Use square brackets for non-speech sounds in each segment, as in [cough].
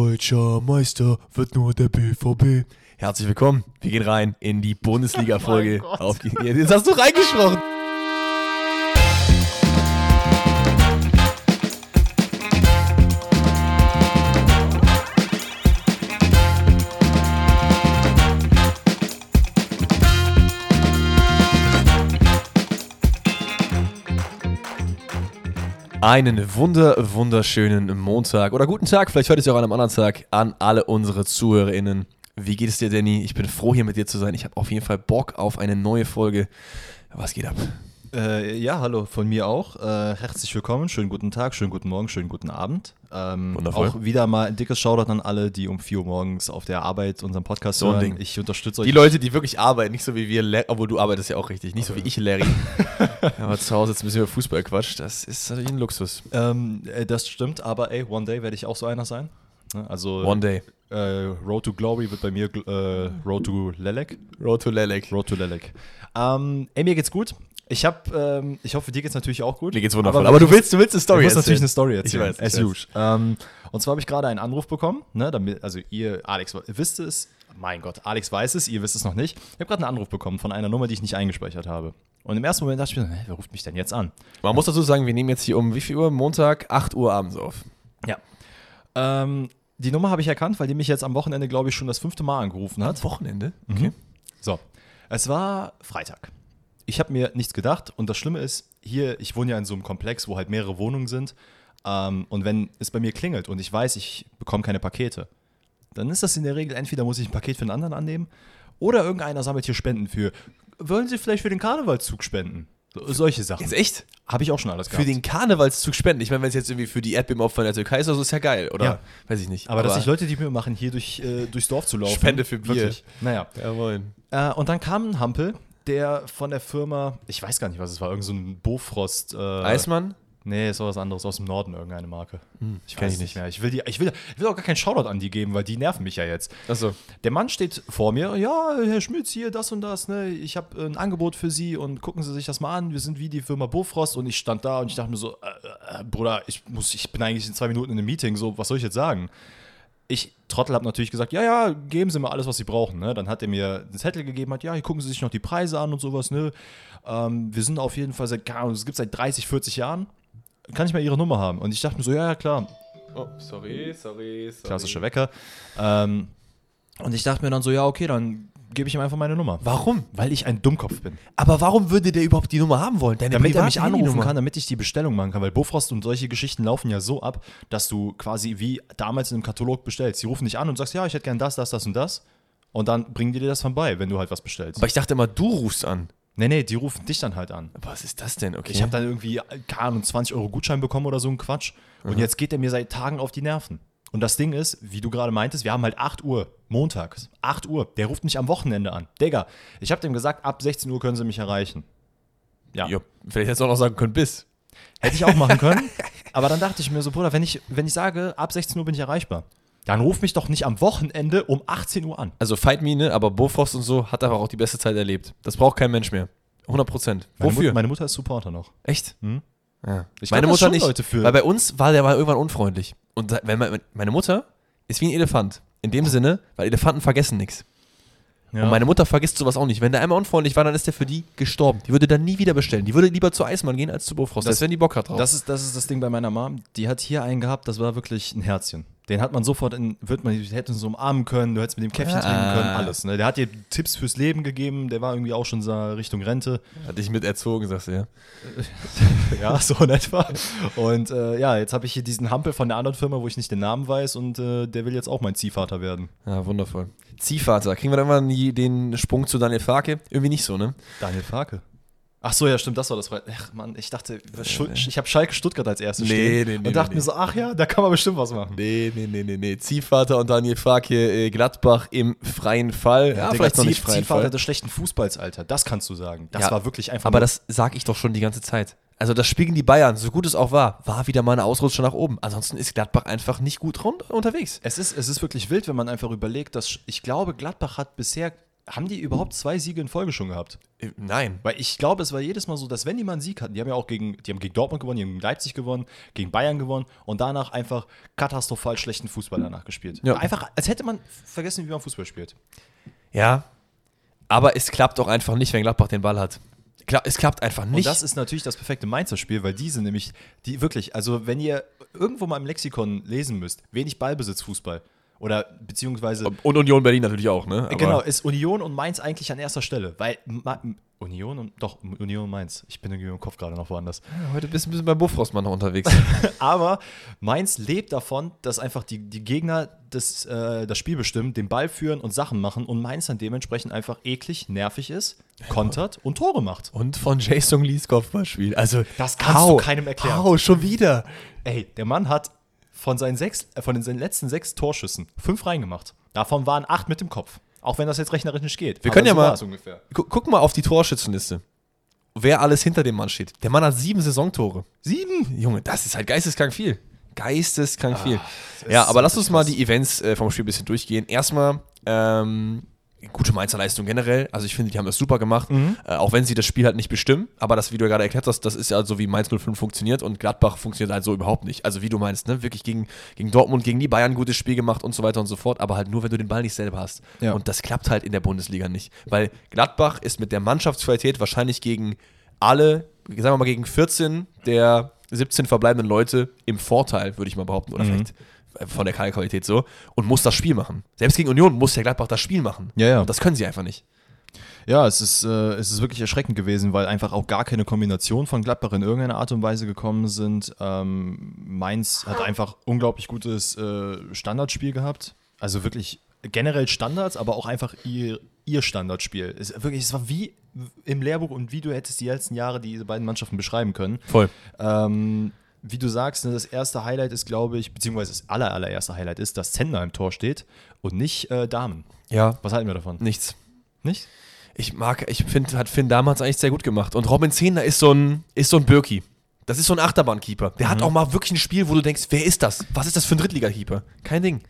Deutscher Meister wird nur der BVB. Herzlich willkommen. Wir gehen rein in die Bundesliga-Folge. Oh mein Gott. Auf die- Jetzt hast du reingesprochen. Einen wunder, wunderschönen Montag oder guten Tag, vielleicht hört es ja auch an einem anderen Tag, an alle unsere ZuhörerInnen. Wie geht es dir, Danny? Ich bin froh, hier mit dir zu sein. Ich habe auf jeden Fall Bock auf eine neue Folge. Was geht ab? Äh, ja, hallo, von mir auch. Äh, herzlich willkommen, schönen guten Tag, schönen guten Morgen, schönen guten Abend. Ähm, Wundervoll. Auch wieder mal ein dickes Shoutout an alle, die um 4 Uhr morgens auf der Arbeit unseren Podcast So ein hören. Ding. Ich unterstütze euch. Die Leute, die wirklich arbeiten, nicht so wie wir, Larry- obwohl du arbeitest ja auch richtig, nicht so wie ich, Larry. Aber zu Hause jetzt ein bisschen über Fußball quatscht, das ist natürlich ein Luxus. ähm, äh, das stimmt, aber ey, one day werde ich auch so einer sein. Ne, Also One day. Äh, Road to Glory wird bei mir gl- äh, Road to Lelek. Road to Lelek. Road to Lelek. Ähm, ey, mir geht's gut. Ich hab, ähm, ich hoffe, dir geht's natürlich auch gut. Mir geht's wundervoll. Aber, du willst, du willst eine Story Ich muss natürlich eine erzählen. Story erzählen. Ich weiß, ich as weiß. usual. Ähm, und zwar habe ich gerade einen Anruf bekommen, ne, damit, also ihr, Alex, wisst es, mein Gott, Alex weiß es, ihr wisst es noch nicht. Ich habe gerade einen Anruf bekommen von einer Nummer, die ich nicht eingespeichert habe. Und im ersten Moment dachte ich mir, so, hä, wer ruft mich denn jetzt an? Man muss dazu sagen, wir nehmen jetzt hier um wie viel Uhr? Montag, 8 Uhr abends auf. Ja. Ähm, die Nummer habe ich erkannt, weil die mich jetzt am Wochenende, glaube ich, schon das fünfte Mal angerufen hat. Wochenende? Mhm. Okay. So, es war Freitag. Ich habe mir nichts gedacht und das Schlimme ist, hier, ich wohne ja in so einem Komplex, wo halt mehrere Wohnungen sind. Ähm, und wenn es bei mir klingelt und ich weiß, ich bekomme keine Pakete, dann ist das in der Regel entweder muss ich ein Paket für einen anderen annehmen oder irgendeiner sammelt hier Spenden für. Wollen Sie vielleicht für den Karnevalszug spenden? So, solche Sachen. Jetzt echt? Habe ich auch schon alles Für gehabt. den Karnevalszug spenden. Ich meine, wenn es jetzt irgendwie für die Erdbebenopfer in der Türkei ist, also ist ja geil, oder? Ja. Weiß ich nicht. aber, dass sich Leute die Mühe machen, hier durch, äh, durchs Dorf zu laufen. Spende für Bier. Wirklich. Naja. Jawohl. Äh, und dann kam ein Hampel, der von der Firma, ich weiß gar nicht, was es war, irgend so ein Bofrost. Äh, Eismann? Nee, ist auch was anderes aus dem Norden, irgendeine Marke. ich kenn weiß ich nicht. ich nicht mehr. Ich will, die, ich, will, ich will auch gar keinen Shoutout an die geben, weil die nerven mich ja jetzt. Achso. Der Mann steht vor mir, ja, Herr Schmitz, hier, das und das, ne? Ich habe ein Angebot für Sie und gucken Sie sich das mal an. Wir sind wie die Firma Bofrost und ich stand da und ich dachte mir so, äh, äh, Bruder, ich muss, ich bin eigentlich in zwei Minuten in einem Meeting, so, was soll ich jetzt sagen? Ich, Trottel, habe natürlich gesagt, ja, ja, geben Sie mir alles, was Sie brauchen. Ne? Dann hat er mir einen Zettel gegeben, hat, ja, hier gucken Sie sich noch die Preise an und sowas. Ne? Ähm, wir sind auf jeden Fall seit, keine Ahnung, es gibt seit 30, 40 Jahren. Kann ich mal Ihre Nummer haben? Und ich dachte mir so, ja, ja, klar, Oh, sorry, sorry, sorry. klassischer Wecker. Ähm, und ich dachte mir dann so, ja, okay, dann gebe ich ihm einfach meine Nummer. Warum? Weil ich ein Dummkopf bin. Aber warum würde der überhaupt die Nummer haben wollen? Deine Damit er private mich anrufen Handynummer? kann, damit ich die Bestellung machen kann. Weil Bofrost und solche Geschichten laufen ja so ab, dass du quasi wie damals in einem Katalog bestellst. Sie rufen dich an und sagst, ja, ich hätte gern das, das, das und das. Und dann bringen die dir das vorbei, wenn du halt was bestellst. Aber ich dachte immer, du rufst an. nee, nee, die rufen dich dann halt an. Aber was ist das denn? Okay. Ich habe dann irgendwie, keine Ahnung, 20 Euro Gutschein bekommen oder so ein Quatsch. Und jetzt geht er mir seit Tagen auf die Nerven. Und das Ding ist, wie du gerade meintest, wir haben halt 8 Uhr, montags, 8 Uhr. Der ruft mich am Wochenende an. Digga, ich habe dem gesagt, ab 16 Uhr können sie mich erreichen. Ja. Jo, vielleicht hättest du auch noch sagen können, bis. Hätte ich auch [laughs] machen können. Aber dann dachte ich mir so, Bruder, wenn ich, wenn ich sage, ab 16 Uhr bin ich erreichbar, dann ruf mich doch nicht am Wochenende um 18 Uhr an. Also Fight Me, ne? aber Bofrost und so hat einfach auch die beste Zeit erlebt. Das braucht kein Mensch mehr. 100 Prozent. Meine Wofür? Mut, meine Mutter ist Supporter noch. Echt? Ja. Ich meine glaub, das Mutter schon nicht. Leute für- Weil bei uns war der war irgendwann unfreundlich. Und da- wenn man, meine Mutter ist wie ein Elefant. In dem Sinne, weil Elefanten vergessen nichts. Und meine Mutter vergisst sowas auch nicht. Wenn der einmal unfreundlich war, dann ist der für die gestorben. Die würde dann nie wieder bestellen. Die würde lieber zu Eismann gehen als zu Bofrost. Das, Das- wenn die Bock hat drauf. Das ist, das ist das Ding bei meiner Mom. Die hat hier einen gehabt, das war wirklich ein Herzchen. Den hat man sofort in, wird man, die hätten so umarmen können, du hättest mit dem Käffchen Ah. trinken können, alles. Ne? Der hat dir Tipps fürs Leben gegeben, der war irgendwie auch schon so Richtung Rente. [laughs] Hat dich mit erzogen, sagst du, ja. Ja, so in etwa. Und äh, ja, jetzt habe ich hier diesen Hampel von der anderen Firma, wo ich nicht den Namen weiß und äh, der will jetzt auch mein Ziehvater werden. Ja, wundervoll. Ziehvater. Kriegen wir dann mal die, den Sprung zu Daniel Farke? Irgendwie nicht so, ne? Daniel Farke. Ach so, ja, stimmt, das war das. Fre- Ach Mann, ich dachte, Schu- ich habe Schalke Stuttgart als erstes Nee, stehen nee, nee, und dachte nee, mir so, ach ja, da kann man bestimmt was machen. Nee, nee, nee, nee, nee. Ziehvater und Daniel Farke, äh, Gladbach im freien Fall. Ja, Digga, vielleicht noch Zieh- nicht freien Ziehvater Fall. des schlechten Fußballs, Alter. Das kannst du sagen. Das Ja, war wirklich einfach. Aber nur- das sage ich doch schon die ganze Zeit. Also das spiegeln die Bayern, so gut es auch war, war wieder mal eine Ausrutsche nach oben. Ansonsten ist Gladbach einfach nicht gut rund unterwegs. es, ist, es ist wirklich wild, wenn man einfach überlegt, dass ich glaube, Gladbach hat bisher haben die überhaupt zwei Siege in Folge schon gehabt? Äh, Nein. Weil ich glaube, es war jedes Mal so, dass wenn die mal einen Sieg hatten, die haben ja auch gegen, die haben gegen Dortmund gewonnen, die haben gegen Leipzig gewonnen, gegen Bayern gewonnen und danach einfach katastrophal schlechten Fußball danach gespielt. Ja. Einfach, als hätte man vergessen, wie man Fußball spielt. Ja. Aber es klappt auch einfach nicht, wenn Gladbach den Ball hat. Kla es klappt einfach Und nicht. das ist natürlich das perfekte Mainzer Spiel, weil diese nämlich, die wirklich, also wenn ihr irgendwo mal im Lexikon lesen müsst, wenig Ballbesitz Fußball oder beziehungsweise äh, und Union Berlin natürlich auch, ne? Aber Genau, ist Union und Mainz eigentlich an erster Stelle, weil Ma Union und doch Union und Mainz. Ich bin irgendwie im Kopf gerade noch [laughs] woanders. Heute bist du ein bisschen beim Buffrostmann noch [laughs] unterwegs. Aber Mainz lebt davon, dass einfach die, die Gegner das, äh, das Spiel bestimmen, den Ball führen und Sachen machen und Mainz dann dementsprechend einfach eklig, nervig ist, kontert und Tore macht. und von Jason Lees Kopfballspiel. Also, Das kannst du keinem erklären. Au, schon wieder. Ey, der Mann hat von seinen, sechs, äh, von den, seinen letzten sechs Torschüssen fünf reingemacht. Davon waren acht mit dem Kopf. Auch wenn das jetzt rechnerisch nicht geht. Wir können ja mal- ungefähr. Gu guck mal auf die Torschützenliste. Wer alles hinter dem Mann steht. Der Mann hat sieben Saisontore. Sieben! Ah, Junge, das ist halt geisteskrank viel. Geisteskrank viel. Ja, aber lass uns mal die Events äh, vom Spiel ein bisschen durchgehen. Erstmal, ähm, gute Mainzer Leistung generell. Also ich finde, die haben das super gemacht. Mhm. Äh, auch wenn sie das Spiel halt nicht bestimmen. Aber das, wie du ja gerade erklärt hast, das ist ja so, wie Mainz 05 funktioniert und Gladbach funktioniert halt so überhaupt nicht. Also wie du meinst, ne? wirklich gegen, gegen Dortmund, gegen die Bayern gutes Spiel gemacht und so weiter und so fort. Aber halt nur, wenn du den Ball nicht selber hast. Ja. Und das klappt halt in der Bundesliga nicht. Weil Gladbach ist mit der Mannschaftsqualität wahrscheinlich gegen alle, sagen wir mal gegen 14 der 17 verbleibenden Leute im Vorteil, würde ich mal behaupten. Oder Mhm. vielleicht von der Kaderqualität so. Und muss das Spiel machen. Selbst gegen Union muss der Gladbach das Spiel machen. Ja, ja. Und das können sie einfach nicht. Ja, es ist, äh, es ist wirklich erschreckend gewesen, weil einfach auch gar keine Kombination von Gladbach in irgendeiner Art und Weise gekommen sind. Ähm, Mainz hat einfach unglaublich gutes äh, Standardspiel gehabt. Also wirklich generell Standards, aber auch einfach ihr, ihr Standardspiel. Es, wirklich, es war wie im Lehrbuch und wie du hättest die letzten Jahre diese beiden Mannschaften beschreiben können. Voll. Ähm, wie du sagst, ne, das erste Highlight ist, glaube ich, beziehungsweise das aller, allererste Highlight ist, dass Zender im Tor steht und nicht äh, Damen. Ja, Was halten wir davon? nichts. Nicht? Ich mag, ich finde, hat Finn damals eigentlich sehr gut gemacht. Und Robin Zehner ist so ein, ist so ein Birki. Das ist so ein Achterbahnkeeper. Der Mhm. hat auch mal wirklich ein Spiel, wo du denkst, wer ist das? Was ist das für ein Drittligakeeper? Kein Ding.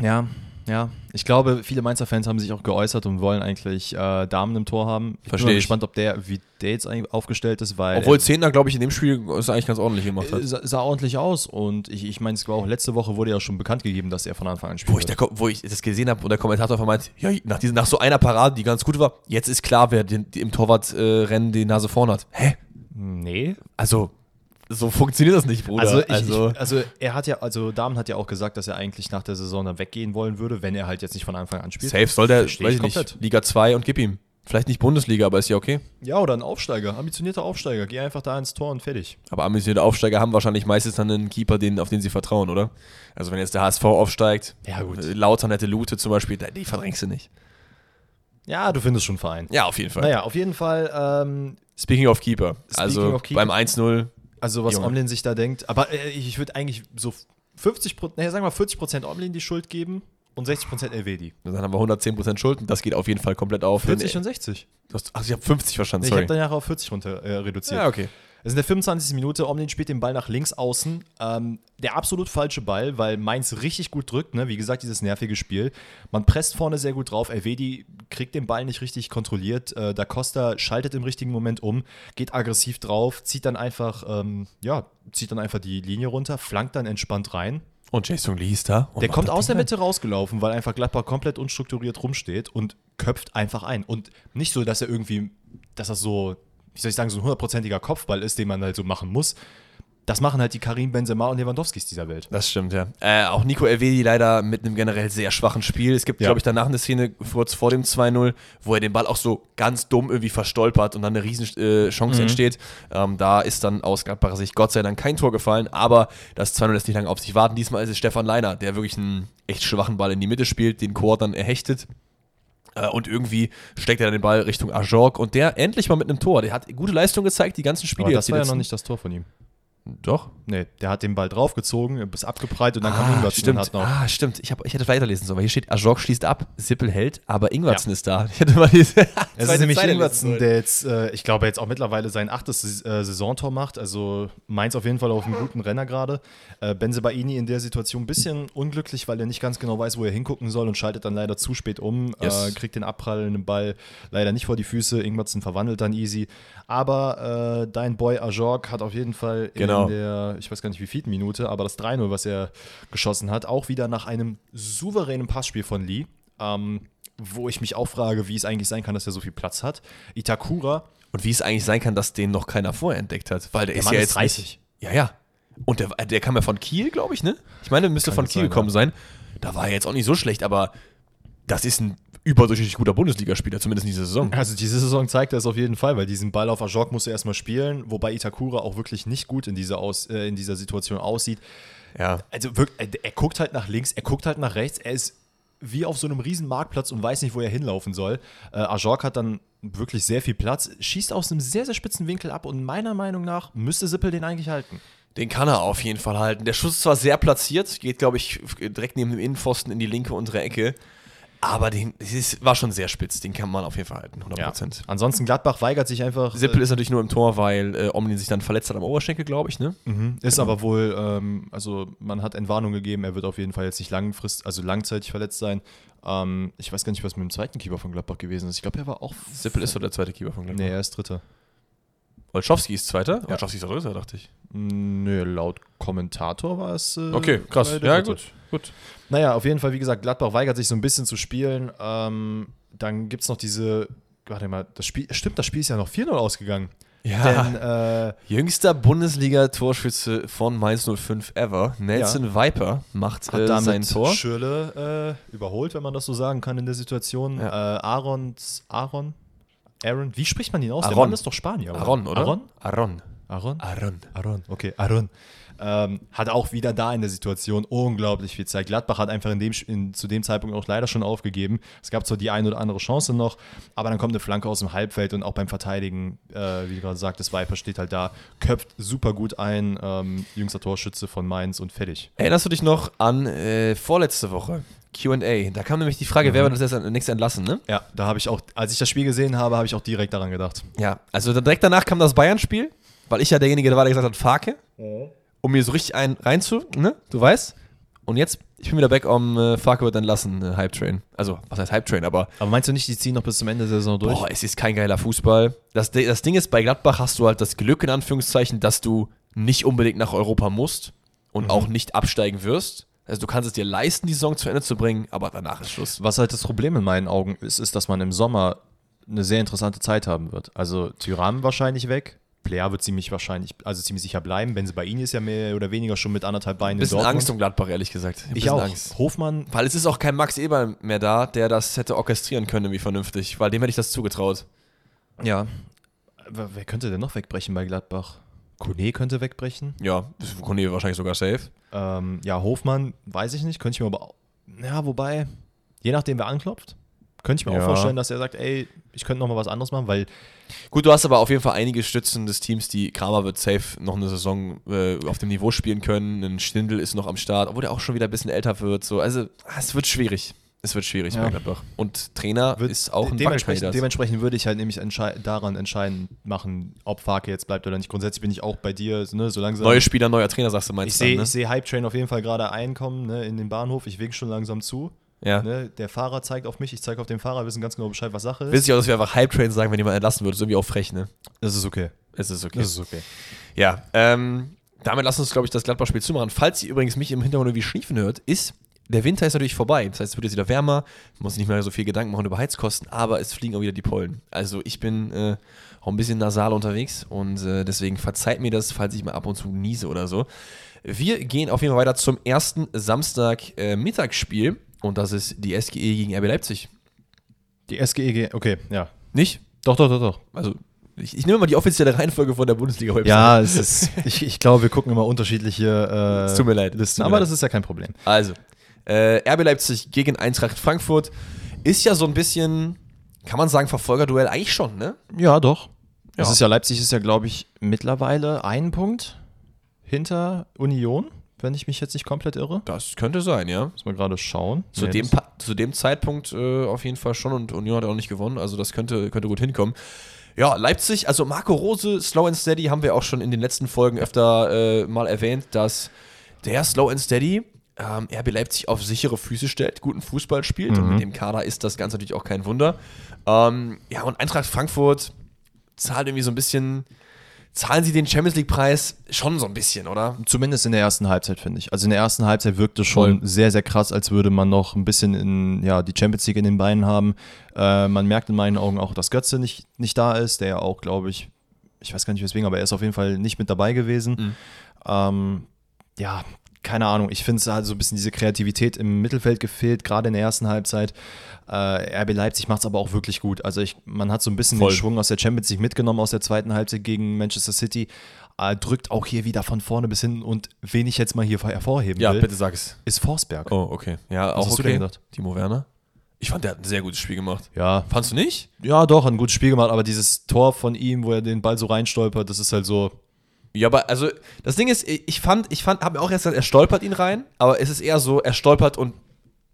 Ja, ja. Ich glaube, viele Mainzer Fans haben sich auch geäußert und wollen eigentlich äh, Damen im Tor haben. Ich Versteh bin mal ich. gespannt, ob der, wie der jetzt eigentlich aufgestellt ist, weil Obwohl Zehner, glaube ich, in dem Spiel es eigentlich ganz ordentlich gemacht er hat. äh, sah, sah ordentlich aus und ich, ich meine, es war auch letzte Woche wurde ja schon bekannt gegeben, dass er von Anfang an spielt. Wo ich, der, Ko- wo ich das gesehen habe und der Kommentator einfach meint, ja, nach, diesen, nach so einer Parade, die ganz gut war, jetzt ist klar, wer den, die, im Torwartrennen äh, Rennen die Nase vorn hat. Hä? Nee. Also, so funktioniert das nicht, Bruder. Also, ich, also, ich, also er hat ja, also Damen hat ja auch gesagt, dass er eigentlich nach der Saison dann weggehen wollen würde, wenn er halt jetzt nicht von Anfang an spielt. safe soll der, weiß Versteh ich ich komplett. nicht, Liga 2 und gib ihm. Vielleicht nicht Bundesliga, aber ist ja okay. Ja, oder ein Aufsteiger, ambitionierter Aufsteiger. Geh einfach da ins Tor und fertig. Aber ambitionierte Aufsteiger haben wahrscheinlich meistens dann einen Keeper, den, auf den sie vertrauen, oder? Also wenn jetzt der HSV aufsteigt, Ja, gut. äh, Lautern hätte Lute zum Beispiel, da- die verdrängst du nicht. Ja, du findest schon einen Verein. Ja, auf jeden Fall. Naja, auf jeden Fall ähm, Speaking of Keeper, also of Keeper. beim 1-0, Also was Junge. Omlin sich da denkt. Aber äh, ich, ich würde eigentlich so 50 Prozent, naja, sagen wir 40 Prozent Omlin die Schuld geben und 60 Prozent Elvedi. dann haben wir 110% Schulden, das geht auf jeden Fall komplett auf. 40 und 60. Du hast, also ich habe 50 verstanden, Nee, ich sorry. habe danach auf 40 runter äh, reduziert. ja, okay. Es ist in der 25. Minute, Omlin spielt den Ball nach links außen. Ähm, der absolut falsche Ball, weil Mainz richtig gut drückt, ne? Wie gesagt, dieses nervige Spiel. Man presst vorne sehr gut drauf. Elvedi kriegt den Ball nicht richtig kontrolliert. Äh, da Costa schaltet im richtigen Moment um, geht aggressiv drauf, zieht dann einfach, ähm, ja, zieht dann einfach die Linie runter, flankt dann entspannt rein. Und Jason Lee ist da. und Der macht kommt das aus der Ding rein. Mitte rausgelaufen, weil einfach Gladbach komplett unstrukturiert rumsteht und köpft einfach ein. Und nicht so, dass er irgendwie, dass das so, wie soll ich sagen, so ein hundertprozentiger Kopfball ist, den man halt so machen muss. Das machen halt die Karim Benzema und Lewandowskis dieser Welt. Das stimmt, ja. Äh, auch Nico Elvedi leider mit einem generell sehr schwachen Spiel. Es gibt, Ja. glaube ich, danach eine Szene kurz vor dem 2-0, wo er den Ball auch so ganz dumm irgendwie verstolpert und dann eine riesen äh, Mhm. Chance entsteht. Ähm, da ist dann aus Gladbacher Sicht Gott sei Dank kein Tor gefallen, aber das 2-0 lässt nicht lange auf sich warten. Diesmal ist es Stefan Leiner, der wirklich einen echt schwachen Ball in die Mitte spielt, den Chor dann erhechtet. Äh, Und irgendwie steckt er dann den Ball Richtung Ajork und der endlich mal mit einem Tor. Der hat gute Leistung gezeigt, die ganzen Spiele. Aber das jetzt die war ja letzten- noch nicht das Tor von ihm. Doch. Nee, der hat den Ball draufgezogen, bis abgeprallt und dann kam Ingwertsen Ah, stimmt. und hat halt noch. Ah, stimmt. Ich, hab, ich hätte weiterlesen sollen, weil hier steht, Ajok schließt ab, Sippel hält, aber Ingwertsen ist da. [laughs] Ich hätte mal diese Es zweite ist nämlich Zeile lesen Ingwertsen, sollen. der jetzt, äh, ich glaube, jetzt auch mittlerweile sein achtes äh, Saisontor macht. Also Mainz auf jeden Fall auf einem guten Renner gerade. Äh, Benzebaini in der Situation ein bisschen unglücklich, weil er nicht ganz genau weiß, wo er hingucken soll und schaltet dann leider zu spät um. Yes. Äh, kriegt den abprallenden Ball leider nicht vor die Füße. Ingwertsen verwandelt dann easy. Aber äh, dein Boy Ajork hat auf jeden Fall Genau. in der, ich weiß gar nicht wie vielen Minute, aber das 3-0, was er geschossen hat, auch wieder nach einem souveränen Passspiel von Lee. Ähm, wo ich mich auch frage, wie es eigentlich sein kann, dass er so viel Platz hat. Itakura, Und wie es eigentlich sein kann, dass den noch keiner vorher entdeckt hat, weil der, ist Mann ja ist jetzt 30. Nicht, ja, ja. Und der, der kam ja von Kiel, glaube ich, ne? Ich meine, müsste Kann von gut Kiel sein, gekommen ja. sein. Da war er jetzt auch nicht so schlecht, aber das ist ein überdurchschnittlich guter Bundesligaspieler, zumindest in dieser Saison. also diese Saison zeigt das auf jeden Fall, weil diesen Ball auf Ajok musst du erstmal spielen, wobei Itakura auch wirklich nicht gut in dieser, Aus, äh, in dieser Situation aussieht. Ja. Also wirklich, er, er guckt halt nach links, er guckt halt nach rechts, er ist wie auf so einem riesen Marktplatz und weiß nicht, wo er hinlaufen soll. Äh, Ajork hat dann wirklich sehr viel Platz, schießt aus einem sehr, sehr spitzen Winkel ab und meiner Meinung nach müsste Sippel den eigentlich halten. Den kann er auf jeden Fall halten. Der Schuss ist zwar sehr platziert, geht, glaube ich, direkt neben dem Innenpfosten in die linke untere Ecke. Aber den, es ist, war schon sehr spitz. Den kann man auf jeden Fall halten, 100%. Prozent. Äh. Ansonsten Gladbach weigert sich einfach. Sippel ist natürlich nur im Tor, weil äh, Omni sich dann verletzt hat am Oberschenkel, glaube ich, ne? äh, mhm. Ist aber wohl, ähm, also man hat Entwarnung gegeben, er wird auf jeden Fall jetzt nicht langfrist, also langzeitig verletzt sein. Ähm, ich weiß gar nicht, was mit dem zweiten Keeper von Gladbach gewesen ist. Ich glaube, er war auch. Sippel ist so der zweite Keeper von Gladbach. Nee, er ist Dritter. Olschowski ist Zweiter. Olschowski ist der Dritte, dachte ich. Nee, laut Kommentator war es. äh, Okay, krass. war er der Ja, Dritte. gut. gut. Naja, auf jeden Fall, wie gesagt, Gladbach weigert sich so ein bisschen zu spielen. Ähm, dann gibt es noch diese. Warte mal, das Spiel. Stimmt, das Spiel ist ja noch 4-0 ausgegangen. Denn, äh, Jüngster Bundesliga-Torschütze von Mainz 05 ever, Nelson Viper, macht hat äh, damit sein Tor. Schürrle äh, überholt, wenn man das so sagen kann in der Situation. Äh, Aarons, Aaron, Aaron, wie spricht man ihn aus? Der Aaron. Mann ist doch Spanier. Aaron, oder? Aaron? Aaron. Aaron? Aaron. Aaron, okay, Aaron. Ähm, hat auch wieder da in der Situation unglaublich viel Zeit. Gladbach hat einfach in dem, Sch- in, zu dem Zeitpunkt auch leider schon aufgegeben. Es gab zwar die eine oder andere Chance noch, aber dann kommt eine Flanke aus dem Halbfeld und auch beim Verteidigen, äh, wie gerade sagt, das Viper steht halt da, köpft super gut ein, ähm, jüngster Torschütze von Mainz und fertig. Erinnerst du dich noch an äh, vorletzte Woche? QA. Da kam nämlich die Frage, wer wird das erst nächste entlassen, ne? Ja, da habe ich auch, als ich das Spiel gesehen habe, habe ich auch direkt daran gedacht. Ja. Also dann direkt danach kam das Bayern-Spiel, weil ich ja derjenige war, der gesagt hat, Farke, um mir so richtig einen reinzu, ne? Du weißt. Und jetzt, ich bin wieder back on äh, Farke wird entlassen, äh, Hype Train. Also, was heißt Hype Train, aber Aber meinst du nicht, die ziehen noch bis zum Ende der Saison durch? Boah, es ist kein geiler Fußball. Das, das Ding ist, bei Gladbach hast du halt das Glück, in Anführungszeichen, dass du nicht unbedingt nach Europa musst und auch nicht absteigen wirst. Also du kannst es dir leisten, die Saison zu Ende zu bringen, aber danach ist Schluss. Was halt das Problem in meinen Augen ist, ist, dass man im Sommer eine sehr interessante Zeit haben wird. Also Tyram wahrscheinlich weg. Player wird ziemlich wahrscheinlich, also ziemlich sicher bleiben. Benzebaini ist ja mehr oder weniger schon mit anderthalb Beinen Bisschen Dortmund. Angst um Gladbach, ehrlich gesagt. Ich bisschen auch. Angst. Hofmann, Weil es ist auch kein Max Eber mehr da, der das hätte orchestrieren können, wie vernünftig. Weil dem hätte ich das zugetraut. ja. W- Wer könnte denn noch wegbrechen bei Gladbach? Kone könnte wegbrechen. Ja, Kone wahrscheinlich sogar safe. Ähm, ja, Hofmann, weiß ich nicht. Könnte ich mir aber auch. Ja, wobei, je nachdem, wer anklopft, könnte ich mir Ja. auch vorstellen, dass er sagt, ey, ich könnte nochmal was anderes machen, weil Gut, du hast aber auf jeden Fall einige Stützen des Teams, die Kramer wird safe noch eine Saison äh, auf dem Niveau spielen können. Ein Stindl ist noch am Start, obwohl der auch schon wieder ein bisschen älter wird. So. Also ah, es wird schwierig. Es wird schwierig Ja. bei Gladbach. Und Trainer wird ist auch ein dementsprechend, Wackelkandidat. dementsprechend würde ich halt nämlich entschei- daran entscheiden machen, ob Farke jetzt bleibt oder nicht. Grundsätzlich bin ich auch bei dir, ne, so langsam. Neue Spieler, neuer Trainer, sagst du ich meinst du? sehe ne? ich sehe Hype Train auf jeden Fall gerade einkommen ne, in den Bahnhof. Ich wink schon langsam zu. ja. Ne, der Fahrer zeigt auf mich, ich zeige auf den Fahrer, wir wissen ganz genau Bescheid, was Sache ist. Witzig auch, dass wir einfach Hype Train sagen, wenn jemand entlassen wird. Ist irgendwie auch frech, ne? Das ist okay. Es ist okay. Das ist okay. Ja, ähm, damit lasst uns, glaube ich, das Gladbach-Spiel zumachen. Falls ihr übrigens mich im Hintergrund irgendwie schniefen hört, ist, der Winter ist natürlich vorbei. Das heißt, es wird jetzt wieder wärmer, muss nicht mehr so viel Gedanken machen über Heizkosten, aber es fliegen auch wieder die Pollen. Also ich bin äh, auch ein bisschen nasal unterwegs und äh, deswegen verzeiht mir das, falls ich mal ab und zu niese oder so. Wir gehen auf jeden Fall weiter zum ersten Samstag-Mittagsspiel und das ist die SGE gegen RB Leipzig. Die SGEG, okay, ja. Nicht? Doch, doch, doch, doch. Also ich, ich nehme mal die offizielle Reihenfolge von der Bundesliga-Website. Ja, es ist, [laughs] ich, ich glaube, wir gucken immer unterschiedliche Es äh, tut mir leid. Es Listen, tut mir aber leid. das ist ja kein Problem. Also, äh, RB Leipzig gegen Eintracht Frankfurt ist ja so ein bisschen, kann man sagen, Verfolgerduell eigentlich schon, ne? Ja, doch. Ja. Es ist ja Leipzig ist ja glaube ich mittlerweile ein Punkt hinter Union, wenn ich mich jetzt nicht komplett irre. Das könnte sein, ja. Muss man gerade schauen. Zu, Nee, dem, das- Pa- zu dem Zeitpunkt äh, auf jeden Fall schon und Union hat auch nicht gewonnen, also das könnte, könnte gut hinkommen. Ja, Leipzig, also Marco Rose, Slow and Steady haben wir auch schon in den letzten Folgen öfter äh, mal erwähnt, dass der Slow and Steady ähm, RB Leipzig auf sichere Füße stellt, guten Fußball spielt und mit dem Kader ist das Ganze natürlich auch kein Wunder. Ähm, ja, und Eintracht Frankfurt zahlt irgendwie so ein bisschen, zahlen sie den Champions League-Preis schon so ein bisschen, oder? Zumindest in der ersten Halbzeit, finde ich. Also in der ersten Halbzeit wirkte schon sehr, sehr krass, als würde man noch ein bisschen in, ja, die Champions League in den Beinen haben. Äh, man merkt in meinen Augen auch, dass Götze nicht, nicht da ist, der ja auch, glaube ich, ich weiß gar nicht weswegen, aber er ist auf jeden Fall nicht mit dabei gewesen. Ähm, ja, keine Ahnung. Ich finde es hat so ein bisschen diese Kreativität im Mittelfeld gefehlt, gerade in der ersten Halbzeit. Äh, RB Leipzig macht es aber auch wirklich gut. Also ich, man hat so ein bisschen Voll. den Schwung aus der Champions League mitgenommen, aus der zweiten Halbzeit gegen Manchester City. Äh, drückt auch hier wieder von vorne bis hinten und wen ich jetzt mal hier hervorheben will, sag es. ist Forsberg. Oh, okay. Ja, auch hast du okay. denn gedacht? Timo Werner. Ich fand, der hat ein sehr gutes Spiel gemacht. Ja, Fandst du nicht? ja, doch, ein gutes Spiel gemacht, aber dieses Tor von ihm, wo er den Ball so reinstolpert, das ist halt so, Ja, aber also das Ding ist, ich ich fand, ich fand, habe mir auch erst gesagt, er stolpert ihn rein, aber es ist eher so, er stolpert und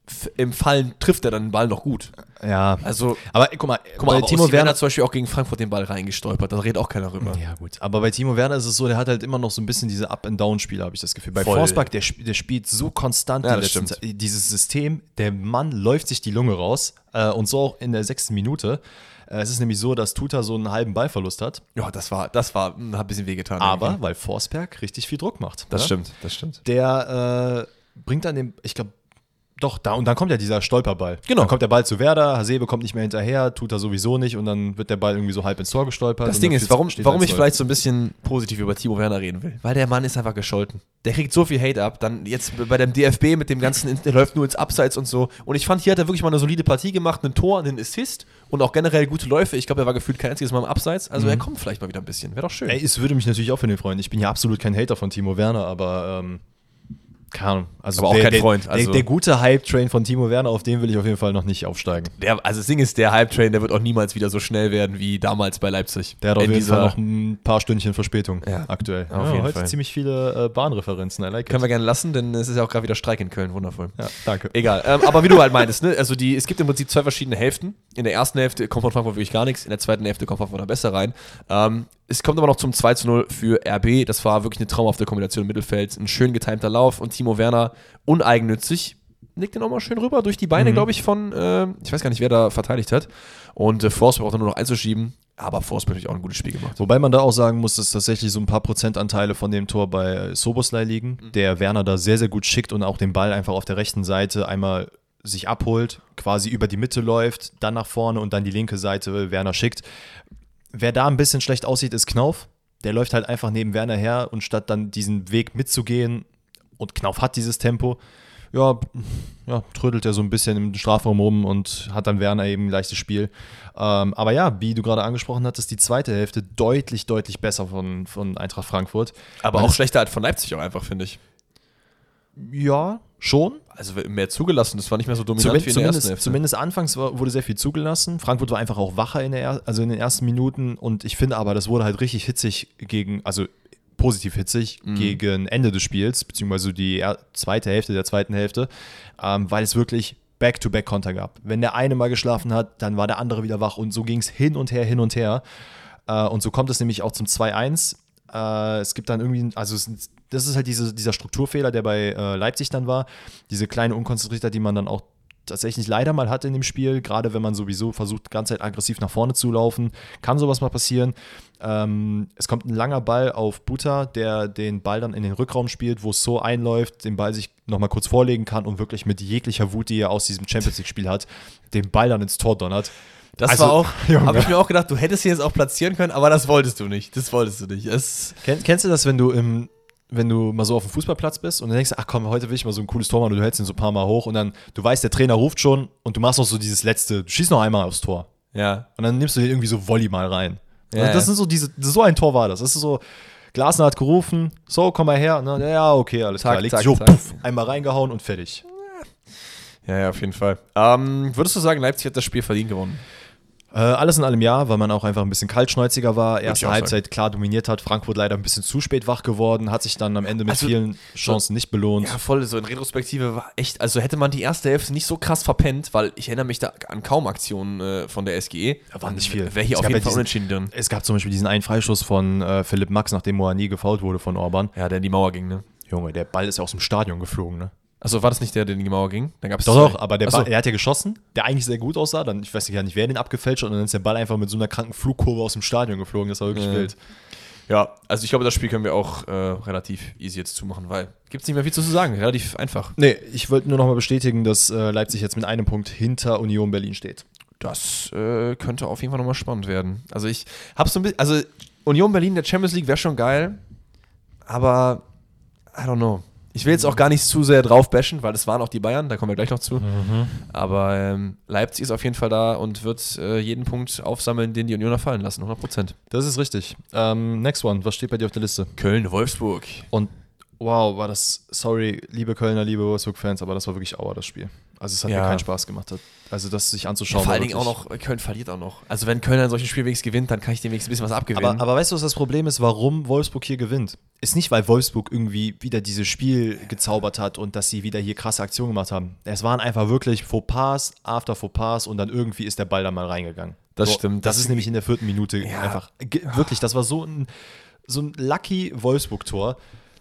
f- im Fallen trifft er dann den Ball noch gut. ja. Also, aber äh, guck mal, guck mal, bei aber Timo Timo Werner hat zum Beispiel auch gegen Frankfurt den Ball reingestolpert, da redet auch keiner rüber. Ja, gut. Aber bei Timo Werner ist es so, der hat halt immer noch so ein bisschen diese Up-and-Down-Spiele, habe ich das Gefühl. Bei Voll. Forsberg, der, sp- der spielt so konstant Ja, die das letzten stimmt. Ze- dieses System. Der Mann läuft sich die Lunge raus äh, und so auch in der sechsten Minute. Äh, es ist nämlich so, dass Tuta so einen halben Ballverlust hat, Ja, das war, das war, hm, hat ein bisschen wehgetan. aber irgendwie. weil Forsberg richtig viel Druck macht. das ne? stimmt, das stimmt. Der äh, bringt dann den, ich glaube, doch, da, und dann kommt ja dieser Stolperball. Genau. Dann kommt der Ball zu Werder, Hasebe kommt nicht mehr hinterher, tut er sowieso nicht und dann wird der Ball irgendwie so halb ins Tor gestolpert. Das und Ding dann halt ist, steht's- warum, steht's warum ich 1-0. vielleicht so ein bisschen positiv über Timo Werner reden will. Weil der Mann ist einfach gescholten. Der kriegt so viel Hate ab. Dann jetzt bei dem DFB mit dem ganzen, der läuft nur ins Abseits und so. Und ich fand, hier hat er wirklich mal eine solide Partie gemacht, ein Tor, einen Assist und auch generell gute Läufe. Ich glaube, er war gefühlt kein einziges Mal im Abseits. Also er kommt vielleicht mal wieder ein bisschen. Wäre doch schön. Mhm. Ey, es würde mich natürlich auch für den freuen. Ich bin ja absolut kein Hater von Timo Werner, aber ähm, keine Ahnung. Also Aber auch der, kein der, Freund, also- Der, der gute Hype-Train von Timo Werner, auf den will ich auf jeden Fall noch nicht aufsteigen. Der, also das Ding ist, der Hype-Train, der wird auch niemals wieder so schnell werden wie damals bei Leipzig. Der hat auf In jeden dieser- Fall noch ein paar Stündchen Verspätung Ja, aktuell. auf jeden heute Fall. ziemlich viele äh, Bahnreferenzen. I like it. Können wir gerne lassen, denn es ist ja auch gerade wieder Streik in Köln. Wundervoll. ja, danke. Egal. Ähm, aber wie du halt meintest, ne? Also die, es gibt im Prinzip zwei verschiedene Hälften. In der ersten Hälfte kommt von Frankfurt wirklich gar nichts, in der zweiten Hälfte kommt Frankfurt dann besser rein. Ähm, es kommt aber noch zum 2 zu 0 für RB. Das war wirklich eine traumhafte Kombination im Mittelfeld. Ein schön getimter Lauf und Timo Werner uneigennützig. Nickt den auch mal schön rüber durch die Mhm. Beine, glaube ich, von, äh, ich weiß gar nicht, wer da verteidigt hat. Und äh, Forsberg braucht nur noch einzuschieben, aber Forsberg hat natürlich auch ein gutes Spiel gemacht. Genau. Wobei man da auch sagen muss, dass tatsächlich so ein paar Prozentanteile von dem Tor bei äh, Soboslai liegen, der Werner da sehr, sehr gut schickt und auch den Ball einfach auf der rechten Seite einmal sich abholt, quasi über die Mitte läuft, dann nach vorne und dann die linke Seite Werner schickt. Wer da ein bisschen schlecht aussieht, ist Knauf. Der läuft halt einfach neben Werner her und statt dann diesen Weg mitzugehen, und Knauf hat dieses Tempo, ja, ja, trödelt er so ein bisschen im Strafraum rum und hat dann Werner eben ein leichtes Spiel. Ähm, aber ja, wie du gerade angesprochen hattest, die zweite Hälfte deutlich, deutlich besser von, von Eintracht Frankfurt. Aber Man auch ist- schlechter halt von Leipzig auch einfach, finde ich. Ja, schon. Also mehr zugelassen, das war nicht mehr so dominant Zumindest, wie in der ersten zumindest, Hälfte. zumindest anfangs war, wurde sehr viel zugelassen. Frankfurt war einfach auch wacher in, der, er- also in den ersten Minuten und ich finde aber, das wurde halt richtig hitzig gegen, also positiv hitzig Mhm. gegen Ende des Spiels, beziehungsweise die er- zweite Hälfte der zweiten Hälfte, ähm, weil es wirklich Back-to-Back-Konter gab. Wenn der eine mal geschlafen hat, dann war der andere wieder wach und so ging es hin und her, hin und her. Äh, und so kommt es nämlich auch zum 2-1. Äh, es gibt dann irgendwie, also es, sind- das ist halt diese, dieser Strukturfehler, der bei äh, Leipzig dann war. Diese kleine Unkonzentriertheit, die man dann auch tatsächlich leider mal hatte in dem Spiel, gerade wenn man sowieso versucht, die ganze Zeit aggressiv nach vorne zu laufen, kann sowas mal passieren. Ähm, es kommt ein langer Ball auf Buta, der den Ball dann in den Rückraum spielt, wo So einläuft, den Ball sich nochmal kurz vorlegen kann und wirklich mit jeglicher Wut, die er aus diesem Champions League-Spiel hat, den Ball dann ins Tor donnert. Das Also, war [laughs] auch, [laughs] Junge. habe ich mir auch gedacht, du hättest ihn jetzt auch platzieren können, aber das wolltest du nicht. Das wolltest du nicht. Es, Kenn, kennst du das, wenn du im wenn du mal so auf dem Fußballplatz bist und dann denkst, ach komm, heute will ich mal so ein cooles Tor machen und du hältst ihn so ein paar Mal hoch und dann, du weißt, der Trainer ruft schon und du machst noch so dieses letzte, du schießt noch einmal aufs Tor. ja. Und dann nimmst du den irgendwie so Volley mal rein. Ja, also ja. das sind so diese, so ein Tor war das. Das ist so, Glasner hat gerufen, so, komm mal her. Und dann, ja, okay, alles Zack, klar. Legt zack, sich hoch, zack. puff, einmal reingehauen und fertig. Ja, ja, auf jeden Fall. Ähm, würdest du sagen, Leipzig hat das Spiel verdient gewonnen? Äh, alles in allem ja, weil man auch einfach ein bisschen kaltschnäuziger war. Erste auch Halbzeit klar dominiert hat. Frankfurt leider ein bisschen zu spät wach geworden, hat sich dann am Ende mit Also, vielen Chancen nicht belohnt. Ja, voll, so in Retrospektive war echt, also hätte man die erste Hälfte nicht so krass verpennt, weil ich erinnere mich da an kaum Aktionen äh, von der SGE. Da war nicht viel. Wäre hier Es auf gab jeden ja Fall diesen- unentschieden drin. Es gab zum Beispiel diesen einen Freischuss von äh, Philipp Max, nachdem Moani gefault wurde von Orban. Ja, der in die Mauer ging, ne? Junge, der Ball ist ja aus dem Stadion geflogen, ne? Achso, Also war das nicht der, der in die Mauer ging? Dann gab's Doch, zwei. doch, aber der Ach so. Ball, er hat ja geschossen, der eigentlich sehr gut aussah. Dann, ich weiß gar nicht, wer den abgefälscht hat. Und dann ist der Ball einfach mit so einer kranken Flugkurve aus dem Stadion geflogen. Das war wirklich Ja. wild. Ja, also ich glaube, das Spiel können wir auch äh, relativ easy jetzt zumachen, weil gibt's nicht mehr viel zu sagen. Relativ einfach. Nee, ich wollte nur nochmal bestätigen, dass äh, Leipzig jetzt mit einem Punkt hinter Union Berlin steht. Das äh, könnte auf jeden Fall nochmal spannend werden. Also ich hab's so ein bisschen, also Union Berlin in der Champions League wäre schon geil, aber I don't know. Ich will jetzt auch gar nicht zu sehr drauf bashen, weil das waren auch die Bayern, da kommen wir gleich noch zu. Aber ähm, Leipzig ist auf jeden Fall da und wird äh, jeden Punkt aufsammeln, den die Unioner fallen lassen, 100%. Das ist richtig. Ähm, next one, was steht bei dir auf der Liste? Köln, Wolfsburg. Und wow, war das, sorry, liebe Kölner, liebe Wolfsburg-Fans, aber das war wirklich Auer, das Spiel. Also es hat mir Ja. keinen Spaß gemacht. hat- Also das sich Ja, anzuschauen. vor war allen Dingen auch wirklich- noch, Köln verliert auch noch. Also wenn Köln an solchen Spielwegs gewinnt, dann kann ich dem wenigstens ein bisschen was abgewinnen. Aber, aber weißt du, was das Problem ist, warum Wolfsburg hier gewinnt? Ist nicht, weil Wolfsburg irgendwie wieder dieses Spiel gezaubert hat und dass sie wieder hier krasse Aktionen gemacht haben. Es waren einfach wirklich Fauxpas after Fauxpas und dann irgendwie ist der Ball da mal reingegangen. Das stimmt. Das ist nämlich in der vierten Minute Ja. einfach. ge- Wirklich, das war so ein, so ein lucky Wolfsburg-Tor.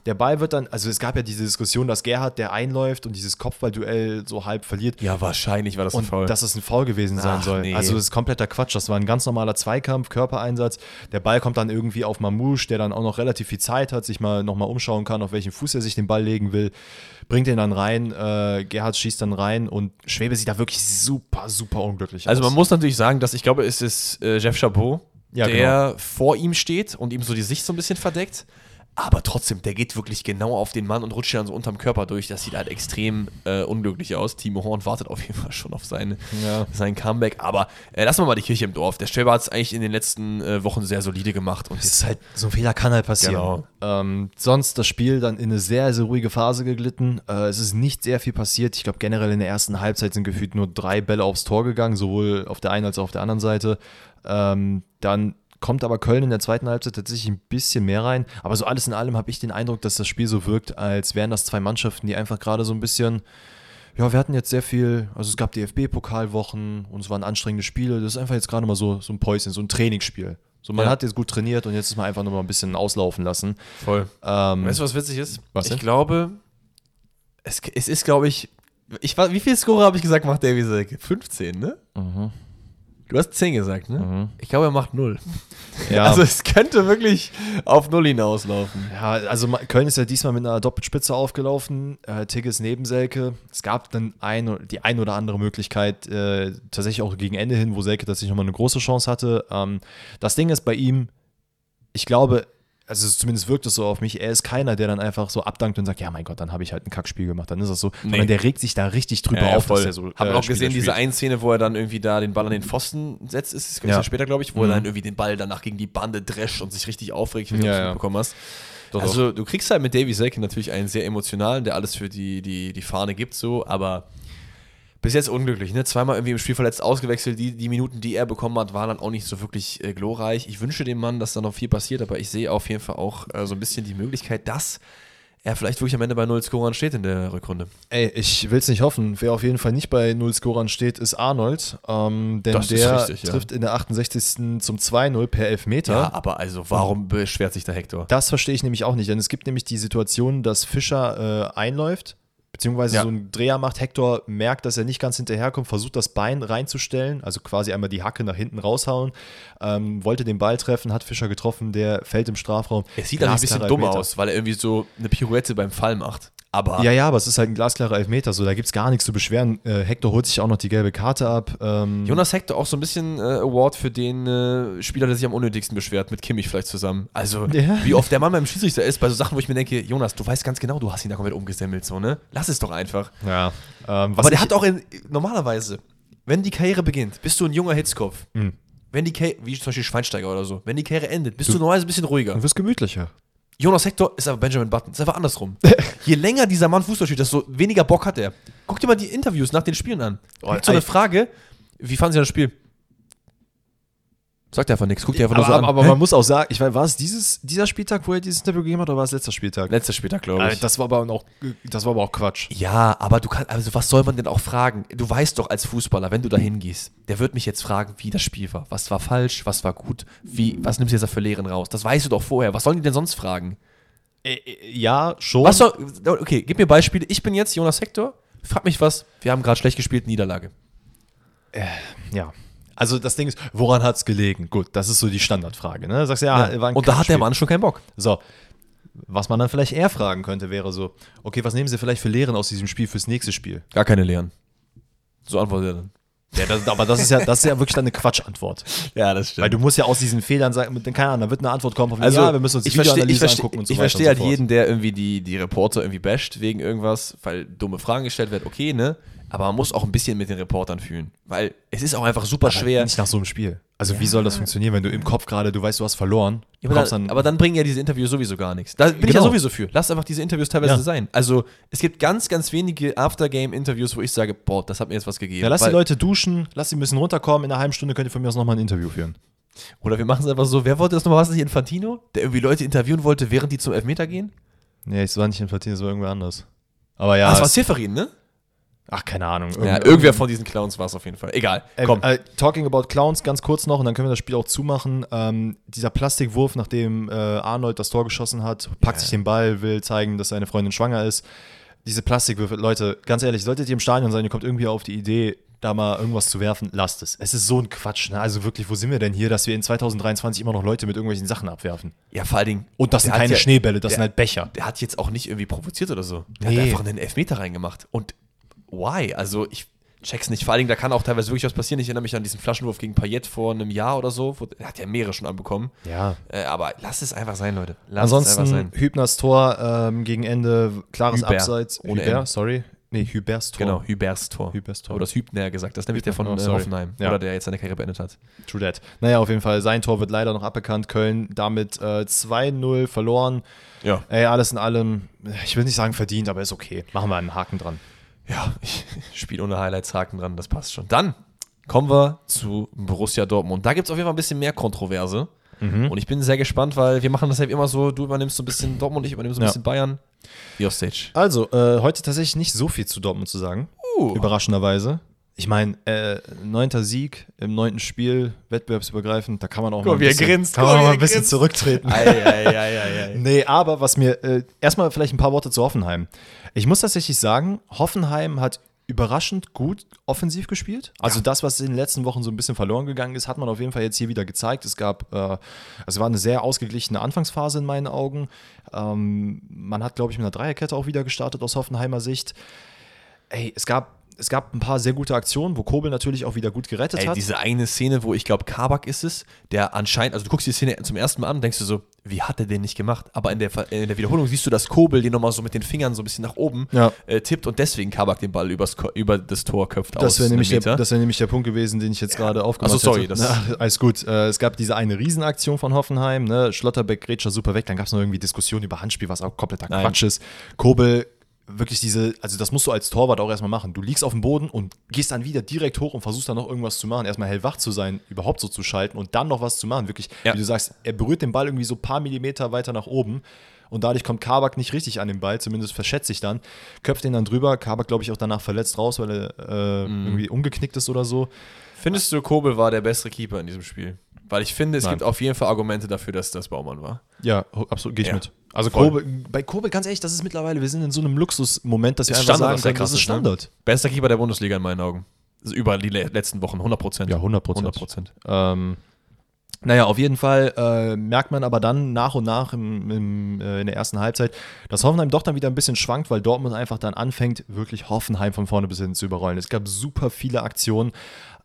Der Ball wird dann, also es gab ja diese Diskussion, dass Gerhard, der einläuft und dieses Kopfballduell so halb verliert. ja, wahrscheinlich war das Und dass es ein Foul gewesen sein Ach, soll. nee. Also das ist kompletter Quatsch. Das war ein ganz normaler Zweikampf, Körpereinsatz. Der Ball kommt dann irgendwie auf Mamouche, der dann auch noch relativ viel Zeit hat, sich mal nochmal umschauen kann, auf welchen Fuß er sich den Ball legen will. Bringt den dann rein, äh, Gerhard schießt dann rein und Schwebe sieht da wirklich super, super unglücklich Also man aus. muss natürlich sagen, dass ich glaube, es ist äh, Jeff Chabot, Ja, genau. der vor ihm steht und ihm so die Sicht so ein bisschen verdeckt. Aber trotzdem, der geht wirklich genau auf den Mann und rutscht ihn dann so unterm Körper durch. Das sieht halt extrem äh, unglücklich aus. Timo Horn wartet auf jeden Fall schon auf seine, Ja. sein Comeback. Aber äh, lassen wir mal die Kirche im Dorf. Der Schwäber hat es eigentlich in den letzten äh, Wochen sehr solide gemacht. Und Das ist halt, so ein Fehler kann halt passieren. Genau. Ähm, sonst das Spiel dann in eine sehr, sehr ruhige Phase geglitten. Äh, es ist nicht sehr viel passiert. Ich glaube, generell in der ersten Halbzeit sind gefühlt nur drei Bälle aufs Tor gegangen, sowohl auf der einen als auch auf der anderen Seite. Ähm, dann kommt aber Köln in der zweiten Halbzeit tatsächlich ein bisschen mehr rein. Aber so alles in allem habe ich den Eindruck, dass das Spiel so wirkt, als wären das zwei Mannschaften, die einfach gerade so ein bisschen. Ja, wir hatten jetzt sehr viel, also es gab DFB-Pokalwochen und es waren anstrengende Spiele. Das ist einfach jetzt gerade mal so, so ein Päuschen, so ein Trainingsspiel. So, man Ja. hat jetzt gut trainiert und jetzt ist man einfach nur mal ein bisschen auslaufen lassen. voll. Ähm, Weißt du, Hm. was witzig ist? Was denn? ich glaube, es, es ist, glaube ich, ich war, wie viel Score habe ich gesagt, macht Davy Selke? 15, ne? Mhm. Du hast 10 gesagt, ne? Mhm. Ich glaube, er macht 0. ja, Also also, es könnte wirklich auf Null hinauslaufen. ja, also ma- Köln ist ja diesmal mit einer Doppelspitze aufgelaufen. Äh, Tigges neben Selke. Es gab dann ein, o- die ein oder andere Möglichkeit, äh, tatsächlich auch gegen Ende hin, wo Selke tatsächlich nochmal eine große Chance hatte. Ähm, das Ding ist bei ihm, ich glaube, also es- zumindest wirkt es so auf mich, er ist keiner, der dann einfach so abdankt und sagt, ja mein Gott, dann habe ich halt ein Kackspiel gemacht, dann ist das so. Nee. Sondern der regt sich da richtig drüber auf, dass er so Haben wir äh, auch Spiele gesehen, diese spielt. eine Szene, wo er dann irgendwie da den Ball an den Pfosten setzt, ist es ein Ja. bisschen später, glaube ich, wo Mhm. er dann irgendwie den Ball danach gegen die Bande drescht und sich richtig aufregt, wenn Ja, du das ja. mitbekommen hast. Doch, also du kriegst halt mit Davy Selke natürlich einen sehr emotionalen, der alles für die, die, die Fahne gibt, so, aber bis jetzt unglücklich, ne? Zweimal irgendwie im Spiel verletzt ausgewechselt, die, die Minuten, die er bekommen hat, waren dann auch nicht so wirklich äh, glorreich. Ich wünsche dem Mann, dass da noch viel passiert, aber ich sehe auf jeden Fall auch äh, so ein bisschen die Möglichkeit, dass er vielleicht wirklich am Ende bei null Scorern steht in der Rückrunde. Ey, ich will's nicht hoffen. Wer auf jeden Fall nicht bei null Scorern steht, ist Arnold. Ähm, denn Das ist der richtig, ja. trifft in der 68. zum 2-0 per Elfmeter. aber also warum beschwert sich der Hector? Das verstehe ich nämlich auch nicht, denn es gibt nämlich die Situation, dass Fischer äh, einläuft, beziehungsweise Ja. so einen Dreher macht. Hector merkt, dass er nicht ganz hinterherkommt, versucht das Bein reinzustellen, also quasi einmal die Hacke nach hinten raushauen, ähm, wollte den Ball treffen, hat Fischer getroffen, der fällt im Strafraum. Es sieht dann ein bisschen Glasklarer dumm Elfmeter. aus, weil er irgendwie so eine Pirouette beim Fall macht. Aber Ja, ja, aber es ist halt ein glasklarer Elfmeter, so da gibt's gar nichts zu beschweren. Äh, Hector holt sich auch noch die gelbe Karte ab. Ähm, Jonas Hector auch so ein bisschen äh, Award für den äh, Spieler, der sich am unnötigsten beschwert, mit Kimmich vielleicht zusammen. Also, Ja. wie oft der Mann beim Schiedsrichter ist, bei so Sachen, wo ich mir denke, Jonas, du weißt ganz genau, du hast ihn da komplett umgesemmelt, so, ne? Lass es doch einfach. Ja. Ähm, was Aber der ich- hat auch in, normalerweise, wenn die Karriere beginnt, bist du ein junger Hitzkopf. Wenn die Karriere, wie zum Beispiel Schweinsteiger oder so, wenn die Karriere endet, bist Mhm. du, normalerweise ein bisschen ruhiger. Du wirst gemütlicher. Jonas Hector ist aber Benjamin Button. Ist einfach [laughs] andersrum. Je länger dieser Mann Fußball spielt, desto weniger Bock hat er. Guck dir mal die Interviews nach den Spielen an. Da Oh, gibt's so eine ey. Frage, wie fanden Sie das Spiel? Sagt einfach nichts, guckt dir einfach aber, nur so aber, an. aber man muss auch sagen, ich weiß, war es dieses, dieser Spieltag, wo er dieses Interview gegeben hat, oder war es letzter Spieltag? Letzter Spieltag, glaube Äh, ich. das, war aber auch, das war aber auch Quatsch. Ja, aber du kannst, also was soll man denn auch fragen? Du weißt doch als Fußballer, wenn du da hingehst, der wird mich jetzt fragen, wie das Spiel war. Was war falsch, was war gut, wie, was nimmst du jetzt da für Lehren raus? Das weißt du doch vorher. Was sollen die denn sonst fragen? Äh, ja, schon. Was soll, okay, gib mir Beispiele. Ich bin jetzt Jonas Hector, frag mich was, wir haben gerade schlecht gespielt, Niederlage. Ja. Also das Ding ist, woran hat es gelegen? Gut, das ist so die Standardfrage. Ne? Sagst du, ja, war ein Und da hat der Kackspiel. Mann schon keinen Bock. So. Was man dann vielleicht eher fragen könnte, wäre so, okay, was nehmen Sie vielleicht für Lehren aus diesem Spiel fürs nächste Spiel? Gar keine Lehren. So antwortet er dann. Ja, das, aber das ist ja, das ist ja wirklich dann eine Quatschantwort. Ja, das stimmt. Weil du musst ja aus diesen Fehlern sagen, mit, keine Ahnung, da wird eine Antwort kommen, von, Also, ja, wir müssen uns die ich verstehe, ich Videoanalyse verstehe, angucken und so ich weiter verstehe und halt so fort. jeden, der irgendwie die, die Reporter irgendwie basht wegen irgendwas, weil dumme Fragen gestellt werden, okay, ne? Aber man muss auch ein bisschen mit den Reportern fühlen, weil es ist auch einfach super schwer. Nicht nach so einem Spiel. Also wie soll das funktionieren, wenn du im Kopf gerade, du weißt, du hast verloren. Ja, aber, kommst dann, aber dann bringen ja diese Interviews sowieso gar nichts. Da bin ich ja Genau. sowieso für. Lass einfach diese Interviews teilweise Ja. sein. Also es gibt ganz, ganz wenige Aftergame-Interviews, wo ich sage, boah, das hat mir jetzt was gegeben. ja, lass die Weil- Leute duschen, lass sie ein bisschen runterkommen, in einer halben Stunde könnt ihr von mir aus nochmal ein Interview führen. Oder wir machen es einfach so. Wer wollte das nochmal? Was ist nicht Infantino? Der irgendwie Leute interviewen wollte, während die zum Elfmeter gehen? Nee, es war nicht in Platine, es war irgendwer anders. Aber ja, Ah, das war es- Zifferin, ne? ach, keine Ahnung. Ja, irgendwer von diesen Clowns war es auf jeden Fall. Egal. Äh, Komm. Äh, talking about Clowns, ganz kurz noch, und dann können wir das Spiel auch zumachen. Ähm, dieser Plastikwurf, nachdem äh, Arnold das Tor geschossen hat, packt sich den Ball, will zeigen, dass seine Freundin schwanger ist. Diese Plastikwürfe, Leute, ganz ehrlich, solltet ihr im Stadion sein, ihr kommt irgendwie auf die Idee, da mal irgendwas zu werfen, lasst es. Es ist so ein Quatsch, ne? Also wirklich, wo sind wir denn hier, dass wir in 2023 immer noch Leute mit irgendwelchen Sachen abwerfen? Ja, vor allen Dingen. Und das der sind hat keine ja, Schneebälle, das der- sind halt Becher. Der hat jetzt auch nicht irgendwie provoziert oder so. Der Nee. hat einfach einen Elfmeter reingemacht. Und why? Also ich check's nicht. Vor allen Dingen, da kann auch teilweise wirklich was passieren. Ich erinnere mich an diesen Flaschenwurf gegen Payet vor einem Jahr oder so. Wo, er hat ja mehrere schon anbekommen. Ja. Äh, aber lasst es einfach sein, Leute. Lasst es Ansonsten einfach sein. Hübners Tor ähm, gegen Ende, klares Hüber, Abseits. ohne Hüber, M. sorry. Nee, Hübers Tor. Genau, Hübers Tor. Hübers Tor. Oder das Hübner gesagt. Das ist nämlich der von Hübner, äh, sorry. Hoffenheim. Ja. Oder der jetzt seine Karriere beendet hat. True that. Naja, auf jeden Fall, sein Tor wird leider noch aberkannt. Köln damit äh, 2-0 verloren. Ja. Ey, alles in allem, ich will nicht sagen verdient, aber ist okay. Machen wir einen Haken dran. Ja, ich [laughs] spiele ohne Highlights, Haken dran, das passt schon. Dann kommen wir zu Borussia Dortmund. Da gibt es auf jeden Fall ein bisschen mehr Kontroverse. Und ich bin sehr gespannt, weil wir machen das halt immer so, du übernimmst so ein bisschen Dortmund, ich übernehme so ein Ja. bisschen Bayern. Jostage. Also, äh, heute tatsächlich nicht so viel zu Dortmund zu sagen. Uh. Überraschenderweise. Ich meine, äh, neunter Sieg im neunten Spiel, wettbewerbsübergreifend, da kann man auch Guck, mal ein wie er bisschen, grinst, kann guck, wie man auch er mal ein bisschen grinst. zurücktreten. Eieieiei. Nee, aber was mir äh, erstmal vielleicht ein paar Worte zu Hoffenheim. Ich muss tatsächlich sagen, Hoffenheim hat überraschend gut offensiv gespielt. Also das, was in den letzten Wochen so ein bisschen verloren gegangen ist, hat man auf jeden Fall jetzt hier wieder gezeigt. Es gab, äh, also es war eine sehr ausgeglichene Anfangsphase in meinen Augen. Ähm, man hat, glaube ich, mit einer Dreierkette auch wieder gestartet aus Hoffenheimer Sicht. Ey, es gab, es gab ein paar sehr gute Aktionen, wo Kobel natürlich auch wieder gut gerettet [laughs] Ey, hat. diese eine Szene, wo ich glaube, Kabak ist es, der anscheinend, also du guckst die Szene zum ersten Mal an, und denkst du so, wie hat er den nicht gemacht? Aber in der, Ver- äh, in der Wiederholung siehst du, dass Kobel den nochmal so mit den Fingern so ein bisschen nach oben Ja. äh, tippt und deswegen Kabak den Ball übers, Ko- über das Tor köpft aus Das wäre einem nämlich, der- Meter. das wär nämlich der Punkt gewesen, den ich jetzt gerade aufgemacht Also sorry, hätte. das- Na, alles gut. Äh, es gab diese eine Riesenaktion von Hoffenheim, ne? Schlotterbeck, Gretscher super weg. Dann gab es noch irgendwie Diskussionen über Handspiel, was auch kompletter Nein. Quatsch ist. Kobel, wirklich diese, also das musst du als Torwart auch erstmal machen. Du liegst auf dem Boden und gehst dann wieder direkt hoch und versuchst dann noch irgendwas zu machen. Erstmal hellwach zu sein, überhaupt so zu schalten und dann noch was zu machen. Wirklich, Ja. wie du sagst, er berührt den Ball irgendwie so ein paar Millimeter weiter nach oben. Und dadurch kommt Kabak nicht richtig an den Ball, zumindest verschätze ich dann. Köpft ihn dann drüber. Kabak, glaube ich, auch danach verletzt raus, weil er äh, Mhm. irgendwie umgeknickt ist oder so. Findest du, Kobel war der bessere Keeper in diesem Spiel? Weil ich finde, es Nein. gibt auf jeden Fall Argumente dafür, dass das Baumann war. Ja, ho- absolut, gehe ich Ja. mit. Also Voll. Kobe, bei Kobe, ganz ehrlich, das ist mittlerweile, wir sind in so einem Luxusmoment, dass wir Ist einfach Standard, sagen, dass der können, das krass ist ist, ne? Standard. Bester Keeper der Bundesliga in meinen Augen. Also über die le- letzten Wochen, 100 Prozent. 100 100 Prozent. Ähm, naja, auf jeden Fall äh, merkt man aber dann nach und nach im, im, äh, in der ersten Halbzeit, dass Hoffenheim doch dann wieder ein bisschen schwankt, weil Dortmund einfach dann anfängt, wirklich Hoffenheim von vorne bis hinten zu überrollen. Es gab super viele Aktionen,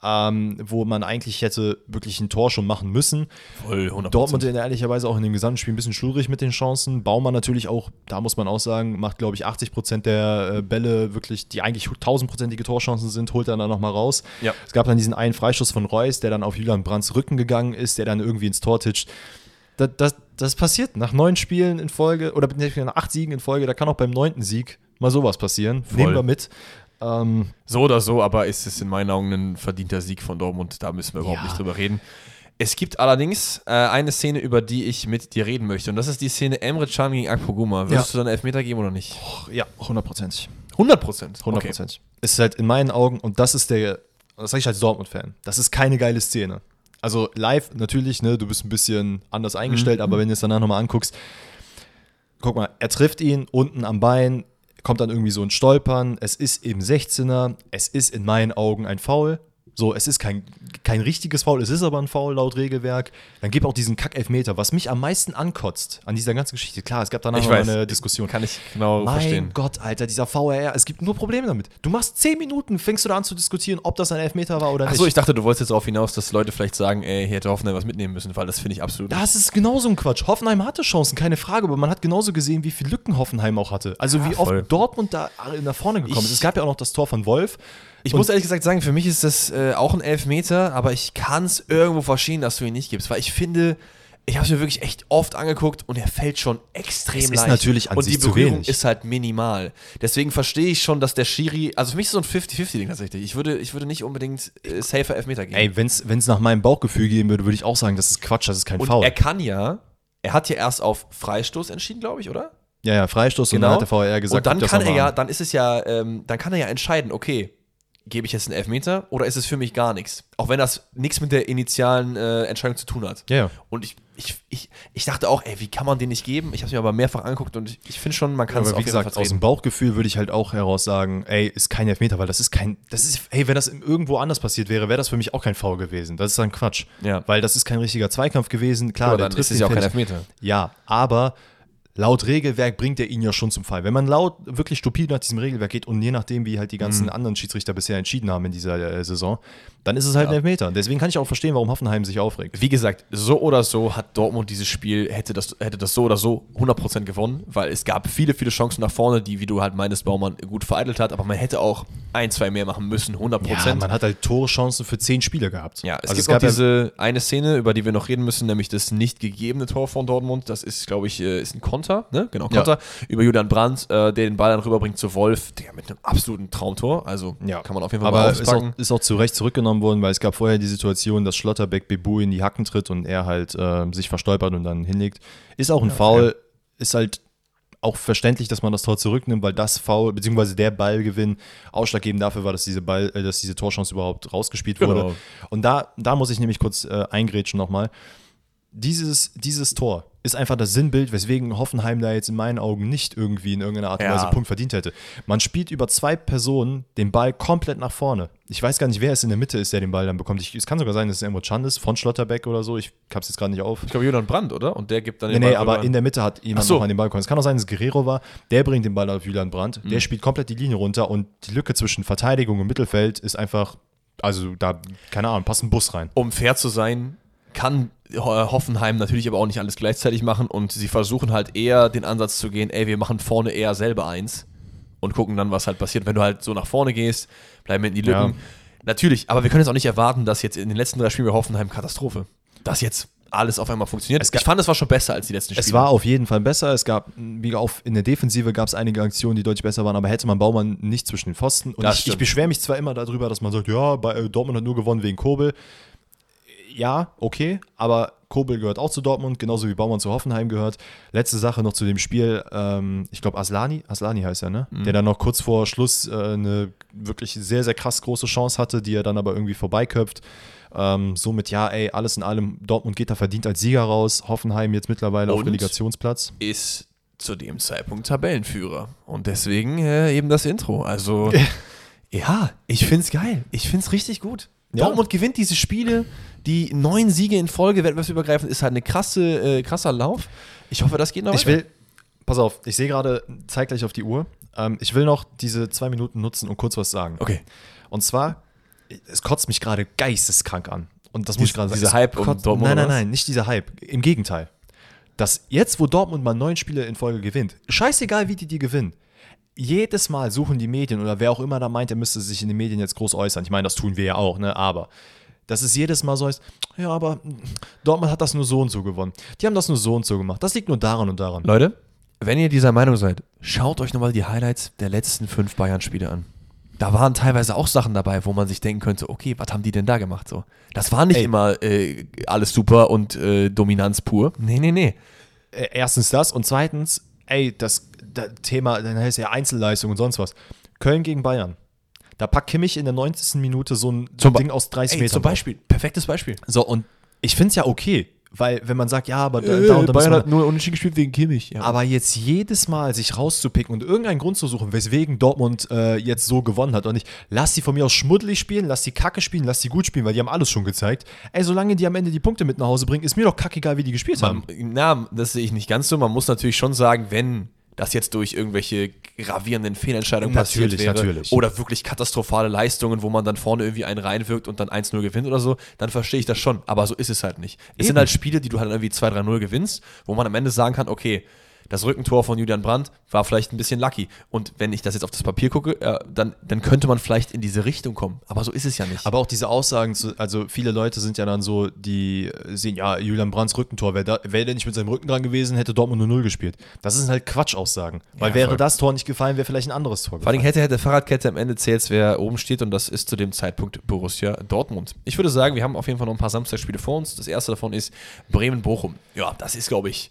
ähm, wo man eigentlich hätte wirklich ein Tor schon machen müssen. Voll 100 Dortmund in ehrlicherweise auch in dem gesamten Spiel ein bisschen schludrig mit den Chancen. Baumann natürlich auch, da muss man auch sagen, macht glaube ich 80 Prozent der äh, Bälle wirklich, die eigentlich tausendprozentige Torchancen sind, holt er dann nochmal raus. Ja. Es gab dann diesen einen Freischuss von Reus, der dann auf Julian Brands Rücken gegangen ist, der dann irgendwie ins Tor titscht. Das, das, das passiert nach neun Spielen in Folge oder nach acht Siegen in Folge, da kann auch beim neunten Sieg mal sowas passieren. Nehmen wir mit. Ähm, So oder so, aber ist es in meinen Augen ein verdienter Sieg von Dortmund. Da müssen wir überhaupt Ja. nicht drüber reden. Es gibt allerdings äh, eine Szene, über die ich mit dir reden möchte. Und das ist die Szene Emre Can gegen Akpoguma. Würdest Ja. du dann Elfmeter geben oder nicht? Ja, hundertprozentig. 100 Prozent. Hundertprozentig. Ist halt in meinen Augen, und das ist der, das sage ich als Dortmund-Fan, das ist keine geile Szene. Also live natürlich, ne, du bist ein bisschen anders Mhm. eingestellt, aber wenn du es danach nochmal anguckst, guck mal, er trifft ihn unten am Bein, kommt dann irgendwie so ein Stolpern, es ist eben 16er, es ist in meinen Augen ein Foul. So, es ist kein, kein richtiges Foul, es ist aber ein Foul laut Regelwerk. Dann gib auch diesen Kack-Elfmeter, was mich am meisten ankotzt an dieser ganzen Geschichte. Klar, es gab danach Ich noch mal weiß. eine Diskussion. Kann ich genau Mein verstehen. Gott, Alter, dieser VRR, es gibt nur Probleme damit. Du machst 10 Minuten, fängst du da an zu diskutieren, ob das ein Elfmeter war oder nicht. Achso, ich dachte, du wolltest jetzt darauf hinaus, dass Leute vielleicht sagen, ey, hier hätte Hoffenheim was mitnehmen müssen, weil das finde ich absolut. das ist genauso ein Quatsch. Hoffenheim hatte Chancen, keine Frage, aber man hat genauso gesehen, wie viele Lücken Hoffenheim auch hatte. Also wie voll. oft Dortmund da nach vorne gekommen Ich- ist. Es gab ja auch noch das Tor von Wolf. Ich Und- muss ehrlich gesagt sagen, für mich ist das äh, auch ein Elfmeter, aber ich kann es irgendwo verstehen, dass du ihn nicht gibst, weil ich finde, ich habe es mir wirklich echt oft angeguckt und er fällt schon extrem Es ist leicht. natürlich an und sich die zu Berührung wenig. ist halt minimal. Deswegen verstehe ich schon, dass der Schiri, also für mich ist so ein 50-50-Ding tatsächlich. Ich würde, ich würde nicht unbedingt äh, safer Elfmeter geben. Ey, wenn es nach meinem Bauchgefühl gehen würde, würde ich auch sagen, das ist Quatsch, das ist kein und Foul. er kann ja, er hat ja erst auf Freistoß entschieden, glaube ich, oder? Ja, ja, Freistoß Genau. und dann hat der VRR und gesagt, dann guck das kann noch er mal ja, an. dann ist es ja, ähm, dann kann er ja entscheiden, okay, gebe ich jetzt einen Elfmeter oder ist es für mich gar nichts? Auch wenn das nichts mit der initialen äh, Entscheidung zu tun hat. Ja, ja. Und ich, ich, ich, ich dachte auch, ey, wie kann man den nicht geben? Ich habe es mir aber mehrfach angeguckt und ich, ich finde schon, man kann es Aber auf wie jeden Fall gesagt, aus dem vertreten. Bauchgefühl würde ich halt auch heraus sagen, ey, ist kein Elfmeter, weil das ist kein, das ist, ey, wenn das irgendwo anders passiert wäre, wäre das für mich auch kein Foul gewesen. Das ist dann Quatsch. Ja. Weil das ist kein richtiger Zweikampf gewesen. Klar, Aber der dann trifft ist es ihn ja auch kein fertig. Elfmeter. Ja, aber laut Regelwerk bringt er ihn ja schon zum Fall. Wenn man laut wirklich stupide nach diesem Regelwerk geht und je nachdem, wie halt die Mhm. ganzen anderen Schiedsrichter bisher entschieden haben in dieser äh, Saison, dann ist es halt ein Elfmeter. Deswegen kann ich auch verstehen, warum Hoffenheim sich aufregt. Wie gesagt, so oder so hat Dortmund dieses Spiel, hätte das, hätte das so oder so 100% gewonnen, weil es gab viele, viele Chancen nach vorne, die, wie du halt meinst, Baumann gut vereitelt hat, aber man hätte auch ein, zwei mehr machen müssen, 100%. Ja, man hat halt Torchancen für zehn Spiele gehabt. Ja, es Also gibt noch ja- diese eine Szene, über die wir noch reden müssen, nämlich das nicht gegebene Tor von Dortmund. Das ist, glaube ich, äh, ist ein Konter, ne? Genau, Ja. Konter. Über Julian Brandt, äh, der den Ball dann rüberbringt zu Wolf, der mit einem absoluten Traumtor. Also Ja. kann man auf jeden Fall Aber mal ist auch, auspacken. ist auch zu Recht zurückgenommen worden, weil es gab vorher die Situation, dass Schlotterbeck Bebu in die Hacken tritt und er halt ähm, sich verstolpert und dann hinlegt. Ist auch ein Foul, ist halt auch verständlich, dass man das Tor zurücknimmt, weil das Foul, beziehungsweise der Ballgewinn ausschlaggebend dafür war, dass diese Ball, äh, dass diese Torchance überhaupt rausgespielt Genau. wurde. Und da, da muss ich nämlich kurz äh, eingrätschen nochmal. Dieses, dieses Tor ist einfach das Sinnbild, weswegen Hoffenheim da jetzt in meinen Augen nicht irgendwie in irgendeiner Art und Ja. Weise Punkt verdient hätte. Man spielt über zwei Personen den Ball komplett nach vorne. Ich weiß gar nicht, wer es in der Mitte ist, der den Ball dann bekommt. Ich, es kann sogar sein, dass es Emre Can ist, von Schlotterbeck oder so. Ich hab's jetzt gerade nicht auf. Ich glaube, Julian Brandt, oder? Und der gibt dann Nee, den nee, Ball aber rüber. in der Mitte hat jemand Ach so. noch an den Ball gekommen. Es kann auch sein, dass es Guerrero war. Der bringt den Ball auf Julian Brandt. Mhm. Der spielt komplett die Linie runter und die Lücke zwischen Verteidigung und Mittelfeld ist einfach, also da, keine Ahnung, passt ein Bus rein. um fair zu sein, kann Ho- Hoffenheim natürlich aber auch nicht alles gleichzeitig machen und sie versuchen halt eher den Ansatz zu gehen, ey, wir machen vorne eher selber eins und gucken dann, was halt passiert. Wenn du halt so nach vorne gehst, bleiben hinten die Lücken. Ja. Natürlich, aber wir können jetzt auch nicht erwarten, dass jetzt in den letzten drei Spielen bei Hoffenheim Katastrophe, dass jetzt alles auf einmal funktioniert. gab- Ich fand, es war schon besser als die letzten Spiele. Es war auf jeden Fall besser. Es gab, wie auf, in der Defensive gab es einige Aktionen, die deutlich besser waren, aber hätte man Baumann nicht zwischen den Pfosten. Und Das ich, ich stimmt. beschwere mich zwar immer darüber, dass man sagt, ja, bei, äh, Dortmund hat nur gewonnen wegen Kobel. Ja, okay, aber Kobel gehört auch zu Dortmund, genauso wie Baumann zu Hoffenheim gehört. Letzte Sache noch zu dem Spiel, ähm, ich glaube Aslani, Aslani heißt er, ne? Mhm. Der dann noch kurz vor Schluss äh, eine wirklich sehr, sehr krass große Chance hatte, die er dann aber irgendwie vorbeiköpft. Ähm, somit, ja, ey, alles in allem, Dortmund geht da verdient als Sieger raus, Hoffenheim jetzt mittlerweile auf Und? Relegationsplatz. ist zu dem Zeitpunkt Tabellenführer. Und deswegen äh, eben das Intro. [laughs] Also, ja, ich find's geil. Ich find's richtig gut. Ja. Dortmund gewinnt diese Spiele. Die neun Siege in Folge wettbewerbsübergreifend ist halt eine krasse, äh, krasser Lauf. Ich hoffe, das geht noch Ich weiter. will, pass auf, ich sehe gerade, zeig gleich auf die Uhr. Ähm, ich will noch diese zwei Minuten nutzen und kurz was sagen. Okay. Und zwar, es kotzt mich gerade geisteskrank an. Und das muss Dies- ich gerade sagen. dieser Es Hype um kotzt, Dortmund Nein, nein, oder was? nein, nicht dieser Hype. Im Gegenteil. Dass jetzt, wo Dortmund mal neun Spiele in Folge gewinnt, scheißegal, wie die die gewinnen, jedes Mal suchen die Medien oder wer auch immer da meint, er müsste sich in den Medien jetzt groß äußern. Ich meine, das tun wir ja auch, ne? Aber dass es jedes Mal so ist, ja, aber Dortmund hat das nur so und so gewonnen. Die haben das nur so und so gemacht. Das liegt nur daran und daran. Leute, wenn ihr dieser Meinung seid, schaut euch nochmal die Highlights der letzten fünf Bayern-Spiele an. da waren teilweise auch Sachen dabei, wo man sich denken könnte, okay, was haben die denn da gemacht so? Das war nicht Ey. immer äh, alles super und äh, Dominanz pur. Nee, nee, nee. Äh, erstens das und zweitens, ey, das, das Thema, dann heißt ja Einzelleistung und sonst was. Köln gegen Bayern. Da packt Kimmich in der 90. Minute so ein Zum Be- Ding aus 30 Ey, Metern. zum Beispiel, perfektes Beispiel. So, und ich finde es ja okay, weil wenn man sagt, ja, aber da, Äh, da und da müssen wir- nur unentschieden gespielt wegen Kimmich. Ja. Aber jetzt jedes Mal sich rauszupicken und irgendeinen Grund zu suchen, weswegen Dortmund äh, jetzt so gewonnen hat. Und ich lass die von mir aus schmuddelig spielen, lass die kacke spielen, lass die gut spielen, weil die haben alles schon gezeigt. Ey, solange die am Ende die Punkte mit nach Hause bringen, ist mir doch kackegal, wie die gespielt haben. ähm, Na, das sehe ich nicht ganz so. Man muss natürlich schon sagen, wenn das jetzt durch irgendwelche gravierenden Fehlentscheidungen passiert Natürlich, wäre natürlich. oder wirklich katastrophale Leistungen, wo man dann vorne irgendwie einen reinwirkt und dann 1-0 gewinnt oder so, dann verstehe ich das schon. Aber so ist es halt nicht. Es sind Eben. halt Spiele, die du halt irgendwie 2-3-0 gewinnst, wo man am Ende sagen kann, okay, das Rückentor von Julian Brandt war vielleicht ein bisschen lucky. Und wenn ich das jetzt auf das Papier gucke, äh, dann, dann könnte man vielleicht in diese Richtung kommen. Aber so ist es ja nicht. Aber auch diese Aussagen, zu, also viele Leute sind ja dann so, die äh, sehen, ja, Julian Brands Rückentor, wäre wär der nicht mit seinem Rücken dran gewesen, hätte Dortmund nur Null gespielt. Das sind halt Quatschaussagen. Weil Ja, wäre voll. das Tor nicht gefallen, wäre vielleicht ein anderes Tor Vor allem gefallen. hätte, hätte Fahrradkette am Ende zählt, wer oben steht und das ist zu dem Zeitpunkt Borussia Dortmund. Ich würde sagen, wir haben auf jeden Fall noch ein paar Samstagspiele vor uns. Das erste davon ist Bremen-Bochum. Ja, das ist, glaube ich,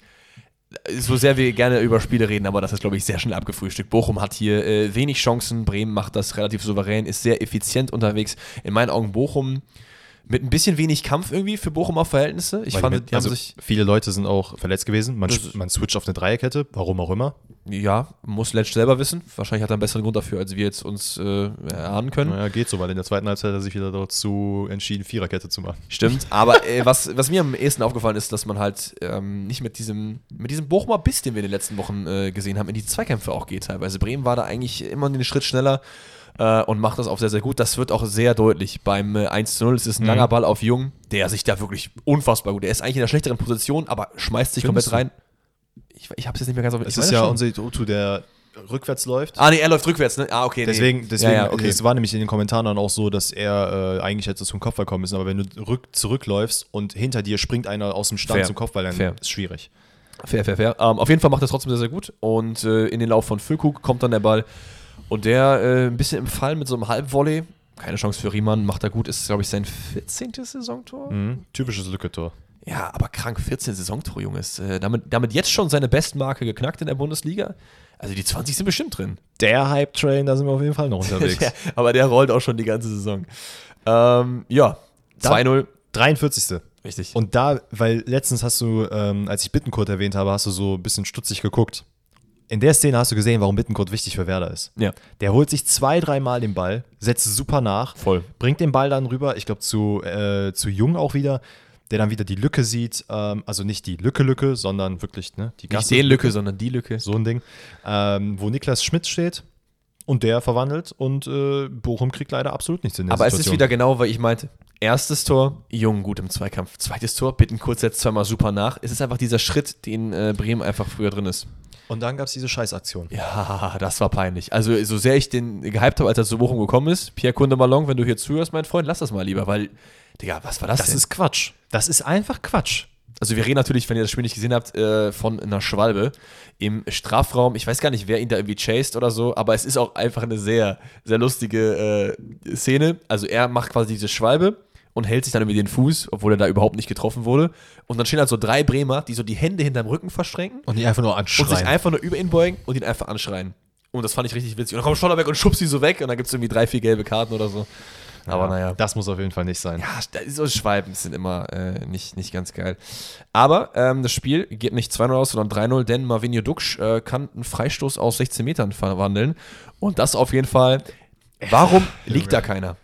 so sehr wir gerne über Spiele reden, aber das ist, glaube ich, sehr schnell abgefrühstückt. Bochum hat hier äh, wenig Chancen, Bremen macht das relativ souverän, ist sehr effizient unterwegs. In meinen Augen Bochum mit ein bisschen wenig Kampf irgendwie für Bochumer Verhältnisse. Ich Weil fand, die mit, die haben also sich, viele Leute sind auch verletzt gewesen. Man, Das- man switcht auf eine Dreierkette, warum auch immer. ja, muss Letsch selber wissen. Wahrscheinlich hat er einen besseren Grund dafür, als wir jetzt uns äh, erahnen können. Naja, geht so, weil in der zweiten Halbzeit hat er sich wieder dazu entschieden, Viererkette zu machen. Stimmt, [laughs] aber äh, was, was mir am ehesten aufgefallen ist, dass man halt ähm, nicht mit diesem, mit diesem Bochumer Biss, den wir in den letzten Wochen äh, gesehen haben, in die Zweikämpfe auch geht teilweise. Bremen war da eigentlich immer einen Schritt schneller äh, und macht das auch sehr, sehr gut. Das wird auch sehr deutlich beim äh, 1 zu 0. Es ist ein Mhm. langer Ball auf Jung, der sich da wirklich unfassbar gut, der ist eigentlich in der schlechteren Position, aber schmeißt sich Findest komplett rein. Ich, ich habe es jetzt nicht mehr ganz auf Es ich ist meine ja schon. unser Utu, der rückwärts läuft. Ah, nee, er läuft rückwärts, ne? Ah, okay. Deswegen, nee. deswegen Ja, ja, okay. es war nämlich in den Kommentaren dann auch so, dass er äh, eigentlich hätte zum Kopfball kommen müssen, aber wenn du rück, zurückläufst und hinter dir springt einer aus dem Stand Fair. zum Kopfball, dann Fair. ist schwierig. Fair, fair, fair. Ähm, auf jeden Fall macht er es trotzdem sehr, sehr gut. Und äh, in den Lauf von Füllkrug kommt dann der Ball. Und der äh, ein bisschen im Fall mit so einem Halbvolley. Keine Chance für Riemann, macht er gut. Ist, glaube ich, sein 14. Saisontor. Mhm. Typisches Lücke-Tor. Ja, aber krank 14 Saisontor, Junge. Ist, äh, damit, damit jetzt schon seine Bestmarke geknackt in der Bundesliga. Also die 20 sind bestimmt [laughs] drin. Der Hype-Train, da sind wir auf jeden Fall [laughs] noch unterwegs. Der, aber der rollt auch schon die ganze Saison. Ähm, ja, Dann- 2-0. 43. Richtig. Und da, weil letztens hast du, ähm, als ich Bittenkurt erwähnt habe, hast du so ein bisschen stutzig geguckt. In der Szene hast du gesehen, warum Bittenkurt wichtig für Werder ist. ja, Der holt sich zwei, dreimal den Ball, setzt super nach, voll. bringt den Ball dann rüber, ich glaube zu, äh, zu Jung auch wieder, der dann wieder die Lücke sieht, ähm, also nicht die Lücke-Lücke, sondern wirklich ne, die Nicht Gasse, den Lücke, sondern die Lücke. so ein Ding, ähm, wo Niklas Schmidt steht und der verwandelt und äh, Bochum kriegt leider absolut nichts in der Aber es ist Situation. wieder genau, weil ich meinte, erstes Tor, Jung gut im Zweikampf. Zweites Tor, bitten kurz setzt zweimal super nach. Es ist einfach dieser Schritt, den äh, Bremen einfach früher drin ist. und dann gab es diese Scheißaktion. Ja, [laughs] das war peinlich. Also, so sehr ich den gehypt habe, als er zu Bochum gekommen ist, Pierre Kunde Malong, wenn du hier zuhörst, mein Freund, lass das mal lieber, weil, Digga, was war das, Das denn? ist Quatsch. Das ist einfach Quatsch. also, wir reden natürlich, wenn ihr das Spiel nicht gesehen habt, äh, von einer Schwalbe im Strafraum. Ich weiß gar nicht, wer ihn da irgendwie chased oder so, aber es ist auch einfach eine sehr, sehr lustige äh, Szene. Also, er macht quasi diese Schwalbe und hält sich dann über den Fuß, obwohl er da überhaupt nicht getroffen wurde. Und dann stehen halt so drei Bremer, die so die Hände hinterm Rücken verschränken Und die einfach nur und sich anschreien. einfach nur über ihn beugen und ihn einfach anschreien. Und das fand ich richtig witzig. Und dann kommt Schlotterbeck und schubst sie so weg und dann gibt es irgendwie drei, vier gelbe Karten oder so. Aber naja. Das muss auf jeden Fall nicht sein. Ja, Ah, da- so Schwalben sind immer äh, nicht, nicht ganz geil. Aber ähm, das Spiel geht nicht 2-0 aus, sondern 3-0, denn Marvinio Duksch äh, kann einen Freistoß aus 16 Metern verwandeln. Und das auf jeden Fall. Warum liegt da keiner?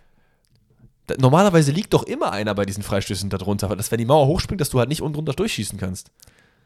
Da, normalerweise liegt doch immer einer bei diesen Freistößen da drunter, weil das, wenn die Mauer hochspringt, dass du halt nicht unten drunter durchschießen kannst.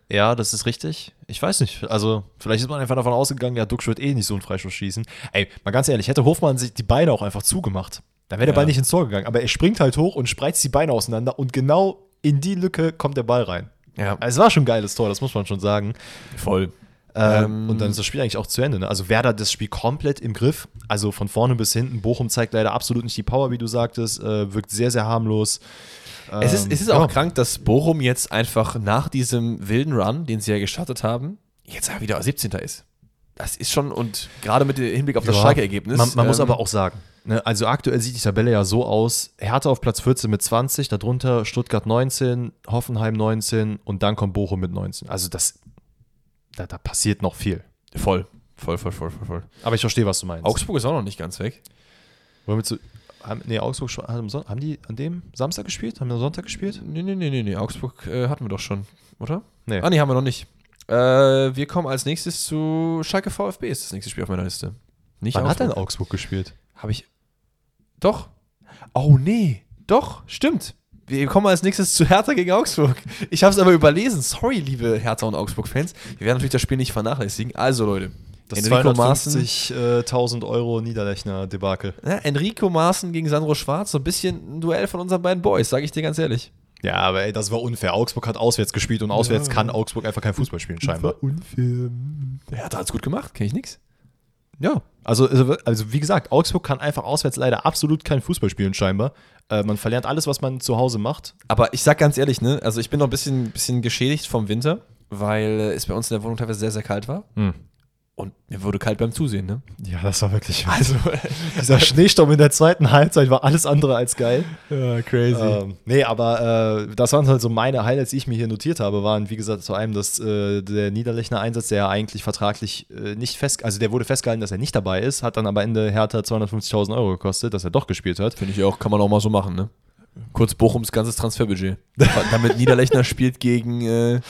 Ja, das ist richtig. Ich weiß nicht. Also, vielleicht ist man einfach davon ausgegangen, ja, Duxch wird eh nicht so einen Freischuss schießen. Ey, mal ganz ehrlich, hätte Hofmann sich die Beine auch einfach zugemacht, dann wäre der Ja. Ball nicht ins Tor gegangen. Aber er springt halt hoch und spreizt die Beine auseinander und genau in die Lücke kommt der Ball rein. Also, Ja, Es war schon ein geiles Tor, das muss man schon sagen. voll. Ähm, Ähm. und dann ist das Spiel eigentlich auch zu Ende. Ne? Also Werder hat das Spiel komplett im Griff. Also von vorne bis hinten. Bochum zeigt leider absolut nicht die Power, wie du sagtest. Äh, wirkt sehr, sehr harmlos. Es ist, es ist auch Ähm, ja. krank, dass Bochum jetzt einfach nach diesem wilden Run, den sie ja gestartet haben, jetzt ja wieder 17. ist. Das ist schon, und gerade mit dem Hinblick auf das Ja. starke Ergebnis. Man, man muss ähm, aber auch sagen, ne, also aktuell sieht die Tabelle ja so aus: Hertha auf Platz 14 mit 20, darunter Stuttgart 19, Hoffenheim 19 und dann kommt Bochum mit 19. Also das, da, da passiert noch viel. Voll. Voll, voll, voll, voll, voll. Aber ich verstehe, was du meinst. Augsburg ist auch noch nicht ganz weg. Wollen wir zu, haben, nee, Augsburg schon, haben, Son- haben die an dem Samstag gespielt? Haben die am Sonntag gespielt? Nee, nee, nee, nee, nee. Augsburg äh, hatten wir doch schon, oder? Nee. Ah, nee, haben wir noch nicht. Äh, wir kommen als nächstes zu Schalke VfB, ist das nächste Spiel auf meiner Liste. Nicht Wann hat denn Augsburg gespielt? Habe ich. Doch. Oh, nee. Doch, stimmt. Wir kommen als nächstes zu Hertha gegen Augsburg. Ich habe es aber überlesen. Sorry, liebe Hertha und Augsburg-Fans. Wir werden natürlich das Spiel nicht vernachlässigen. Also, Leute. Maaßen- 250.000 äh, Euro Niederlechner-Debakel. Ja, Enrico Maaßen gegen Sandro Schwarz, so ein bisschen ein Duell von unseren beiden Boys, sage ich dir ganz ehrlich. Ja, aber ey, das war unfair. Augsburg hat auswärts gespielt und auswärts Ja. kann Augsburg einfach kein Fußball spielen, scheinbar. unfair. Der Hertha hat's gut gemacht, kenne ich nix. Ja, also, also, also wie gesagt, Augsburg kann einfach auswärts leider absolut kein Fußball spielen, scheinbar. Äh, man verlernt alles, was man zu Hause macht. Aber ich sag ganz ehrlich, ne, also ich bin noch ein bisschen, bisschen geschädigt vom Winter, weil äh, es bei uns in der Wohnung teilweise sehr, sehr kalt war. Und mir wurde kalt beim Zusehen, ne? Ja, das war wirklich. Also, [laughs] dieser Schneesturm in der zweiten Halbzeit war alles andere als geil. Ja, crazy. Ähm, nee, aber äh, das waren halt so meine Highlights, die ich mir hier notiert habe, waren wie gesagt zu einem, dass äh, der Niederlechner Einsatz, der ja eigentlich vertraglich äh, nicht fest, also der wurde festgehalten, dass er nicht dabei ist, hat dann am Ende Hertha 250.000 Euro gekostet, dass er doch gespielt hat. Finde ich auch, kann man auch mal so machen, ne? Kurz Bochums ganzes Transferbudget. [laughs] Damit Niederlechner spielt gegen äh,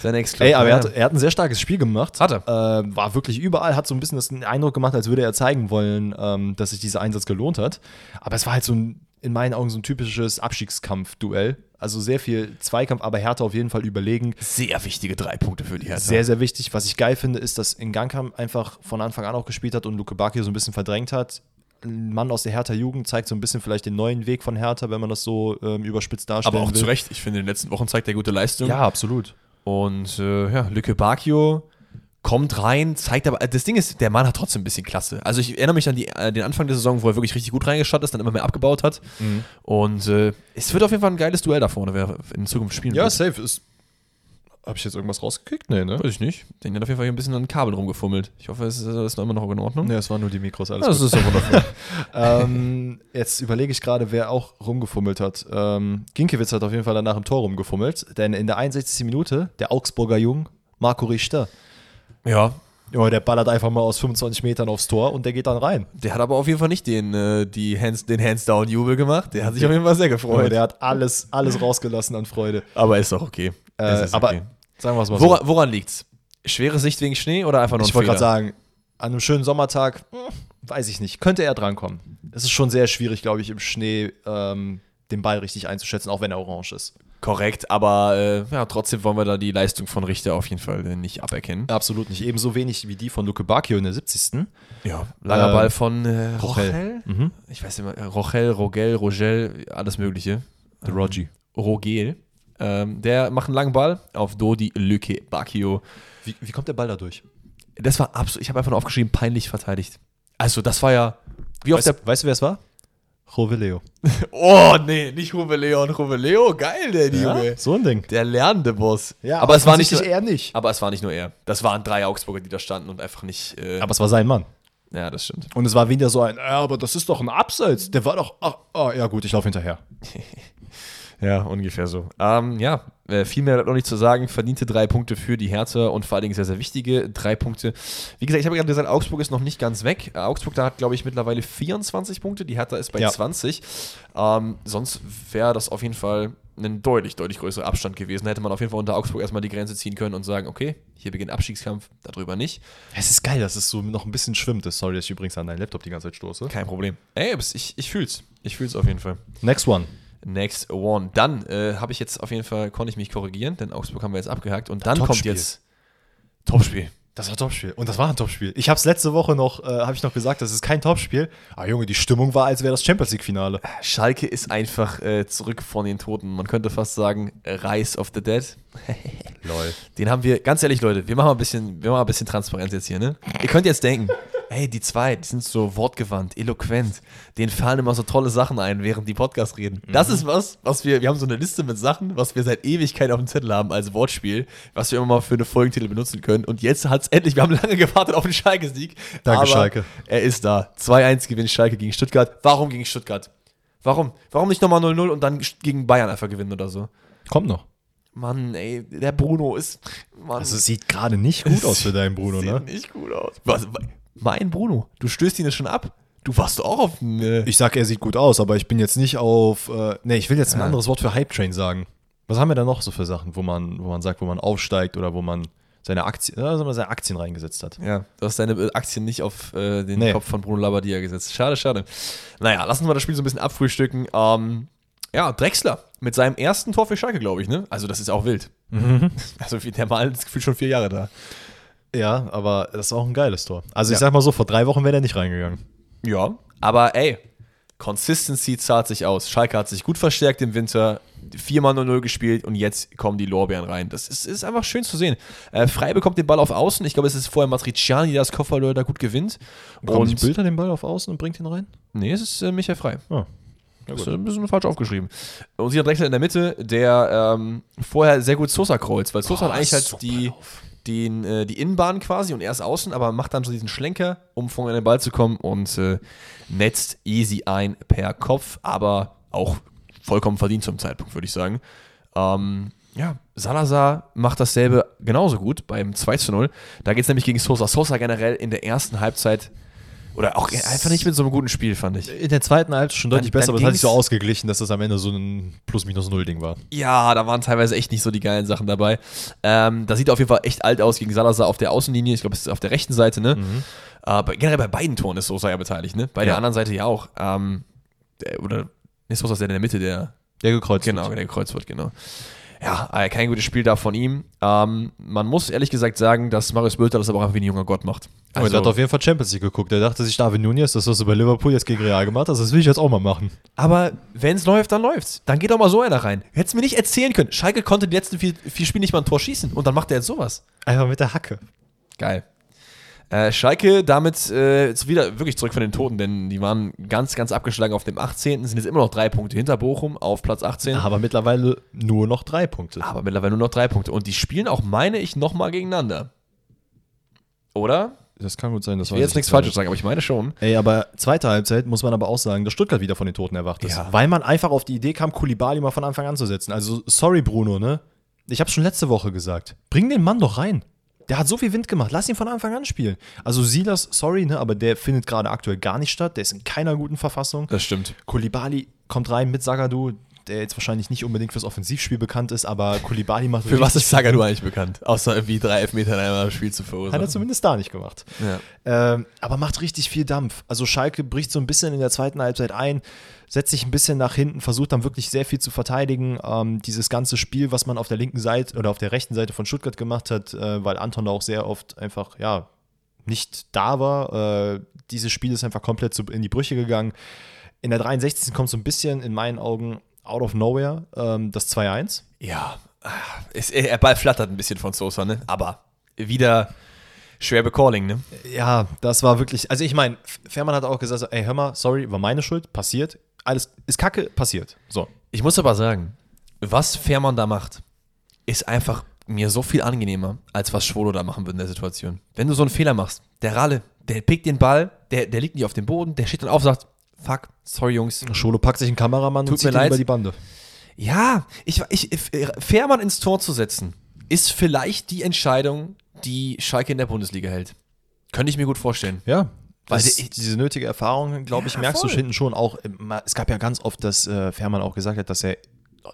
seine ex Ey, aber er hat, er hat ein sehr starkes Spiel gemacht. Hat er. Äh, war wirklich überall, hat so ein bisschen das den Eindruck gemacht, als würde er zeigen wollen, ähm, dass sich dieser Einsatz gelohnt hat. Aber es war halt so ein, in meinen Augen so ein typisches Abstiegskampf-Duell. Also sehr viel Zweikampf, aber Hertha auf jeden Fall überlegen. sehr wichtige drei Punkte für die Hertha. Sehr, sehr wichtig. Was ich geil finde, ist, dass Ngankam einfach von Anfang an auch gespielt hat und Luke Bakio so ein bisschen verdrängt hat. Ein Mann aus der Hertha-Jugend zeigt so ein bisschen vielleicht den neuen Weg von Hertha, wenn man das so ähm, überspitzt darstellt. aber auch zu Recht. Ich finde, in den letzten Wochen zeigt er gute Leistung. Ja, absolut. Und äh, ja, Lücke Bakio kommt rein, zeigt aber. Das Ding ist, der Mann hat trotzdem ein bisschen Klasse. Also ich erinnere mich an die, äh, den Anfang der Saison, wo er wirklich richtig gut reingeschaut ist, dann immer mehr abgebaut hat. Und äh, es wird auf jeden Fall ein geiles Duell da vorne, wer in Zukunft spielen Ja, wird. safe ist. Habe ich jetzt irgendwas rausgekickt? Nee, ne? Weiß ich nicht. Den hat auf jeden Fall hier ein bisschen an den Kabel rumgefummelt. Ich hoffe, es ist, das ist noch immer noch in Ordnung. Ne, es waren nur die Mikros, alles Ja, das ist doch wundervoll. ähm, jetzt überlege ich gerade, wer auch rumgefummelt hat. Ähm, Ginkiewicz hat auf jeden Fall danach im Tor rumgefummelt, denn in der 61. Minute der Augsburger Jung, Marco Richter, [laughs] ja, ja, der ballert einfach mal aus 25 Metern aufs Tor und der geht dann rein. der hat aber auf jeden Fall nicht den, äh, die Hands, den Hands-Down-Jubel gemacht. Der hat sich auf jeden Fall sehr Freunde, gefreut. der hat alles, alles rausgelassen an Freude. aber ist doch okay. Äh, Es ist aber okay. sagen wir es mal so. Woran, woran liegt's? Schwere Sicht wegen Schnee oder einfach nur Ich ein wollte gerade Fehler? sagen, an einem schönen Sommertag, hm, weiß ich nicht, könnte er drankommen. Es ist schon sehr schwierig, glaube ich, im Schnee ähm, den Ball richtig einzuschätzen, auch wenn er orange ist. Korrekt, aber äh, ja, trotzdem wollen wir da die Leistung von Richter auf jeden Fall äh, nicht aberkennen. Absolut nicht. Ebenso wenig wie die von Luke Bacchio in der 70. Ja, langer äh, Ball von äh, Rochel. Rochel. Ich weiß immer, äh, Rochel, Rogel, Rogel, alles Mögliche. The Rogi. Rogel. Ähm, der macht einen langen Ball auf Dodi Lücke Bacchio. Wie, wie kommt der Ball da durch? Das war absolut, ich habe einfach nur aufgeschrieben, peinlich verteidigt. Also, das war ja. Wie auf Weißt, du- weißt du, wer es war? Rovileo. der. Oh, nee, nicht Ruve Leon. Ruve Leo, geil, der so ein Ding. Der lernende Boss. Ja, aber, es war nicht nur, er nicht. aber es war nicht nur er. Das waren drei Augsburger, die da standen und einfach nicht. Äh, Aber es war sein Mann. ja, das stimmt. Und es war wieder so ein, ja, aber das ist doch ein Abseits. Der war doch, ach, ah, ja gut, ich laufe hinterher. Ja, ungefähr so. Ähm, ja, äh, viel mehr bleibt noch nicht zu sagen. Verdiente drei Punkte für die Hertha und vor allen Dingen sehr, sehr wichtige drei Punkte. Wie gesagt, ich habe gerade gesagt, Augsburg ist noch nicht ganz weg. Äh, Augsburg da hat, glaube ich, mittlerweile 24 Punkte. Die Hertha ist bei Ja. 20. Ähm, sonst wäre das auf jeden Fall ein deutlich, deutlich größerer Abstand gewesen. Da hätte man auf jeden Fall unter Augsburg erstmal die Grenze ziehen können und sagen, okay, hier beginnt Abstiegskampf, darüber nicht. Es ist geil, dass es so noch ein bisschen schwimmt. Sorry, dass ich übrigens an deinen Laptop die ganze Zeit stoße. Kein Problem. Ey, aber es- ich, ich fühl's. Ich fühl's auf jeden Fall. Next one. Next one. Dann äh, habe ich jetzt auf jeden Fall, konnte ich mich korrigieren, denn Augsburg haben wir jetzt abgehakt. Und dann kommt Topspiel. jetzt Topspiel. Das war Topspiel. Und das war ein Topspiel. Ich habe es letzte Woche noch, äh, habe ich noch gesagt, das ist kein Topspiel. Ah, Junge, die Stimmung war, als wäre das Champions League-Finale. Schalke ist einfach äh, zurück von den Toten. Man könnte fast sagen, äh, Rise of the Dead. Lol. Den haben wir, ganz ehrlich, Leute, wir machen mal ein bisschen, wir machen mal ein bisschen Transparenz jetzt hier, ne? Ihr könnt jetzt denken, Ey, die zwei, die sind so wortgewandt, eloquent. Denen fallen immer so tolle Sachen ein, während die Podcast reden. Mhm. Das ist was, was wir, wir haben so eine Liste mit Sachen, was wir seit Ewigkeit auf dem Zettel haben als Wortspiel, was wir immer mal für eine Folgentitel benutzen können. Und jetzt hat's endlich, wir haben lange gewartet auf den Schalke-Sieg. Danke, aber Schalke. Er ist da. 2-1 gewinnt Schalke gegen Stuttgart. Warum gegen Stuttgart? Warum? Warum nicht nochmal 0-0 und dann gegen Bayern einfach gewinnen oder so? Kommt noch. Mann, ey, der Bruno ist. Mann. Also es sieht gerade nicht gut [laughs] aus für deinen Bruno, Sieht ne? nicht gut aus. Was, mein Bruno, du stößt ihn jetzt schon ab. Du warst doch auch auf dem. Äh, Ich sag, er sieht gut aus, aber ich bin jetzt nicht auf. Äh, nee, ich will jetzt ein Ja. anderes Wort für Hype Train sagen. Was haben wir da noch so für Sachen, wo man, wo man sagt, wo man aufsteigt oder wo man seine Aktien, äh, sagen wir, seine Aktien reingesetzt hat? ja, du hast deine äh, Aktien nicht auf äh, den Nee. Kopf von Bruno Labbadia gesetzt. Schade, schade. Naja, lassen wir das Spiel so ein bisschen abfrühstücken. Ähm, ja, Drexler mit seinem ersten Tor für Schalke, glaube ich, ne? Also, das ist auch wild. Mhm. [laughs] Also, wie- der war das Gefühl schon vier Jahre da. Ja, aber das ist auch ein geiles Tor. Also Ja. ich sag mal so, vor drei Wochen wäre der nicht reingegangen. Ja, aber ey, Consistency zahlt sich aus. Schalke hat sich gut verstärkt im Winter, viermal 0-0 gespielt und jetzt kommen die Lorbeeren rein. Das ist, ist einfach schön zu sehen. Äh, Frei bekommt den Ball auf Außen. Ich glaube, es ist vorher Matriciani, der das Kofferlöhr da gut gewinnt. Kommt nicht Bilder den Ball auf außen und bringt ihn rein? nee, es ist äh, Michael Frei. Oh. Das ist äh, ein bisschen falsch aufgeschrieben. Und sie hat Drexler in der Mitte, der ähm, vorher sehr gut Sosa kreuzt, weil Sosa Boah, hat eigentlich super halt die, Lauf. den, äh, die Innenbahn quasi und er ist außen, aber macht dann so diesen Schlenker, um vorne an den Ball zu kommen und äh, netzt easy ein per Kopf, aber auch vollkommen verdient zum Zeitpunkt, würde ich sagen. Ähm, ja, Salazar macht dasselbe genauso gut beim 2 zu 0. Da geht es nämlich gegen Sosa. Sosa generell in der ersten Halbzeit oder auch einfach nicht mit so einem guten Spiel, fand ich. In der zweiten Halbzeit schon deutlich Dann- besser, dann aber das hat sich so ging's- ausgeglichen, dass das am Ende so ein Plus-Minus-Null-Ding war. Ja, da waren teilweise echt nicht so die geilen Sachen dabei. Ähm, da sieht er auf jeden Fall echt alt aus gegen Salazar auf der Außenlinie. Ich glaube, es ist auf der rechten Seite, ne? Aber generell bei beiden Toren ist Sosa ja beteiligt, ne? Bei der Ja. anderen Seite ja auch. Ähm, der, oder ist Sosa ist der in der Mitte, der Der gekreuzt. genau, der gekreuzt wird, genau. Ja, äh, kein gutes Spiel da von ihm. Ähm, man muss ehrlich gesagt sagen, dass Marius Bülter das aber auch einfach wie ein junger Gott macht. Also, aber der hat auf jeden Fall Champions League geguckt. Der dachte sich, David Nunez, das hast du bei Liverpool jetzt gegen Real gemacht hast, das will ich jetzt auch mal machen. Aber wenn es läuft, dann läuft's. Dann geht auch mal so einer rein. Hättest mir nicht erzählen können. Schalke konnte die letzten vier, vier Spiele nicht mal ein Tor schießen und dann macht er jetzt sowas. Einfach mit der Hacke. Geil. Äh, Schalke damit äh, jetzt wieder wirklich zurück von den Toten, denn die waren ganz, ganz abgeschlagen auf dem 18. Sind jetzt immer noch drei Punkte hinter Bochum auf Platz 18. Aber mittlerweile nur noch drei Punkte. Aber mittlerweile nur noch drei Punkte. Und die spielen auch, meine ich, nochmal gegeneinander. Oder? Das kann gut sein, das Ich will jetzt nichts Falsches sagen, aber ich meine schon. Ey, aber zweite Halbzeit muss man aber auch sagen, dass Stuttgart wieder von den Toten erwacht ist. Ja. Weil man einfach auf die Idee kam, Kulibali mal von Anfang an zu setzen. Also, sorry, Bruno, ne? Ich hab's schon letzte Woche gesagt. Bring den Mann doch rein. Der hat so viel Wind gemacht. Lass ihn von Anfang an spielen. Also, Silas, sorry, ne? Aber der findet gerade aktuell gar nicht statt. Der ist in keiner guten Verfassung. Das stimmt. Kulibali kommt rein mit Sagadu, der jetzt wahrscheinlich nicht unbedingt fürs Offensivspiel bekannt ist, aber Kulibali macht Für was ist Sagadu eigentlich bekannt? Außer irgendwie drei Elfmeter in einem Spiel zu Hat er verursachen. zumindest da nicht gemacht. Ja. Ähm, aber macht richtig viel Dampf. Also Schalke bricht so ein bisschen in der zweiten Halbzeit ein, setzt sich ein bisschen nach hinten, versucht dann wirklich sehr viel zu verteidigen. Ähm, dieses ganze Spiel, was man auf der linken Seite oder auf der rechten Seite von Stuttgart gemacht hat, äh, weil Anton da auch sehr oft einfach, ja, nicht da war. Äh, dieses Spiel ist einfach komplett zu, in die Brüche gegangen. In der 63. kommt so ein bisschen, in meinen Augen, out of nowhere, ähm, das 2-1. Ja, ah, es, er, er Ball flattert ein bisschen von Sosa, ne? Aber wieder schwer Calling, ne? Ja, das war wirklich. Also ich meine, F- Fährmann hat auch gesagt, so, ey, hör mal, sorry, war meine Schuld, passiert. Alles ist Kacke, passiert. So. Ich muss aber sagen, was Fährmann da macht, ist einfach mir so viel angenehmer, als was Schwolo da machen würde in der Situation. Wenn du so einen Fehler machst, der Ralle, der pickt den Ball, der, der liegt nicht auf dem Boden, der steht dann auf und sagt, fuck, sorry Jungs. Scholo packt sich einen Kameramann Tut und mir zieht ihn leid. über die Bande. Ja, ich, ich, Fährmann ins Tor zu setzen, ist vielleicht die Entscheidung, die Schalke in der Bundesliga hält. Könnte ich mir gut vorstellen. Ja. Weil Weil das, ich- diese nötige Erfahrung, glaube ich, Ja, merkst voll. du hinten schon auch. äh, ma- Es gab ja ganz oft, dass äh, Fährmann auch gesagt hat, dass er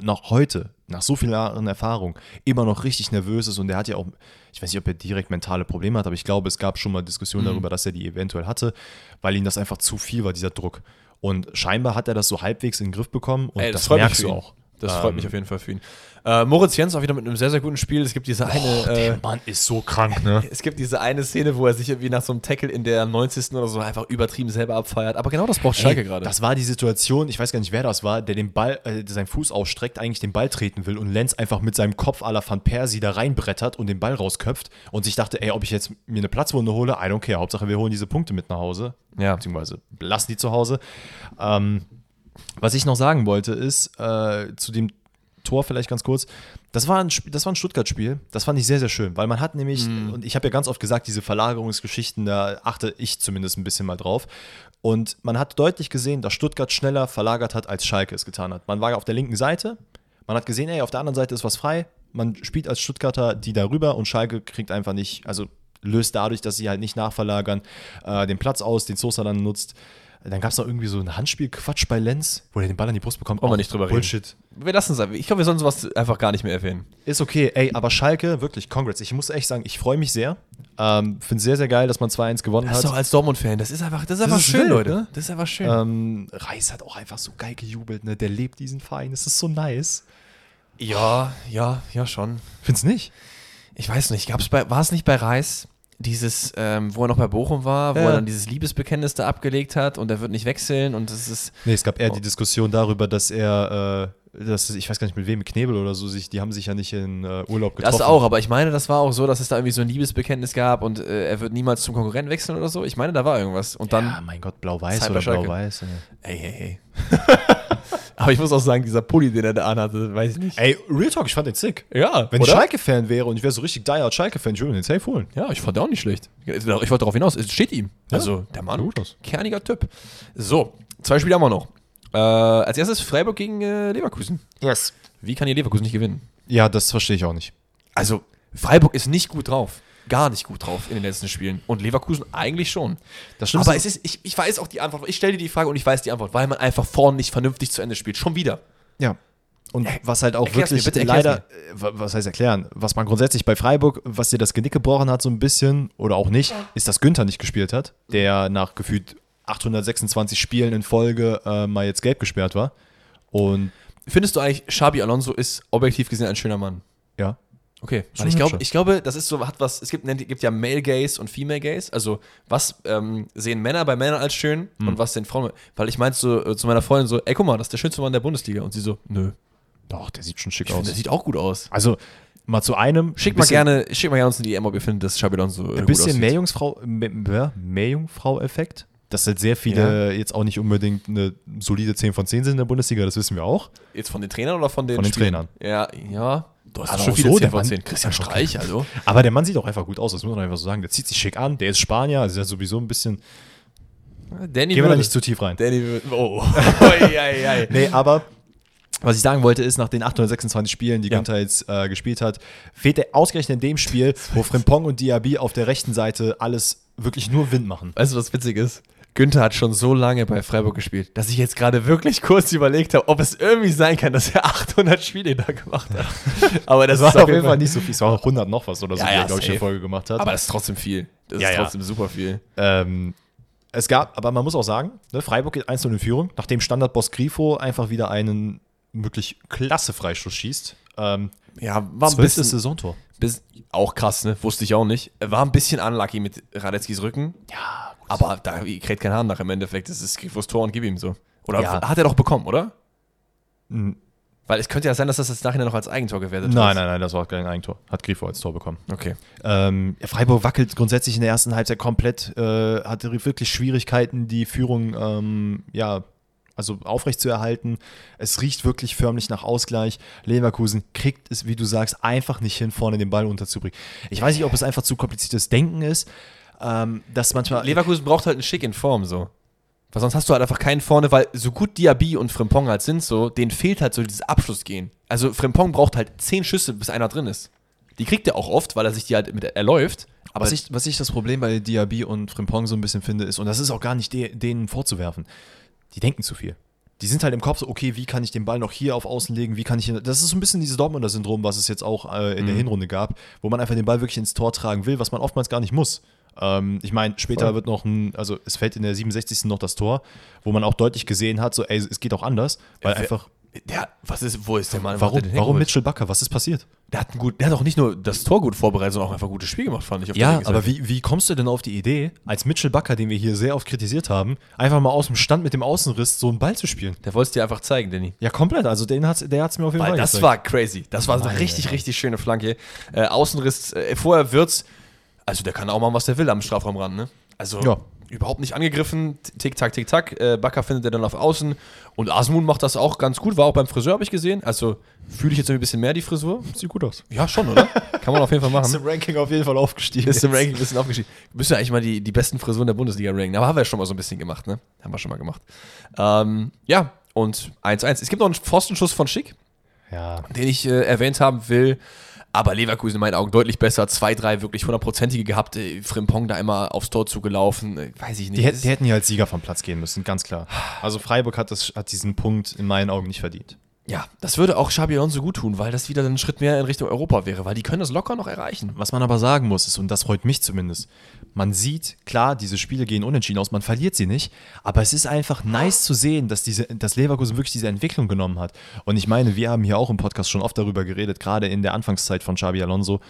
noch heute, nach so vielen Jahren Erfahrung, immer noch richtig nervös ist. Und er hat ja auch, ich weiß nicht, ob er direkt mentale Probleme hat, aber ich glaube, es gab schon mal Diskussionen darüber, dass er die eventuell hatte, weil ihm das einfach zu viel war, dieser Druck. Und scheinbar hat er das so halbwegs in den Griff bekommen und Ey, das das, freut mich merkst für du ihn. auch. Ähm. Das freut mich auf jeden Fall für ihn. Äh, Moritz Jens auch wieder mit einem sehr, sehr guten Spiel. Es gibt diese eine. äh, Der Mann ist so krank, ne? es gibt diese eine Szene, wo er sich irgendwie nach so einem Tackle in der 90. oder so einfach übertrieben selber abfeiert. Aber genau das braucht Schalke Ey, gerade. Das war die Situation, ich weiß gar nicht, wer das war, der den Ball, äh, der seinen Fuß ausstreckt, eigentlich den Ball treten will und Lenz einfach mit seinem Kopf à la Van Persie da reinbrettert und den Ball rausköpft und sich dachte, ey, ob ich jetzt mir eine Platzwunde hole, I don't care. Hauptsache, wir holen diese Punkte mit nach Hause. Ja. Beziehungsweise lassen die zu Hause. Ähm, was ich noch sagen wollte, ist äh, zu dem Tor vielleicht ganz kurz. Das war ein, Sp- das war ein Stuttgart-Spiel. Das fand ich sehr, sehr schön, weil man hat nämlich, Mhm. und ich habe ja ganz oft gesagt, diese Verlagerungsgeschichten, da achte ich zumindest ein bisschen mal drauf. Und man hat deutlich gesehen, dass Stuttgart schneller verlagert hat, als Schalke es getan hat. Man war auf der linken Seite, man hat gesehen, ey, auf der anderen Seite ist was frei. Man spielt als Stuttgarter die darüber und Schalke kriegt einfach nicht, also löst dadurch, dass sie halt nicht nachverlagern, äh, den Platz aus, den Sosa dann nutzt. Dann gab es noch irgendwie so ein Handspiel-Quatsch bei Lenz, wo er den Ball an die Brust bekommt. Wollen wir Auch nicht drüber reden. Bullshit. Wir lassen es einfach. Ich glaube, wir sollen sowas einfach gar nicht mehr erwähnen. Ist okay, ey, aber Schalke, wirklich, Congrats. Ich muss echt sagen, ich freue mich sehr. Ähm, Finde sehr, sehr geil, dass man 2-1 gewonnen Das ist doch hat. als Dortmund-Fan. Das ist einfach, das ist einfach ist schön, wild, Leute. Äh, ne? Das ist einfach schön. Ähm, Reis hat auch einfach so geil gejubelt, ne? Der lebt diesen Verein. Das ist so nice. Ja, ja, ja, schon. Find's nicht? Ich weiß nicht, gab's bei, war es nicht bei Reis, dieses, ähm, wo er noch bei Bochum war, wo Ja. er dann dieses Liebesbekenntnis da abgelegt hat und er wird nicht wechseln und das ist. Nee, es gab eher die Diskussion darüber, dass er, äh, dass ich weiß gar nicht mit wem, Knebel oder so, sich, die haben sich ja nicht in äh, Urlaub getroffen. Das auch, aber ich meine, das war auch so, dass es da irgendwie so ein Liebesbekenntnis gab und äh, er wird niemals zum Konkurrenten wechseln oder so. Ich meine, da war irgendwas. Und dann. ja, mein Gott, blau-weiß Cyber oder Schalke. blau-weiß. Ja. Ey, hey, hey. [laughs] aber ich muss auch sagen, dieser Pulli, den er da anhatte, weiß ich nicht. Ey, Real Talk, ich fand den sick. Ja, Wenn oder? ich Schalke-Fan wäre und ich wäre so richtig die Schalke-Fan, ich würde mir den safe holen. Ja, ich fand den auch nicht schlecht. Ich wollte darauf hinaus, es steht ihm. Ja, also der Mann, gut aus. kerniger Typ. So, zwei Spiele haben wir noch. Äh, als erstes Freiburg gegen äh, Leverkusen. Yes. Wie kann hier Leverkusen nicht gewinnen? Ja, das verstehe ich auch nicht. Also, Freiburg ist nicht gut drauf. Gar nicht gut drauf in den letzten Spielen. Und Leverkusen eigentlich schon. Das Schlimmste Aber es ist, ich, ich weiß auch die Antwort. Ich stelle dir die Frage und ich weiß die Antwort, weil man einfach vorn nicht vernünftig zu Ende spielt. Schon wieder. Ja. Und was halt auch Äh, erklär's mir, wirklich bitte erklär's leider, äh, wa- was heißt erklären, was man grundsätzlich bei Freiburg, was dir das Genick gebrochen hat so ein bisschen oder auch nicht, ist, dass Günther nicht gespielt hat, der nach gefühlt 826 Spielen in Folge äh, mal jetzt gelb gesperrt war. Und Findest du eigentlich, Xabi Alonso ist objektiv gesehen ein schöner Mann? ja, Okay, Schon weil ich hübscher. glaube, ich glaube, das ist so, hat was, es gibt, nennt, gibt ja Male Gaze und Female Gaze, also was ähm, sehen Männer bei Männern als schön Hm. und was sehen Frauen, weil ich meinte so, äh, zu meiner Freundin so, ey guck mal, das ist der schönste Mann der Bundesliga und sie so, nö, doch, der sieht schon schick ich finde, aus. der sieht auch gut aus. also mal zu einem. Schickt mal bisschen- gerne, schickt mal gerne uns in die DM, ob ihr findet, dass Xabi Alonso äh, Ein gut bisschen aussieht. Meerjungfrau, Me- ja, Meerjungfrau-Effekt. Dass halt sehr viele jetzt auch nicht unbedingt eine solide 10 von 10 sind in der Bundesliga, das wielen wir auch. Jetzt von den Trainern oder von den Von den Spielern? Trainern. Ja, ja. Du hast Aber schon auch viele so, 10 der von Mann- 10. Christian Okay. Streich, also. Aber der Mann sieht auch einfach gut aus, das muss man einfach so sagen. Der zieht sich schick an, der ist Spanier, also der ist sowieso ein bisschen. Danny Gehen wir da würde- nicht zu tief rein. Danny würde, [laughs] oh. Oi, ei, ei. Nee, aber was ich sagen wollte, ist, nach den 826 Spielen, die Ja. Günther jetzt äh, gespielt hat, fehlt er ausgerechnet in dem Spiel, [laughs] wo Frimpong und Diaby auf der rechten Seite alles wirklich nur Wind machen. Weißt du, was witzig ist? Günther hat schon so lange bei Freiburg gespielt, dass ich jetzt gerade wirklich kurz überlegt habe, ob es irgendwie sein kann, dass er [laughs] 800 Spiele da gemacht [laughs] hat. Aber das, Das war auf jeden Fall nicht so viel. Es waren auch 100 noch was oder so, Ja, die ja, er, glaube ich, safe. in Folge gemacht hat. Aber das ist trotzdem viel. Das Ja, ist ja. trotzdem super viel. Ähm, es gab, aber man muss auch sagen, ne, Freiburg geht 1-0 in Führung, nachdem Standardboss Grifo einfach wieder einen wirklich klasse Freistoß schießt. Ähm, Ja, war ein zwölftes bisschen, Saisontor. bis, auch krass, ne? Wusste ich auch nicht. War ein bisschen unlucky mit Radetzkis Rücken, Ja, gut. aber da kräht kein Hahn nach im Endeffekt. Es ist Grifos Tor und gib ihm so. Oder Ja. hat er doch bekommen, oder? Nein, Weil es könnte ja sein, dass das jetzt nachher noch als Eigentor gewertet wird. nein, nein, das war kein Eigentor. Hat Grifo als Tor bekommen. Okay. Ähm, ja, Freiburg wackelt grundsätzlich in der ersten Halbzeit komplett, äh, hatte wirklich Schwierigkeiten, die Führung ähm, ja, also aufrecht zu erhalten. Es riecht wirklich förmlich nach Ausgleich. Leverkusen kriegt es, wie du sagst, einfach nicht hin, vorne den Ball unterzubringen. Ich weiß nicht, ob es einfach zu kompliziertes Denken ist, ähm, dass manchmal. Leverkusen braucht halt einen Schick in Form so. Weil sonst hast du halt einfach keinen vorne, weil so gut Diaby und Frimpong halt sind, so, denen fehlt halt so dieses Abschlussgehen. Also Frimpong braucht halt zehn Schüsse, bis einer drin ist. Die kriegt er auch oft, weil er sich die halt mit erläuft. Aber was, ich, was ich das Problem bei Diaby und Frimpong so ein bisschen finde, ist, und das ist auch gar nicht de denen vorzuwerfen, die denken zu viel. Die sind halt im Kopf so, okay, wie kann ich den Ball noch hier auf Außen legen, wie kann ich. Hier, das ist so ein bisschen dieses Dortmunder Syndrom, was es jetzt auch äh, in Mhm. der Hinrunde gab, wo man einfach den Ball wirklich ins Tor tragen will, was man oftmals gar nicht muss. Ähm, ich meine, später Voll. wird noch ein, also es fällt in der 67. noch das Tor, wo man auch deutlich gesehen hat, so, ey, es geht auch anders, weil Wer- einfach. Der, was ist, wo ist der Mann? Warum, Der, warum Mitchell Bakker? Was ist passiert? der hat, einen gut, der hat auch nicht nur das Tor gut vorbereitet, sondern auch einfach ein gutes Spiel gemacht, fand ich. Auf der Ja, linken aber Seite. wie, wie kommst du denn auf die Idee, als Mitchell Bakker, den wir hier sehr oft kritisiert haben, einfach mal aus dem Stand mit dem Außenriss so einen Ball zu spielen? Der wollte es dir einfach zeigen, Danny. Ja, komplett. Also den hat's, der hat es mir auf jeden Weil Fall das gezeigt. war crazy. Das war Meine eine richtig, Herren. richtig schöne Flanke. Äh, Außenriss, äh, vorher wird's. Also der kann auch machen, was der will am Strafraumrand, ne? Also Ja. überhaupt nicht angegriffen. Tick, tack, tick, tack. Äh, Bakker findet er dann auf Außen. Und Asmun macht das auch ganz gut. War auch beim Friseur, habe ich gesehen. Also fühle ich jetzt irgendwie ein bisschen mehr die Frisur. Sieht gut aus. Ja, schon, [laughs] oder? Kann man auf jeden Fall Ist machen. im Ranking auf jeden Fall aufgestiegen. Ist im Ranking ein bisschen aufgestiegen. Müssen wir eigentlich mal die, die besten Frisuren der Bundesliga ranken. Aber haben wir ja schon mal so ein bisschen gemacht, ne? Haben wir schon mal gemacht. Ähm, ja, und 1-1. Es gibt noch einen Pfostenschuss von Schick Ja. den ich äh, erwähnt haben will. Aber Leverkusen in meinen Augen deutlich besser. Zwei, drei wirklich hundertprozentige gehabt. Äh, Frimpong da einmal aufs Tor zugelaufen. Äh, weiß ich nicht. Die, hätten- Das die ist- hätten hier als Sieger vom Platz gehen müssen, ganz klar. Also Freiburg hat, das, hat diesen Punkt in meinen Augen nicht verdient. ja, das würde auch Xabi Alonso gut tun, weil das wieder ein Schritt mehr in Richtung Europa wäre. Weil die können das locker noch erreichen. Was man aber sagen muss, ist, und das freut mich zumindest, man sieht, klar, diese Spiele gehen unentschieden aus, man verliert sie nicht, aber es ist einfach nice zu sehen, dass, diese, dass Leverkusen wirklich diese Entwicklung genommen hat. Und ich meine, wir haben hier auch im Podcast schon oft darüber geredet, gerade in der Anfangszeit von Xabi Alonso,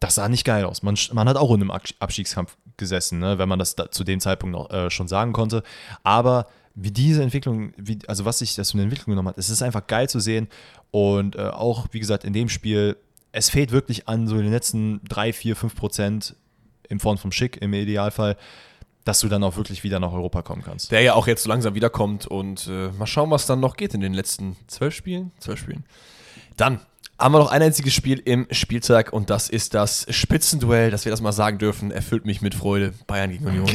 das sah nicht geil aus. Man, sch- man hat auch in einem Absch- Abstiegskampf gesessen, ne, wenn man das da, zu dem Zeitpunkt noch äh, schon sagen konnte, aber wie diese Entwicklung, wie, also was sich das für eine Entwicklung genommen hat, es ist einfach geil zu sehen und äh, auch, wie gesagt, in dem Spiel es fehlt wirklich an so den letzten 3, 4, 5 Prozent in Form vom Schick im Idealfall, dass du dann auch wirklich wieder nach Europa kommen kannst. Der ja auch jetzt so langsam wiederkommt. Und äh, mal schauen, was dann noch geht in den letzten zwölf Spielen. Zwölf Spielen. Dann haben wir noch ein einziges Spiel im Spieltag. Und das ist das Spitzenduell, dass wir das mal sagen dürfen. Erfüllt mich mit Freude. Bayern gegen Union.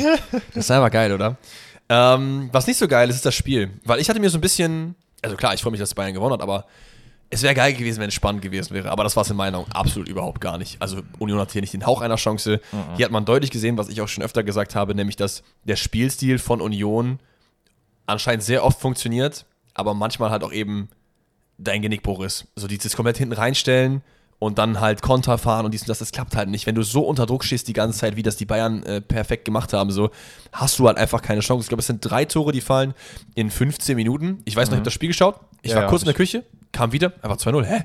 Das ist einfach geil, oder? Ähm, was nicht so geil ist, ist das Spiel. Weil ich hatte mir so ein bisschen, also klar, ich freue mich, dass Bayern gewonnen hat, aber es wäre geil gewesen, wenn es spannend gewesen wäre. Aber das war es in meiner Meinung absolut überhaupt gar nicht. Also Union hat hier nicht den Hauch einer Chance. Hier hat man deutlich gesehen, was ich auch schon öfter gesagt habe, nämlich, dass der Spielstil von Union anscheinend sehr oft funktioniert, aber manchmal halt auch eben dein Genickbruch ist. So dieses komplett hinten reinstellen und dann halt Konter fahren und dies und das, das klappt halt nicht. Wenn du so unter Druck stehst die ganze Zeit, wie das die Bayern äh, perfekt gemacht haben, so hast du halt einfach keine Chance. Ich glaube, es sind drei Tore, die fallen in 15 Minuten. Ich weiß noch, ich habe das Spiel geschaut. Ich Mhm. Ja, war ja, kurz hab in der Küche, kam wieder, einfach 2-0. Hä?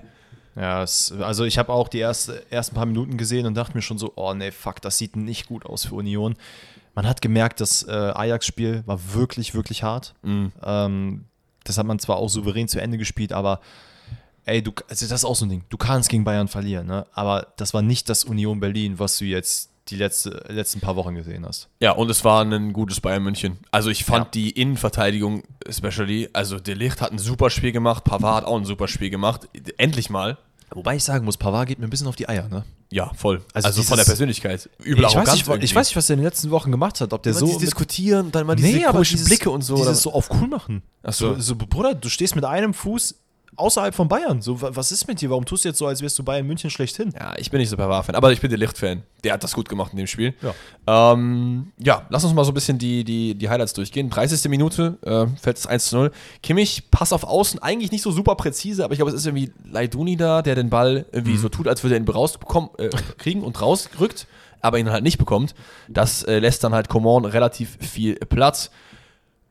Ja, es, also ich habe auch die erste, ersten paar Minuten gesehen und dachte mir schon so, oh nee, fuck, das sieht nicht gut aus für Union. Man hat gemerkt, das äh, Ajax-Spiel war wirklich, wirklich hart. Ähm, das hat man zwar auch souverän zu Ende gespielt, aber ey, du, also das ist auch so ein Ding. Du kannst gegen Bayern verlieren, ne? aber das war nicht das Union Berlin, was du jetzt die letzte, letzten paar Wochen gesehen hast. Ja, und es war ein gutes Bayern München. Also ich fand Ja. die Innenverteidigung especially, also De Ligt hat ein super Spiel gemacht, Pavard hat auch ein super Spiel gemacht. Endlich mal. Wobei ich sagen muss, Pavard geht mir ein bisschen auf die Eier, ne? Ja, voll. Also Also, dieses- von der Persönlichkeit. Ich Übel weiß, nicht, wa- irgendwie. ich weiß nicht, was er in den letzten Wochen gemacht hat, ob der Immer so. dieses Diskutieren und dann mal mit- diese komischen dieses- Blicke und so. Dieses oder- so auf cool machen. Ach so. so, Bruder, du stehst mit einem Fuß außerhalb von Bayern. So, wa- was ist mit dir? Warum tust du jetzt so, als wärst du Bayern München schlechthin? Ja, ich bin nicht so Pavard-Fan, aber ich bin der Licht-Fan. Der hat das gut gemacht in dem Spiel. Ja. Ähm, ja, lass uns mal so ein bisschen die, die, die Highlights durchgehen. 30. Minute, äh, fällt es 1 zu 0. Kimmich, Pass auf Außen, eigentlich nicht so super präzise, aber ich glaube, es ist irgendwie Leiduni da, der den Ball irgendwie so tut, als würde er ihn rausbekommen, äh, kriegen und rausrückt, aber ihn halt nicht bekommt. Das äh, lässt dann halt Coman relativ viel Platz.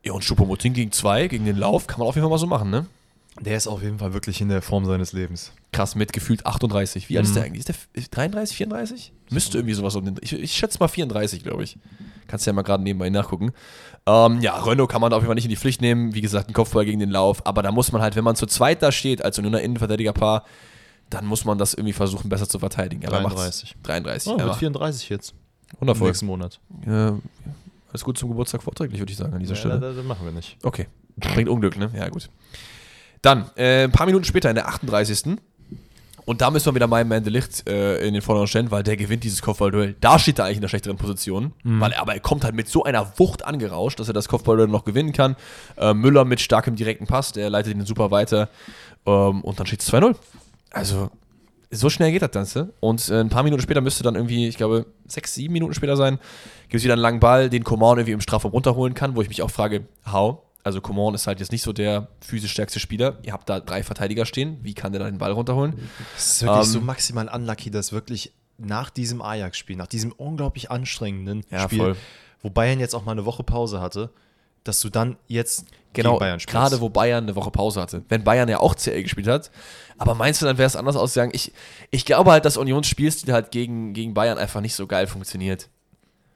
Ja, und Schuppomoting gegen zwei, gegen den Lauf, kann man auf jeden Fall mal so machen, ne? Der ist auf jeden Fall wirklich in der Form seines Lebens. krass mit gefühlt 38. Wie alt Mhm. ist der eigentlich? Ist der f- 33, 34? Müsste irgendwie sowas um den. Ich, ich schätze mal 34, glaube ich. Kannst ja mal gerade nebenbei nachgucken. Ähm, ja, Renault kann man da auf jeden Fall nicht in die Pflicht nehmen. Wie gesagt, ein Kopfball gegen den Lauf. Aber da muss man halt, wenn man zu zweit da steht, als Unioner Innenverteidigerpaar, dann muss man das irgendwie versuchen, besser zu verteidigen. Aber er macht's. 33. 33. Oh, er mit macht 34 jetzt. Im Wundervoll. nächsten Monat. Äh, alles gut zum Geburtstag vorträglich, würde ich sagen, an dieser Stelle. das machen wir nicht. Okay. Bringt Unglück, ne? Ja, gut. Dann, äh, ein paar Minuten später, in der 38. Und da müssen wir wieder meinen Man de Licht äh, in den Vordergrund stellen, weil der gewinnt dieses Kopfballduell. Da steht er eigentlich in der schlechteren Position, weil, aber er kommt halt mit so einer Wucht angerauscht, dass er das Kopfballduell noch gewinnen kann. Äh, Müller mit starkem direkten Pass, der leitet ihn super weiter. Ähm, und dann steht es 2-0. Also, so schnell geht das Ganze. Und äh, ein paar Minuten später müsste dann irgendwie, ich glaube, sechs, sieben Minuten später sein, gibt es wieder einen langen Ball, den Coman irgendwie im Strafraum runterholen kann, wo ich mich auch frage, how? Also Coman ist halt jetzt nicht so der physisch stärkste Spieler. Ihr habt da drei Verteidiger stehen. Wie kann der da den Ball runterholen? Es ist wirklich Ähm, so maximal unlucky, dass wirklich nach diesem Ajax-Spiel, nach diesem unglaublich anstrengenden Ja, Spiel, voll. wo Bayern jetzt auch mal eine Woche Pause hatte, dass du dann jetzt Genau, gegen Bayern spielst. gerade wo Bayern eine Woche Pause hatte. Wenn Bayern ja auch CL gespielt hat. Aber meinst du, dann wäre es anders ausgegangen? Ich, ich glaube halt, dass Unions Spielstil halt gegen, gegen Bayern einfach nicht so geil funktioniert.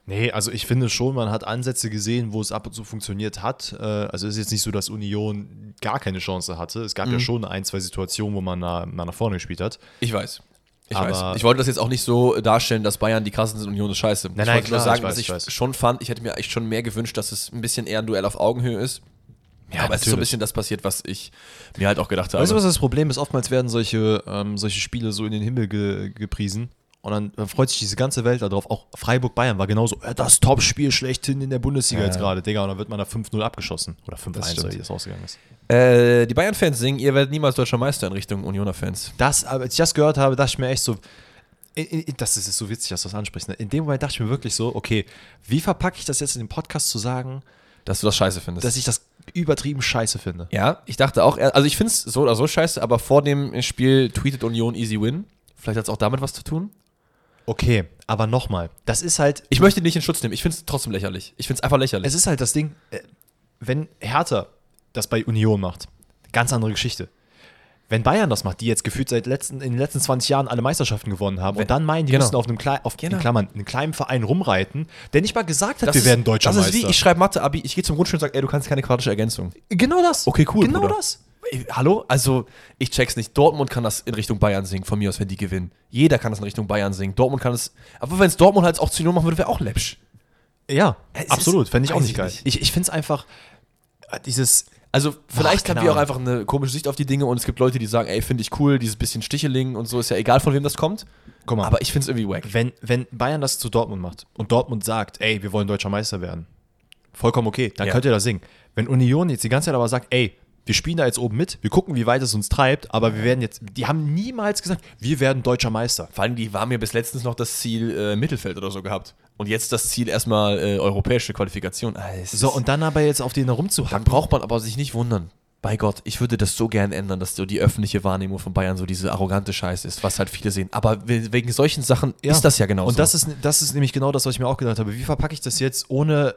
Nee, also ich finde schon, man hat Ansätze gesehen, wo es ab und zu funktioniert hat. Äh, Also es ist jetzt nicht so, dass Union gar keine Chance hatte. Es gab Mhm. ja schon ein, zwei Situationen, wo man nach, nach vorne gespielt hat. Ich weiß. Ich Aber- weiß. Ich wollte das jetzt auch nicht so darstellen, dass Bayern die krassen sind und Union ist scheiße. ich nein, wollte klar, nur sagen, ich weiß, dass ich ich weiß. schon fand, ich hätte mir eigentlich schon mehr gewünscht, dass es ein bisschen eher ein Duell auf Augenhöhe ist. Ja, aber es ist so ein natürlich. bisschen das passiert, was ich mir halt auch gedacht habe. Weißt du, was das Problem ist? Oftmals werden solche, ähm, solche Spiele so in den Himmel ge gepriesen. Und dann, dann freut sich diese ganze Welt darauf. Auch Freiburg-Bayern war genauso, äh, das Top-Spiel schlechthin in der Bundesliga Ja. jetzt gerade, Digga. Und dann wird man da 5-0 abgeschossen. Oder 5-1, stimmt. oder wie das ausgegangen ist. äh, die Bayern-Fans singen, ihr werdet niemals deutscher Meister in Richtung Unioner-Fans. Das, aber als ich das gehört habe, dachte ich mir echt so, in- in- das ist so witzig, dass du das ansprichst. Ne? In dem Moment dachte ich mir wirklich so, okay, wie verpacke ich das jetzt in den Podcast zu sagen, Dass du das scheiße findest. dass ich das übertrieben scheiße finde? Ja, ich dachte auch, also ich finde es so oder so scheiße, aber vor dem Spiel tweetet Union Easy Win. Vielleicht hat es auch damit was zu tun. Okay, aber nochmal, das ist halt, Ich möchte ihn nicht in Schutz nehmen. Ich finde es trotzdem lächerlich. Ich finde es einfach lächerlich. es ist halt das Ding, äh, wenn Hertha das bei Union macht, ganz andere Geschichte. Wenn Bayern das macht, die jetzt gefühlt seit letzten, in den letzten 20 Jahren alle Meisterschaften gewonnen haben Wenn- und dann meinen, die Genau. müssen auf einem, Klei auf, Genau. in Klammern, einem kleinen Verein rumreiten, der nicht mal gesagt hat, wir ist, werden deutscher Das Meister. ist wie, ich schreibe Mathe-Abi, ich gehe zum Grundschul und sage, ey, du kannst keine quadratische Ergänzung. genau das. Okay, cool, Genau Bruder. das. Ey, Hallo? Also, ich check's nicht. Dortmund kann das in Richtung Bayern singen, von mir aus, wenn die gewinnen. Jeder kann das in Richtung Bayern singen. Dortmund kann es. Aber wenn es Dortmund halt auch zu Union machen würde, wäre auch läppsch. Ja, Es absolut. ist- Fände ich auch weiß nicht ich geil. nicht. Ich, ich finde es einfach, äh, dieses, Also, vielleicht keine haben wir auch Ahnung. einfach eine komische Sicht auf die Dinge und es gibt Leute, die sagen, ey, finde ich cool, dieses bisschen Sticheling und so, ist ja egal, von wem das kommt. guck mal, Aber ich finde es irgendwie wack. wenn, wenn Bayern das zu Dortmund macht und Dortmund sagt, ey, wir wollen deutscher Meister werden, vollkommen okay, dann Ja. könnt ihr das singen. Wenn Union jetzt die ganze Zeit aber sagt, ey, wir spielen da jetzt oben mit, wir gucken, wie weit es uns treibt, aber wir werden jetzt, die haben niemals gesagt, wir werden deutscher Meister. Vor allem, die haben ja bis letztens noch das Ziel äh, Mittelfeld oder so gehabt. Und jetzt das Ziel erstmal äh, europäische Qualifikation. Ah, es So, ist- und dann aber jetzt auf den dann herumzuhacken. braucht man aber sich nicht wundern. Bei Gott, ich würde das so gern ändern, dass so die öffentliche Wahrnehmung von Bayern so diese arrogante Scheiße ist, was halt viele sehen. Aber we- wegen solchen Sachen ist das ja genau Und das ist, das ist nämlich genau das, was ich mir auch gedacht habe. Wie verpacke ich das jetzt, ohne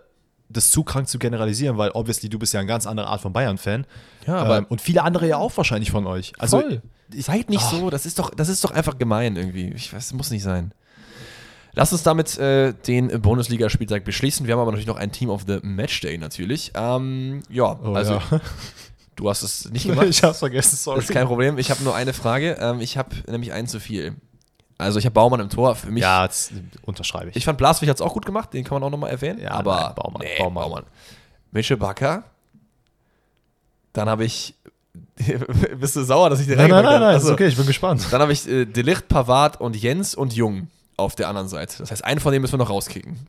das zu krank zu generalisieren? Weil obviously du bist ja eine ganz andere Art von Bayern-Fan. Ja, aber- ähm, und viele andere ja auch wahrscheinlich von euch. Also Voll. Seid nicht Ah. so, das ist, doch, das ist doch einfach gemein irgendwie. Ich weiß, muss nicht sein. Lass uns damit äh, den Bundesligaspieltag beschließen. Wir haben aber natürlich noch ein Team of the Matchday natürlich. Ähm, ja, Oh, also ja. du hast es [laughs] nicht gemacht. ich hab's vergessen, sorry. Das ist kein Problem. Ich habe nur eine Frage. Ähm, ich habe nämlich einen zu viel. Also ich habe Baumann im Tor. Für mich. ja, das unterschreibe ich. Ich fand Blaswig hat es auch gut gemacht. Den kann man auch nochmal erwähnen. Ja, aber nein, Baumann, Nee, Baumann. Baumann. Mitchell Bakker. Dann habe ich. [laughs] Bist du sauer, dass ich den Nein, reingepackt nein, nein, habe? nein, ist Also, okay, ich bin gespannt. Dann habe ich äh, Delicht, Pavard und Jens und Jung auf der anderen Seite. Das heißt, einen von denen müssen wir noch rauskicken.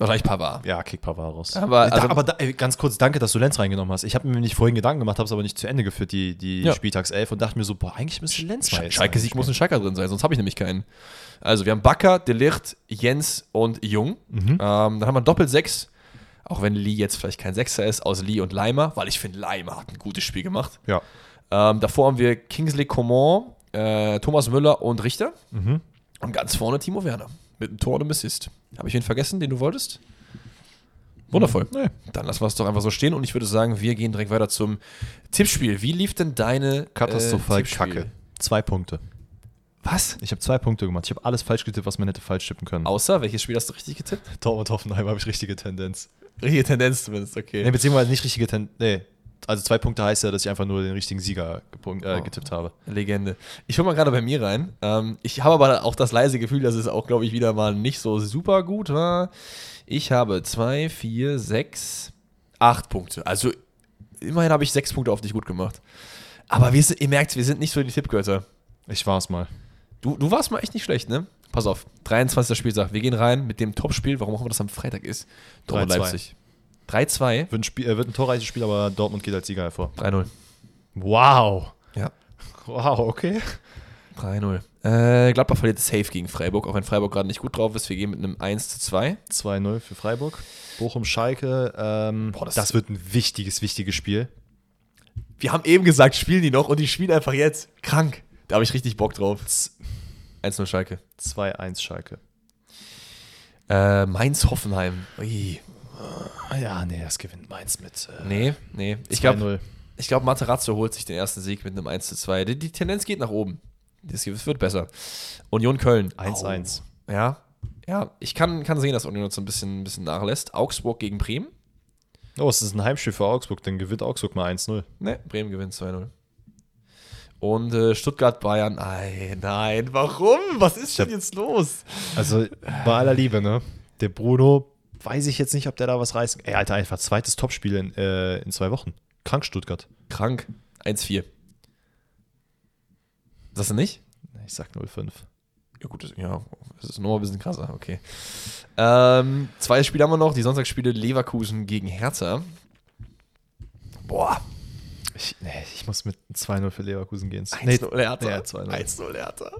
Wahrscheinlich Pavard. Ja, kick Pavaros. Aber, da, also- aber da, ey, ganz kurz, danke, dass du Lenz reingenommen hast. Ich habe mir nämlich vorhin Gedanken gemacht, habe es aber nicht zu Ende geführt, die, die Ja. Spieltagself, und dachte mir so, boah, eigentlich müsste Lenz mal Sch jetzt Schalke Sieg reinspielen. muss ein Schalker drin sein, sonst habe ich nämlich keinen. Also wir haben Bakker, Delicht, Jens und Jung. Mhm. Ähm, dann haben wir Doppel-Sechs. Auch wenn Lee jetzt vielleicht kein Sechser ist, aus Lee und Leimer, weil ich finde, Leimer hat ein gutes Spiel gemacht. Ja. Ähm, davor haben wir Kingsley Coman, äh, Thomas Müller und Richter. Mhm. Und ganz vorne Timo Werner mit einem Tor und einem Assist. Habe ich wen vergessen, den du wolltest? Wundervoll. Mhm. Dann lassen wir es doch einfach so stehen und ich würde sagen, wir gehen direkt weiter zum Tippspiel. Wie lief denn deine Katastrophal äh, Tippspiel? Kacke. Zwei Punkte. Was? Ich habe zwei Punkte gemacht. Ich habe alles falsch getippt, was man hätte falsch tippen können. Außer, welches Spiel hast du richtig getippt? [laughs] Dortmund Hoffenheim habe ich richtige Tendenz. Richtige Tendenz zumindest, okay. Nee, beziehungsweise nicht richtige Tendenz. Nee. Also zwei Punkte heißt ja, dass ich einfach nur den richtigen Sieger gepunk- äh, Oh. getippt habe. Legende. Ich hole mal gerade bei mir rein. Ähm, ich habe aber auch das leise Gefühl, dass es auch, glaube ich, wieder mal nicht so super gut war. Ich habe zwei, vier, sechs, acht Punkte. Also immerhin habe ich sechs Punkte auf dich gut gemacht. Aber wir sind, ihr merkt, wir sind nicht so die Tippgötter. Ich war's mal. Du, du warst mal echt nicht schlecht, ne? Pass auf, 23. Spieltag. Wir gehen rein mit dem Topspiel, warum auch immer das am Freitag ist. Dortmund 3-2. Leipzig. 3-2, Wird ein, Spiel, äh, wird ein torreiches Spiel, aber Dortmund geht als Sieger hervor. 3-0. Wow. Ja. Wow, okay. 3-0. Äh, Gladbach verliert safe gegen Freiburg, auch wenn Freiburg gerade nicht gut drauf ist. Wir gehen mit einem 1 zu 2. 2-0 für Freiburg. Bochum Schalke. Ähm, Boah, das- das, wird ein wichtiges, wichtiges Spiel. Wir haben eben gesagt, spielen die noch und die spielen einfach jetzt. Krank. Da habe ich richtig Bock drauf. 1-0 Schalke. 2-1 Schalke. Äh, Mainz-Hoffenheim. Ui. Ah Ja, nee, das gewinnt Mainz mit. Äh, Nee, nee. Ich glaube, ich glaub, Materazzo holt sich den ersten Sieg mit einem 1 zu 2. Die, die Tendenz geht nach oben. Das es wird besser. Union Köln. 1-1. Au. Ja. Ja, ich kann, kann sehen, dass Union jetzt ein bisschen, ein bisschen nachlässt. Augsburg gegen Bremen. Oh, es ist ein Heimspiel für Augsburg, dann gewinnt Augsburg mal 1-0. Ne, Bremen gewinnt 2-0. Und äh, Stuttgart-Bayern. Nein, nein. Warum? Was ist denn jetzt los? Also, bei aller Liebe, ne? Der Bruno, weiß ich jetzt nicht, ob der da was reißen Ey, Alter, einfach zweites Topspiel in, äh, in zwei Wochen. Krank Stuttgart. Krank. 1-4. Das nicht? Ich sag 0-5. Ja, gut, das- ja, es ist nochmal ein bisschen krasser, okay. Ähm, zwei Spiele haben wir noch, die Sonntagsspiele Leverkusen gegen Hertha. Boah, Ich, nee, ich muss mit 2-0 für Leverkusen gehen. 1-0 Hertha. nee, 2-0. 1-0 Hertha.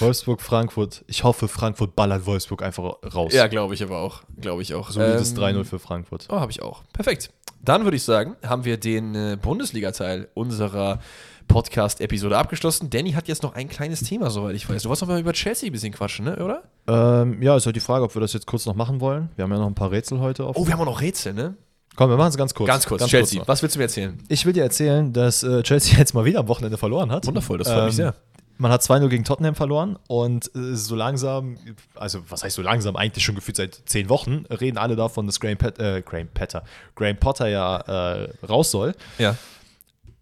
Wolfsburg, Frankfurt. Ich hoffe, Frankfurt ballert Wolfsburg einfach raus. Ja, glaube ich aber auch. Glaube ich auch. Solides Ähm, 3-0 für Frankfurt. Oh, habe ich auch. Perfekt. Dann würde ich sagen, haben wir den äh, Bundesliga-Teil unserer Podcast-Episode abgeschlossen. Danny hat jetzt noch ein kleines Thema, soweit ich weiß. Du wolltest noch mal über Chelsea ein bisschen quatschen, ne? oder? Ähm, ja, ist halt die Frage, ob wir das jetzt kurz noch machen wollen. Wir haben ja noch ein paar Rätsel heute auf. Oh, wir haben auch noch Rätsel, ne? Komm, wir machen es ganz kurz. Ganz kurz, Chelsea. noch. was willst du mir erzählen? ich will dir erzählen, dass äh, Chelsea [laughs] jetzt mal wieder am Wochenende verloren hat. Ähm, Wundervoll, das freut mich sehr. Man hat 2-0 gegen Tottenham verloren und äh, so langsam, also was heißt so langsam, eigentlich schon gefühlt seit zehn Wochen, reden alle davon, dass Graham, Pat äh, Graham, Patter, Graham Potter ja äh, raus soll. Ja.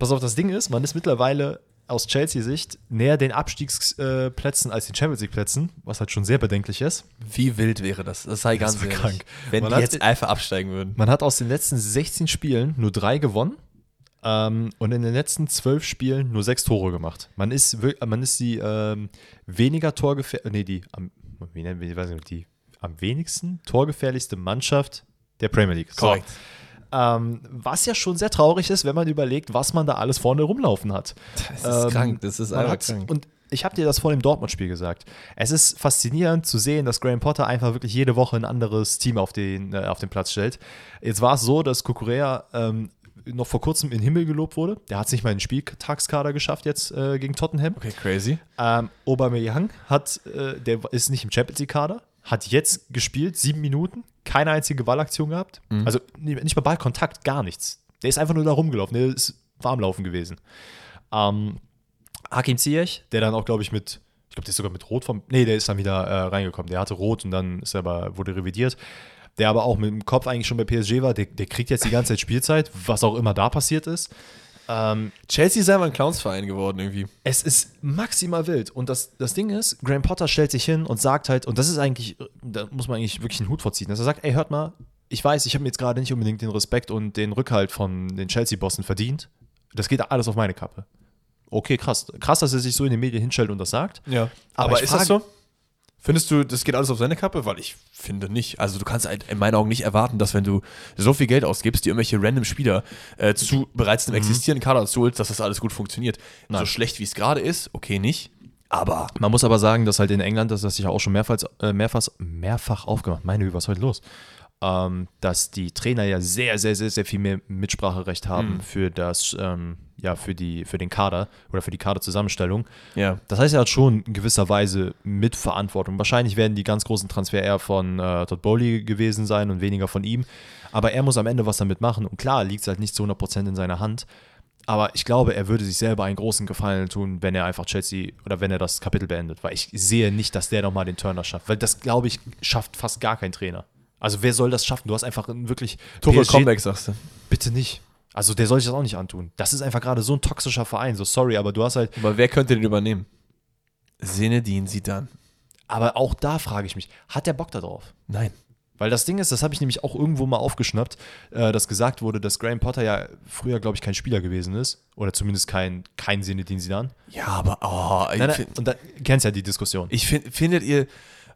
Pass auf, das Ding ist, man ist mittlerweile aus Chelsea-Sicht näher den Abstiegsplätzen als den Champions League-Plätzen, was halt schon sehr bedenklich ist. Wie wild wäre das? Das sei ganz Das wär ehrlich. krank. Wenn Man die hat- jetzt einfach absteigen würden. Man hat aus den letzten 16 Spielen nur drei gewonnen ähm, und in den letzten 12 Spielen nur sechs Tore gemacht. Man ist, wir- man ist die ähm, weniger torgefähr, nee, die am, wie nennen wir die, weiß ich nicht, die am wenigsten torgefährlichste Mannschaft der Premier League. So. Korrekt. Ähm, was ja schon sehr traurig ist, wenn man überlegt, was man da alles vorne rumlaufen hat. Ähm, Das ist krank, das ist man einfach hat- krank. Und ich habe dir das vor dem Dortmund-Spiel gesagt. Es ist faszinierend zu sehen, dass Graham Potter einfach wirklich jede Woche ein anderes Team auf den, äh, auf den Platz stellt. Jetzt war es so, dass Kukurea ähm, noch vor kurzem in den Himmel gelobt wurde. Der hat es nicht mal in den Spieltagskader geschafft jetzt äh, gegen Tottenham. Okay, crazy. Ähm, Aubameyang hat, äh, der ist nicht im Champions League Kader, hat jetzt gespielt, sieben Minuten, keine einzige Ballaktion gehabt. Mhm. Also nie- nicht mal Ballkontakt, gar nichts. Der ist einfach nur da rumgelaufen, der ist warmlaufen gewesen. Ähm, Hakim Ziyech, der dann auch, glaube ich, mit, ich glaube, der ist sogar mit Rot vom, nee, der ist dann wieder äh, reingekommen. Der hatte Rot und dann ist er aber, wurde revidiert. Der aber auch mit dem Kopf eigentlich schon bei PSG war, der, der kriegt jetzt die ganze Zeit Spielzeit, was auch immer da passiert ist. Ähm, Chelsea sei mal ein Clownsverein geworden irgendwie. es ist maximal wild. Und das, das Ding ist, Graham Potter stellt sich hin und sagt halt, und das ist eigentlich, da muss man eigentlich wirklich einen Hut vorziehen, dass er sagt, ey, hört mal, ich weiß, ich habe mir jetzt gerade nicht unbedingt den Respekt und den Rückhalt von den Chelsea-Bossen verdient. Das geht alles auf meine Kappe. Okay, krass. Krass, dass er sich so in den Medien hinstellt und das sagt. Ja. Aber, Aber ich ist das frage- so? Findest du, das geht alles auf seine Kappe? Weil ich finde nicht. Also du kannst halt in meinen Augen nicht erwarten, dass wenn du so viel Geld ausgibst, dir irgendwelche random Spieler äh, zu bereits einem existierenden Kader zuholst, dass das alles gut funktioniert. So schlecht wie es gerade ist, okay, nicht. Aber Man muss aber sagen, dass halt in England, dass das sich ja auch schon mehrfach, äh, mehrfach, mehrfach aufgemacht. Meine Güte, was ist heute los? Ähm, dass die Trainer ja sehr, sehr, sehr, sehr viel mehr Mitspracherecht haben für das, ähm, ja, für die, für den Kader oder für die Kaderzusammenstellung. ja. Das heißt, er hat schon in gewisser Weise Mitverantwortung. Wahrscheinlich werden die ganz großen Transfer eher von äh, Todd Bowley gewesen sein und weniger von ihm. Aber er muss am Ende was damit machen. Und klar, liegt es halt nicht zu 100% in seiner Hand. Aber ich glaube, er würde sich selber einen großen Gefallen tun, wenn er einfach Chelsea oder wenn er das Kapitel beendet. Weil ich sehe nicht, dass der nochmal den Turner schafft. Weil das, glaube ich, schafft fast gar kein Trainer. Also wer soll das schaffen? Du hast einfach einen wirklich Tuchel PSG Comeback, sagst du. Bitte nicht. Also der soll sich das auch nicht antun. Das ist einfach gerade so ein toxischer Verein. So sorry, aber du hast halt Aber wer könnte den übernehmen? Sinedin Sidan. Aber auch da frage ich mich, hat der Bock da drauf? Nein. Weil das Ding ist, das habe ich nämlich auch irgendwo mal aufgeschnappt, äh, dass gesagt wurde, dass Graham Potter ja früher, glaube ich, kein Spieler gewesen ist. Oder zumindest kein, kein Sinedin Sinan. Ja, aber oh, ich Nein, nein, find- und da kennst ja die Diskussion. Ich fin- findet ihr,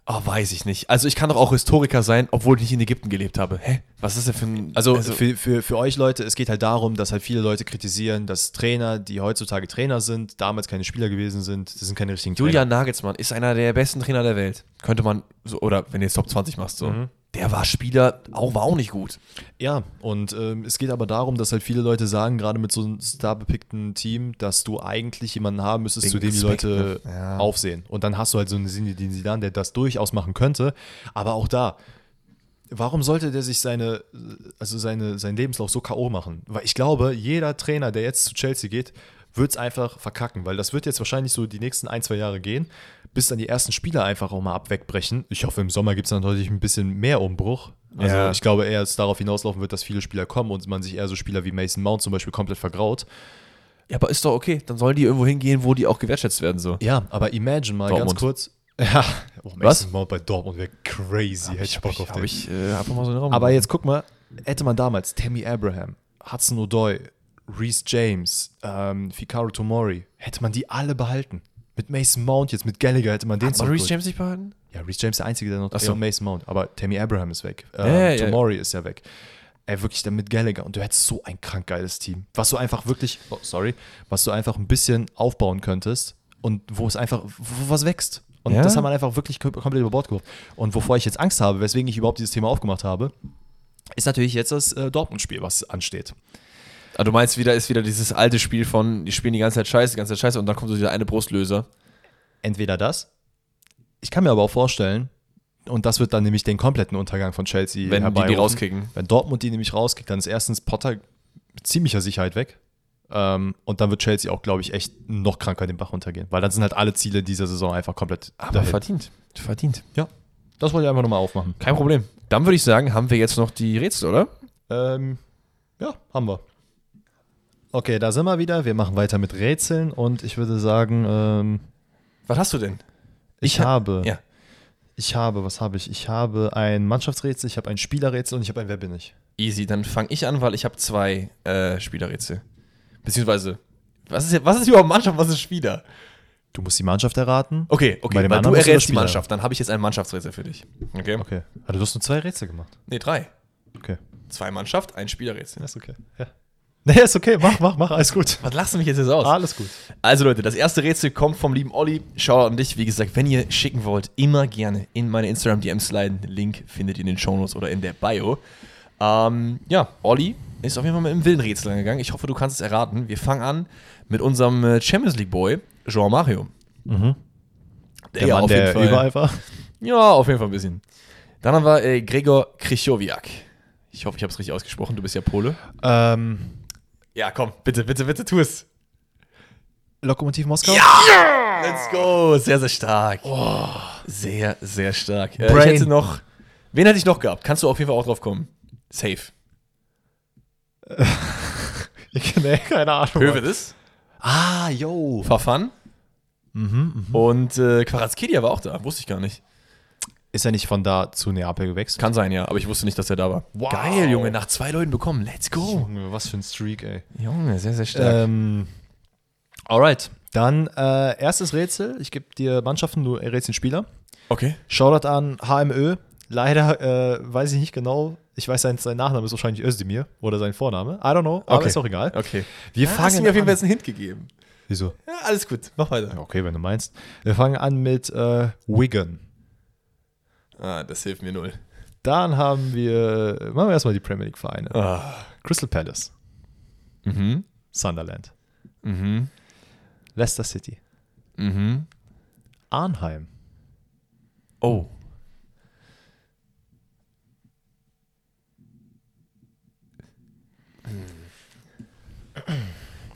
oh, weiß ich nicht. Also ich kann doch auch Historiker sein, obwohl ich nicht in Ägypten gelebt habe. Hä? Was ist denn für ein. Also, für, für, für euch Leute, es geht halt darum, dass halt viele Leute kritisieren, dass Trainer, die heutzutage Trainer sind, damals keine Spieler gewesen sind, das sind keine richtigen Trainer. Julian Nagelsmann ist einer der besten Trainer der Welt. Könnte man so, oder wenn du jetzt Top 20 machst, so. Der war Spieler, auch war auch nicht gut. Ja, und ähm, es geht aber darum, dass halt viele Leute sagen, gerade mit so einem starbepickten Team, dass du eigentlich jemanden haben müsstest, Wegen zu dem die Respekt, Leute ne? Ja. aufsehen. Und dann hast du halt so einen Sinne, den sie dann, der das durchaus machen könnte. Aber auch da, warum sollte der sich seine, also seine, seinen Lebenslauf so K.O. machen? Weil ich glaube, jeder Trainer, der jetzt zu Chelsea geht, wird es einfach verkacken, weil das wird jetzt wahrscheinlich so die nächsten ein, zwei Jahre gehen, bis dann die ersten Spieler einfach auch mal abwegbrechen. Ich hoffe, im Sommer gibt es natürlich ein bisschen mehr Umbruch. Also Ja. ich glaube eher, dass es darauf hinauslaufen wird, dass viele Spieler kommen und man sich eher so Spieler wie Mason Mount zum Beispiel komplett vergraut. Ja, aber ist doch okay. Dann sollen die irgendwo hingehen, wo die auch gewertschätzt werden. So. Ja, aber imagine mal Dortmund. ganz kurz. [laughs] Ja, oh, Mason Was? Mount bei Dortmund wäre crazy. Hätte ich Bock auf Hab den. ich äh, einfach mal so einen Raum. Aber jetzt guck mal, hätte man damals Tammy Abraham, Hudson O'Doy, Reese James, ähm, Fikaru Tomori, hätte man die alle behalten. Mit Mason Mount jetzt, mit Gallagher hätte man den Hat man Reece zurückgeholt. James nicht behalten? Ja, Reese James der Einzige, der noch Ach so. so. Mason Mount. Aber Tammy Abraham ist weg. Ähm, Ja, ja, ja. Tomori ist ja weg. Ey, wirklich dann mit Gallagher. Und du hättest so ein krank geiles Team. Was du einfach wirklich, oh, sorry, was du einfach ein bisschen aufbauen könntest und wo es einfach, wo was wächst. Und Ja. das haben wir einfach wirklich kom- komplett über Bord geworfen. Und wovor ich jetzt Angst habe, weswegen ich überhaupt dieses Thema aufgemacht habe, ist natürlich jetzt das äh, Dortmund-Spiel, was ansteht. Ah, du meinst wieder, ist wieder dieses alte Spiel von, die spielen die ganze Zeit Scheiße, die ganze Zeit Scheiße und dann kommt so dieser eine Brustlöser. Entweder das. Ich kann mir aber auch vorstellen, und das wird dann nämlich den kompletten Untergang von Chelsea Wenn die die herbeirufen. rauskicken. Wenn Dortmund die nämlich rauskickt, dann ist erstens Potter mit ziemlicher Sicherheit weg. Ähm, und dann wird Chelsea auch, glaube ich, echt noch kranker den Bach runtergehen. Weil dann sind halt alle Ziele dieser Saison einfach komplett dahin. Ah, verdient. Verdient. Ja, das wollte ich einfach nochmal aufmachen. Kein Problem. Dann würde ich sagen, haben wir jetzt noch die Rätsel, oder? Ähm, ja, haben wir. Okay, da sind wir wieder. Wir machen weiter mit Rätseln und ich würde sagen, ähm, Was hast du denn? ich, Ich ha- habe. ja. Ich habe, was habe ich? Ich habe ein Mannschaftsrätsel, ich habe ein Spielerrätsel und ich habe ein Wer bin ich? Easy, dann fange ich an, weil ich habe zwei äh, Spielerrätsel. Beziehungsweise, was ist, was ist überhaupt Mannschaft, was ist Spieler? Du musst die Mannschaft erraten. Okay, okay, Bei dem weil anderen du musst du errätst das die Spieler. Mannschaft, dann habe ich jetzt ein Mannschaftsrätsel für dich. Okay? Okay. Also, du hast nur zwei Rätsel gemacht. Nee, drei. Okay. Zwei Mannschaft, ein Spielerrätsel. Ja, ist okay. Ja. [laughs] Nee, ist okay. Mach, mach, mach. Alles gut. Was lachst du mich jetzt jetzt aus? Alles gut. Also Leute, das erste Rätsel kommt vom lieben Olli. Shoutout an dich. Wie gesagt, wenn ihr schicken wollt, immer gerne in meine Instagram-DMs sliden. Link findet ihr in den Shownotes oder in der Bio. Ähm, ja, Olli ist auf jeden Fall mit dem Willenrätsel angegangen. Ich hoffe, du kannst es erraten. Wir fangen an mit unserem äh, Champions League-Boy, Jean Mario. Mhm. Der Mann, der überall war. Ja, auf jeden Fall ein bisschen. Dann haben wir äh, Gregor Krychowiak. Ich hoffe, ich habe es richtig ausgesprochen. Du bist ja Pole. Ähm, Ja, komm, bitte, bitte, bitte, tu es. Lokomotiv Moskau? [laughs] Ja! Let's go. Sehr, sehr stark. Sehr, sehr stark. Äh, ich Brain. hätte noch. Wen hätte ich noch gehabt? Kannst du auf jeden Fall auch drauf kommen. Safe. nee, keine Ahnung. Hövedes, Ah, yo. Fafan und äh, Quarazkelia war auch da. Wusste ich gar nicht. Ist er nicht von da zu Neapel gewechselt? Kann sein, ja. Aber ich wusste nicht, dass er da war. Wow. Geil, Junge. Nach zwei Leuten bekommen. Let's go. Oh, Äh, Junge, was für ein Streak, ey. Junge, sehr, sehr stark. Ähm, alright. Dann äh, erstes Rätsel. Ich gebe dir Mannschaften, du rätst den Spieler. okay. Shoutout an HMÖ. Leider äh, weiß ich nicht genau. Ich weiß, sein, sein Nachname ist wahrscheinlich Özdemir oder sein Vorname. I don't know, aber Okay. ist auch egal. Okay. Wir Ja, hast du mir auf jeden Fall an. jetzt einen Hint gegeben. Wieso? Ja, alles gut. Mach weiter. Ja, Okay, wenn du meinst. Wir fangen an mit äh, Wigan. Ah, das hilft mir null. Dann haben wir, machen wir erstmal die Premier League Vereine. Ah. Crystal Palace, Mhm. Sunderland, Mhm. Leicester City, Mhm. Arnheim, Oh.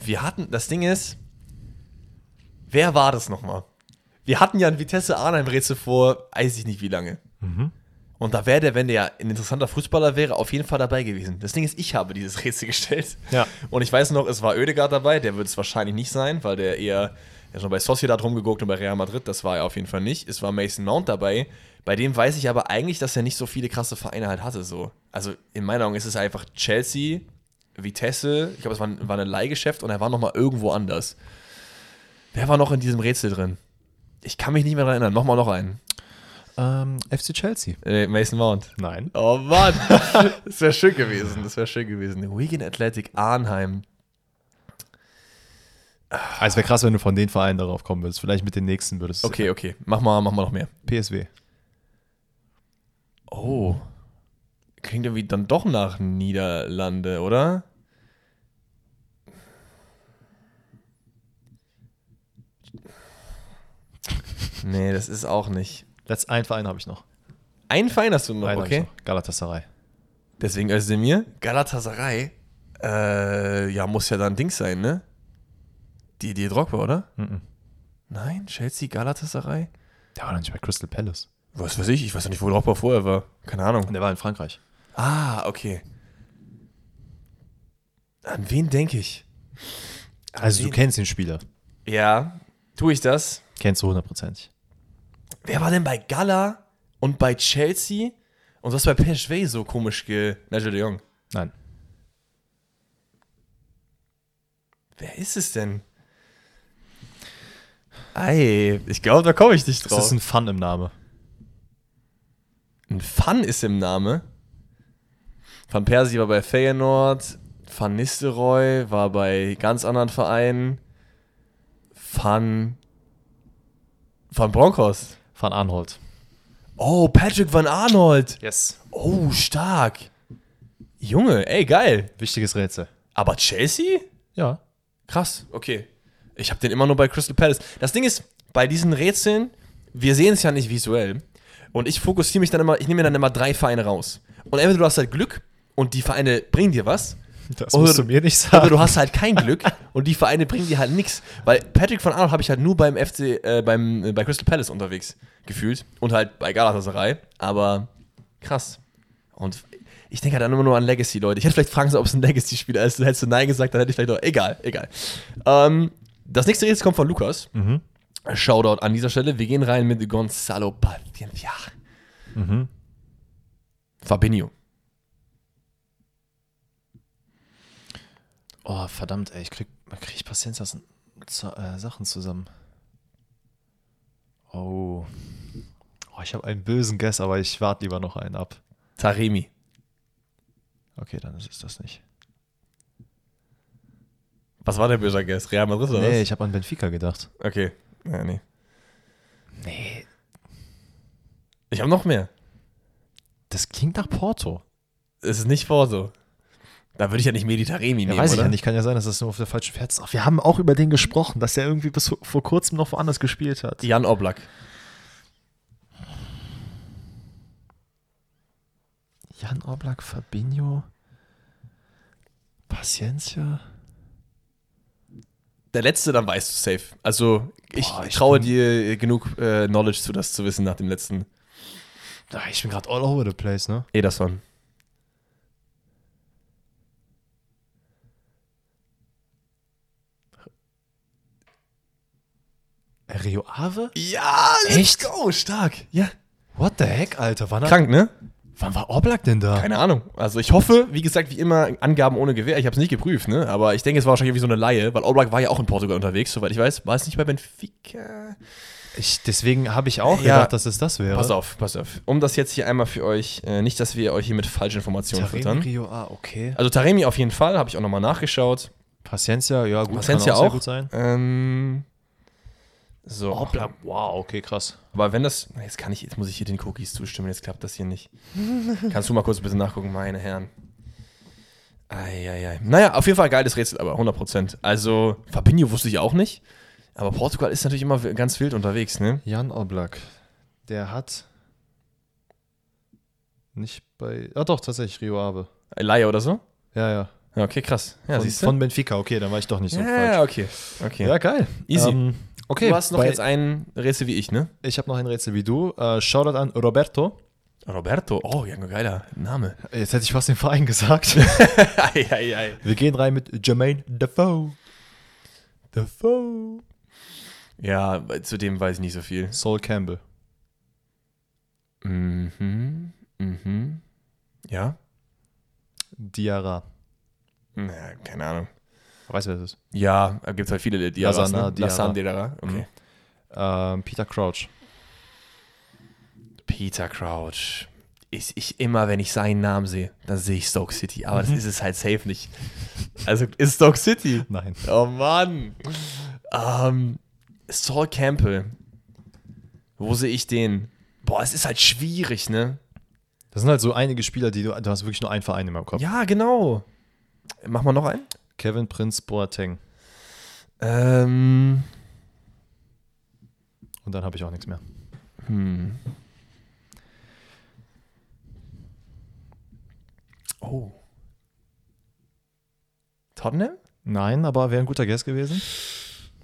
Wir hatten, das Ding ist, wer war das nochmal? Wir hatten ja ein Vitesse Arnheim-Rätsel vor, weiß ich nicht wie lange. Und da wäre der, wenn der ein interessanter Fußballer wäre, auf jeden Fall dabei gewesen. Das Ding ist, ich habe dieses Rätsel gestellt. Ja. Und ich weiß noch, es war Oedegaard dabei, der wird es wahrscheinlich nicht sein, weil der eher der ist schon bei Sociedad rumgeguckt und bei Real Madrid, das war er auf jeden Fall nicht. Es war Mason Mount dabei, bei dem weiß ich aber eigentlich, dass er nicht so viele krasse Vereine halt hatte. So. Also in meinen Augen ist es einfach Chelsea, Vitesse, ich glaube, es war, ein- war ein Leihgeschäft und er war nochmal irgendwo anders. Wer war noch in diesem Rätsel drin? Ich kann mich nicht mehr daran erinnern. Nochmal noch einen. ähm, FC Chelsea. Äh, Mason Mount. Nein. Oh Mann, [laughs] das wäre schön gewesen, das wäre schön gewesen. Wigan Athletic Arnheim. Ah, es wäre krass, wenn du von den Vereinen darauf kommen würdest. Vielleicht mit den nächsten würdest du. Okay, okay, mach mal, mach mal noch mehr. PSW. Oh, klingt irgendwie dann doch nach Niederlande, oder? Nee, das ist auch nicht. Letzt einen Verein habe ich noch. Einen Verein hast du noch, Einen hab ich okay? noch. Galatasaray. Deswegen Özdemir. Galatasaray. Äh, ja, muss ja dann Dings sein, ne? Die, die Drogba, oder? Mhm. Nein, Chelsea, Galatasaray. Der war doch nicht bei Crystal Palace. Was weiß ich, ich weiß doch nicht, wo Drogba vorher war. Keine Ahnung. Und der war in Frankreich. Ah, okay. An wen denke ich? An Also du wen? kennst den Spieler. Ja, tue ich das? Kennst du hundertprozentig. Wer war denn bei Gala und bei Chelsea und was bei PSV so komisch ge... Nigel de Jong. Nein. Wer ist es denn? Ei, ich glaube, da komme ich nicht Das ist ein Fun im Name. Ein Fan ist im Name. Van Persie war bei Feyenoord. Van Nistelrooy war bei ganz anderen Vereinen. Van. Van Bronckhorst. Van Arnold. Oh, Patrick Van Arnold. Yes. Oh, stark. Junge, ey, geil. Wichtiges Rätsel. Aber Chelsea? Ja. Krass, okay. Ich habe den immer nur bei Crystal Palace. Das Ding ist, bei diesen Rätseln, wir sehen es ja nicht visuell. Und ich fokussiere mich dann immer, ich nehme mir dann immer drei Vereine raus. Und entweder du hast halt Glück und die Vereine bringen dir was, Das Oder- musst du mir nicht aber sagen. du hast halt kein Glück und die Vereine bringen dir halt nichts. Weil Patrick von Arnold habe ich halt nur beim FC, äh, beim, äh, bei Crystal Palace unterwegs gefühlt. Und halt bei Galatasaray. Aber krass. Und ich denke halt dann immer nur an Legacy, Leute. Ich hätte vielleicht fragen sollen, ob es ein Legacy-Spieler ist. Hättest du Nein gesagt, dann hätte ich vielleicht auch. Egal, egal. Ähm, das nächste Rätsel kommt von Lukas. Shoutout an dieser Stelle. Wir gehen rein mit Gonzalo Paciencia. Mhm. Fabinho. Oh, verdammt, ey. Ich krieg, krieg ich Patienz aus äh, Sachen zusammen. Oh. oh ich habe einen bösen Guess, aber ich warte lieber noch einen ab. Taremi. Okay, dann ist es das nicht. Was war der böse Guess? Real Madrid oder Nee, ich habe an Benfica gedacht. was? Okay. Ja, nee. Nee. Ich habe noch mehr. Das klingt nach Porto. Es ist nicht Porto. Da würde ich ja nicht Meditaremi Ja, nehmen, weiß ich oder? ja nicht. Kann ja sein, dass das nur auf der falschen Pferd ist. Ach, wir haben auch über den gesprochen, dass er irgendwie bis vor- vor kurzem noch woanders gespielt hat. Jan Oblak. Jan Oblak, Fabinho, Paciencia. Der letzte, dann weißt du safe. Also, ich Boah, ich traue bin- dir genug äh, Knowledge zu, das zu wissen nach dem letzten. Ah, Ich bin gerade all over the place, ne? Ederson. Rio Ave? Ja, let's Echt? go, Oh, stark. Ja. What the heck, Alter? Wann, hat, Krank, ne? wann war Oblak denn da? Keine Ahnung. Also ich hoffe, wie gesagt, wie immer, Angaben ohne Gewähr. Ich habe es nicht geprüft, ne? Aber ich denke, es war wahrscheinlich irgendwie so eine Laie, weil Oblak war ja auch in Portugal unterwegs, soweit ich weiß. War es nicht bei Benfica? Ich, deswegen habe ich auch Ja. gedacht, dass es das wäre. Pass auf, pass auf. Um das jetzt hier einmal für euch, äh, nicht, dass wir euch hier mit falschen Informationen Taremi, füttern. Rio A, okay. Also Taremi auf jeden Fall, habe ich auch nochmal nachgeschaut. Paciencia, ja gut, Paciencia sehr auch. gut sein. Ähm, so. Oblak, wow, okay, krass. Aber wenn das. na, Jetzt kann ich, jetzt muss ich hier den Cookies zustimmen, jetzt klappt das hier [laughs] nicht. Kannst du mal kurz bitte nachgucken, meine Herren. Eieiei. Naja, auf jeden Fall geiles Rätsel, aber 100%. Also, Fabinho wusste ich auch nicht. Aber Portugal ist natürlich immer ganz wild unterwegs, ne? Jan Oblak, der hat nicht bei, ah doch, tatsächlich Rio Ave. Laie oder so? Ja, ja. Ja, okay, krass. Ja, Von, siehst du? von Benfica, okay, dann war ich doch nicht so ja, falsch. okay. okay. Ja, geil. Easy. Ähm, okay, du hast noch bei- jetzt einen Rätsel wie ich, ne? ich habe noch ein Rätsel wie du. Äh, Shoutout an Roberto. Roberto. Oh, ja, geiler [laughs] Name. Jetzt hätte ich fast den Verein gesagt. [laughs] Eieiei. Wir gehen rein mit Jermaine Defoe. Defoe. Ja, zu dem weiß ich nicht so viel. Sol Campbell. Mhm. Mhm. Ja? Diarra. Na, keine Ahnung. Weißt du, wer das ist? Ja, gibt es halt viele Diaras, Lasana, ne? Diarra. Lasana Diarra. Okay. Ähm, Peter Crouch. Peter Crouch. Ich, ich immer, wenn ich seinen Namen sehe, dann sehe ich Stoke City. Aber das ist es halt safe nicht. Also ist Stoke City. Nein. Oh Mann. Ähm, Saul Campbell. Wo sehe ich den? Boah, es ist halt schwierig, ne? Das sind halt so einige Spieler, die du, du hast wirklich nur einen Verein in meinem Kopf. Ja, genau. Machen wir noch einen? Kevin Prince Boateng. Ähm, Und dann habe ich auch nichts mehr. hm. Oh. Tottenham? Nein, aber wäre ein guter Guess gewesen.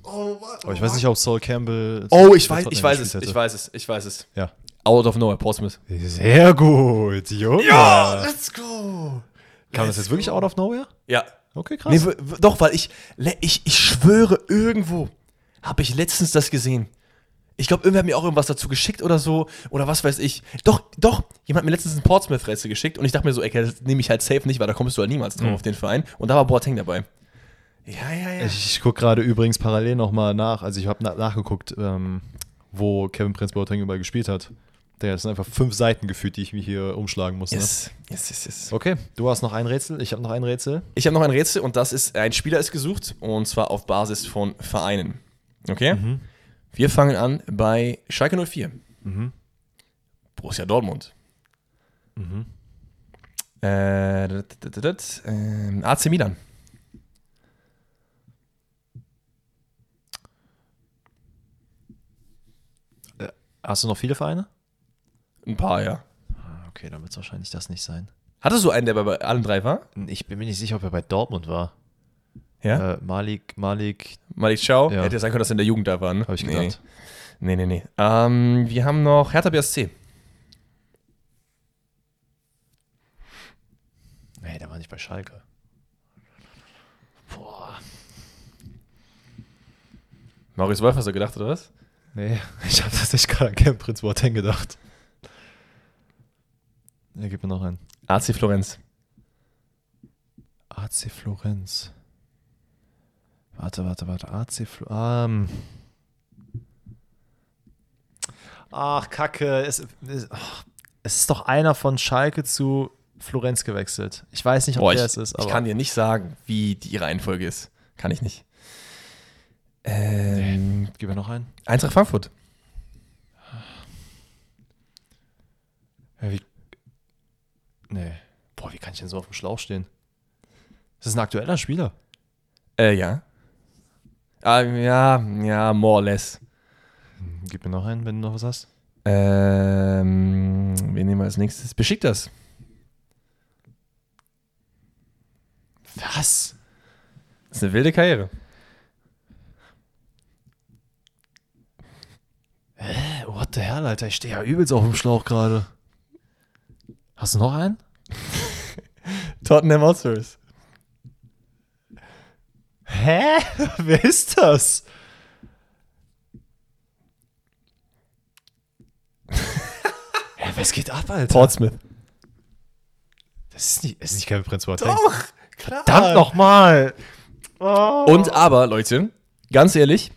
Oh, Aber ich weiß nicht, ob Saul Campbell. Oh, ich für weiß, Tottenham ich weiß gespielt es, ich hätte. weiß es, ich weiß es. Ja. Out of nowhere, Portsmouth. Sehr gut, Junge. let's go. Kam das jetzt wirklich out of nowhere? Ja. Okay, krass. Nee, w- w- doch, weil ich, le- ich, ich schwöre, irgendwo habe ich letztens das gesehen. Ich glaube, irgendwer hat mir auch irgendwas dazu geschickt oder so, oder was weiß ich. Doch, doch, jemand hat mir letztens ein Portsmouth-Rätsel geschickt und ich dachte mir so, ey, das nehme ich halt safe nicht, weil da kommst du halt niemals drauf auf den Verein. Und da war Boateng dabei. Äh, Ja, ja, ja. Ich, ich gucke gerade übrigens parallel nochmal nach. Also ich habe na nachgeguckt, ähm, wo Kevin Prince Boateng überall gespielt hat. Der sind einfach fünf Seiten gefühlt, die ich mir hier umschlagen muss. yes, yes, yes, yes. Ne? Okay, du hast noch ein Rätsel, ich habe noch ein Rätsel. Ich habe noch ein Rätsel und das ist, ein Spieler ist gesucht und zwar auf Basis von Vereinen. Okay? Mhm. Wir fangen an bei Schalke 04. Mhm. Borussia Dortmund. Mhm. Äh, dat, dat, dat, dat, ähm, AC Milan. Hast du noch viele Vereine? Ein paar, ja. Okay, dann wird es wahrscheinlich das nicht sein. Hattest du einen, der bei, bei allen drei war? Ich bin mir nicht sicher, ob er bei Dortmund war. Ja. Äh, Malik, Malik, Malik Schau. ja. Hätte ja sein können, dass er in der Jugend da war. Ne? habe ich Nee. gedacht. Nee, nee, nee. Ähm, wir haben noch Hertha BSC. Nee, der war nicht bei Schalke. Boah. Marius Wolf hast du gedacht, oder was? Nee, [laughs] ich habe das nicht gerade an Kevin Prince Boateng gedacht. Er gibt mir noch einen. AC Florenz. AC Florenz. Warte, warte, warte. AC Florenz. Ach, Kacke. Es, es, ach, es ist doch einer von Schalke zu Florenz gewechselt. Ich weiß nicht, ob Boah, ich, der es ist, aber. ich kann dir nicht sagen, wie die ihre Reihenfolge ist. Kann ich nicht. Ähm, Gib mir noch einen. Eintracht Frankfurt. Ja, wie, nee. Boah, wie kann ich denn so auf dem Schlauch stehen? Das ist ein aktueller Spieler. Äh, ja. Ah, ja, ja, more or less. Gib mir noch einen, wenn du noch was hast. Ähm, wen nehmen wir als nächstes? Beschickt das. Was? Das ist eine wilde Karriere. Äh, what the hell, Alter? Ich stehe ja übelst auf dem Schlauch gerade. Hast du noch einen? Tottenham Hotspurs. Hä? [laughs] Wer ist das? [laughs] Hä, was geht ab, Alter? Portsmouth. das ist nicht, das ist nicht Kevin Prinz Boateng. Doch, klar. Verdammt nochmal! Und aber, Leute, ganz ehrlich,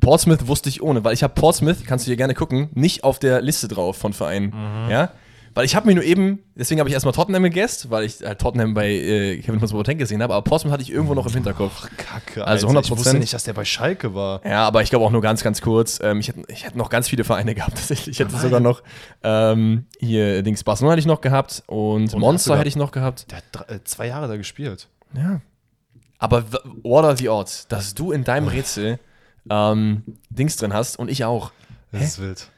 Portsmouth wusste ich ohne, weil ich habe Portsmouth, kannst du hier gerne gucken, nicht auf der Liste drauf von Vereinen. Ja? Weil ich habe mir nur eben, deswegen habe ich erstmal Tottenham gegessen, weil ich halt Tottenham bei äh, Kevin Prince Boateng gesehen habe, aber Portsmouth hatte ich irgendwo noch im Hinterkopf. Kacke, Also Alter. Ich 100%. wusste nicht, dass der bei Schalke war. Ja, aber ich glaube auch nur ganz, ganz kurz. Ähm, ich, hätte, ich hätte noch ganz viele Vereine [laughs] gehabt, tatsächlich. Ich hätte Nein. sogar noch ähm, hier Dings Barcelona hätte ich noch gehabt und, Monster Portugal. hätte ich noch gehabt. Der hat drei, äh, zwei Jahre da gespielt. Ja. Aber w- what are the odds, dass du in deinem Rätsel ähm, Dings drin hast und ich auch? Das ist wild.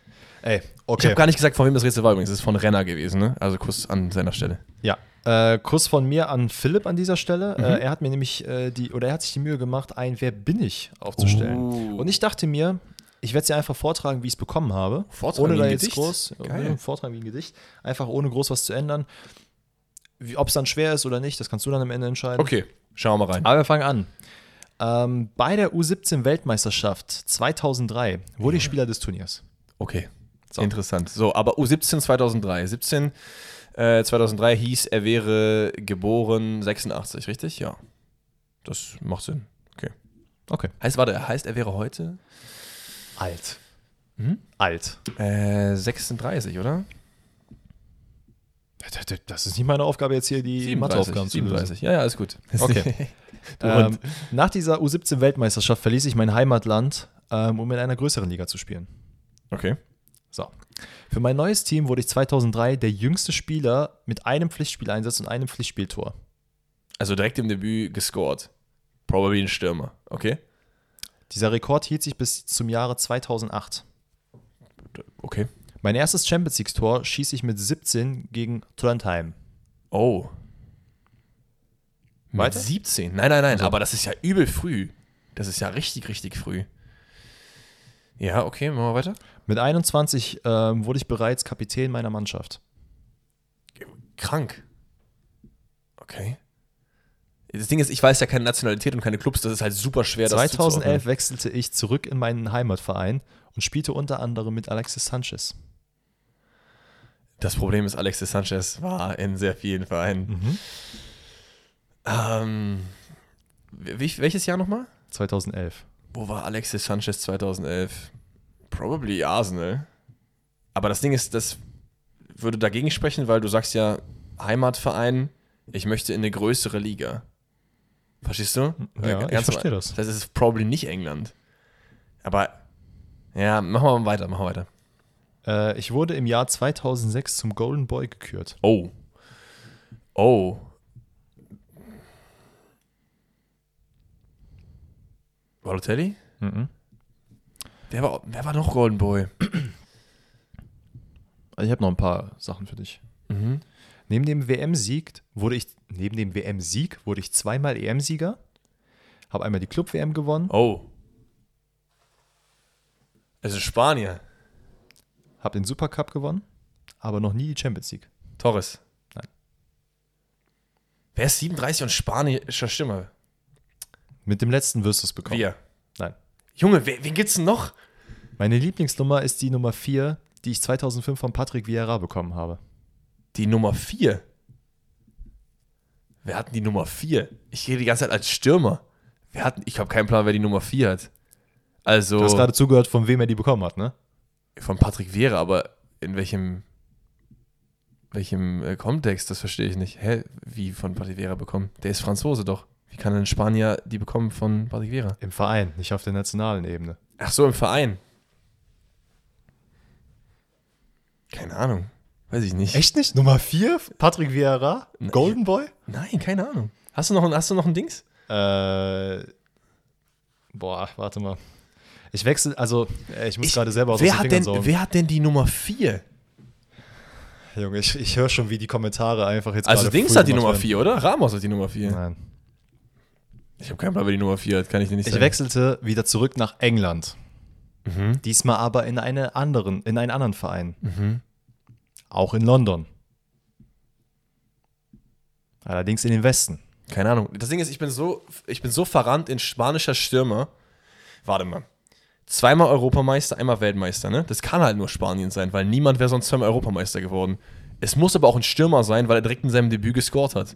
Ey, Ich okay. habe gar nicht gesagt, von wem das Rätsel war übrigens. Es ist von Renner gewesen, ne? Also Kuss an seiner Stelle. Ja. Äh, Kuss von mir an Philipp an dieser Stelle. Mhm. Äh, er hat mir nämlich äh, die, oder er hat sich die Mühe gemacht, ein Wer bin ich aufzustellen. Oh. Und ich dachte mir, ich werde es dir einfach vortragen, wie ich es bekommen habe. Vortragen ohne wie da ein jetzt Gedicht? groß. Geil. ohne Vortragen wie ein Gedicht. Einfach ohne groß was zu ändern. Ob es dann schwer ist oder nicht, das kannst du dann am Ende entscheiden. Okay, schauen wir mal rein. Aber wir fangen an. Ähm, bei der U17-Weltmeisterschaft 2003 wurde ich Spieler des Turniers. Okay. Interessant. So, aber U17 2003. 17 äh, 2003 hieß, er wäre geboren 86, richtig? Ja. Das macht Sinn. Okay. Okay. Heißt, warte, heißt, er wäre heute Alt. Hm? Alt. äh, 36, oder? Das ist nicht meine Aufgabe, jetzt hier die Matheaufgaben zu lösen. 37. Ja, ja, ist gut. Okay. Du Hund. Ähm, nach dieser U17-Weltmeisterschaft verließ ich mein Heimatland, ähm, um in einer größeren Liga zu spielen. [laughs] okay. So. Für mein neues Team wurde ich 2003 der jüngste Spieler mit einem Pflichtspieleinsatz und einem Pflichtspieltor. Also direkt im Debüt gescored. Probably ein Stürmer. Okay. Dieser Rekord hielt sich bis zum Jahre 2008. Okay. Mein erstes Champions League-Tor schieß ich mit 17 gegen Trondheim. Oh. Mit 17? Nein, nein, nein. Aber das ist ja übel früh. Das ist ja richtig, richtig früh. Ja, okay, machen wir weiter. Mit 21 ähm, wurde ich bereits Kapitän meiner Mannschaft. Krank. Okay. Das Ding ist, ich weiß ja keine Nationalität und keine Clubs, das ist halt super schwer, das 2011 wechselte ich zurück in meinen Heimatverein und spielte unter anderem mit Alexis Sanchez. Das Problem ist, Alexis Sanchez war in sehr vielen Vereinen. Ähm, wel- welches Jahr nochmal? 2011. Wo war Alexis Sanchez 2011? Probably Arsenal. Aber das Ding ist, das würde dagegen sprechen, weil du sagst ja, Heimatverein, ich möchte in eine größere Liga. Verstehst du? Ja, ich ganz verstehe am- das. Das heißt, es ist probably nicht England. Aber ja, machen wir mal weiter, machen wir weiter. Äh, ich wurde im Jahr 2006 zum Golden Boy gekürt. Oh. Oh. Balotelli? Mhm. Wer war, wer war noch Golden Boy? Also Ich habe noch ein paar Sachen für dich. Mhm. Neben dem WM-Sieg wurde ich neben dem WM-Sieg wurde ich zweimal EM-Sieger, habe einmal die Club WM gewonnen, Oh. Es ist Spanier. habe den Supercup gewonnen, aber noch nie die Champions League. Torres. Nein. Wer ist 37 und spanischer Stimme? Mit dem letzten wirst du es bekommen. Wir. Nein. Junge, wer, wen gibt's denn noch? Meine Lieblingsnummer ist die Nummer 4, die ich 2005 von Patrick Vieira bekommen habe. Die Nummer 4. Wer hat denn die Nummer 4? Ich gehe die ganze Zeit als Stürmer. Wer hat, ich habe keinen Plan, wer die Nummer 4 hat. Also Du hast gerade zugehört, von wem er die bekommen hat, ne? von Patrick Vera, aber in welchem welchem äh, Kontext, das verstehe ich nicht. Hä, wie von Patrick Vera bekommen? Der ist Franzose doch. Wie kann ein Spanier die bekommen von Patrick Vera? Im Verein, nicht auf der nationalen Ebene. Ach so, im Verein. Keine Ahnung. Weiß ich nicht. Echt nicht? Nummer 4? Patrick Vieira? Nein. Golden Boy? Nein, keine Ahnung. Hast du noch ein, hast du noch ein Dings? Äh, boah, warte mal. Ich wechsle, also äh, ich muss Ich- gerade selber aus wer den hat, Fingern denn, saugen. wer hat denn die Nummer 4? Junge, ich, ich höre schon, wie die Kommentare einfach jetzt Also gerade Dings früh hat die gemacht Nummer werden. 4, oder? Ramos hat die Nummer 4. Nein. Ich habe keinen Plan, wer die Nummer 4 hat, kann ich dir nicht Ich sagen. wechselte wieder zurück nach England. Mhm. Diesmal aber in, eine anderen, in einen anderen Verein. Auch in London. Allerdings in den Westen. Keine Ahnung. Das Ding ist, ich bin so, ich bin so verrannt in spanischer Stürmer. Warte mal. Zweimal Europameister, einmal Weltmeister, ne? Das kann halt nur Spanien sein, weil niemand wäre sonst zweimal Europameister geworden. Es muss aber auch ein Stürmer sein, weil er direkt in seinem Debüt gescored hat.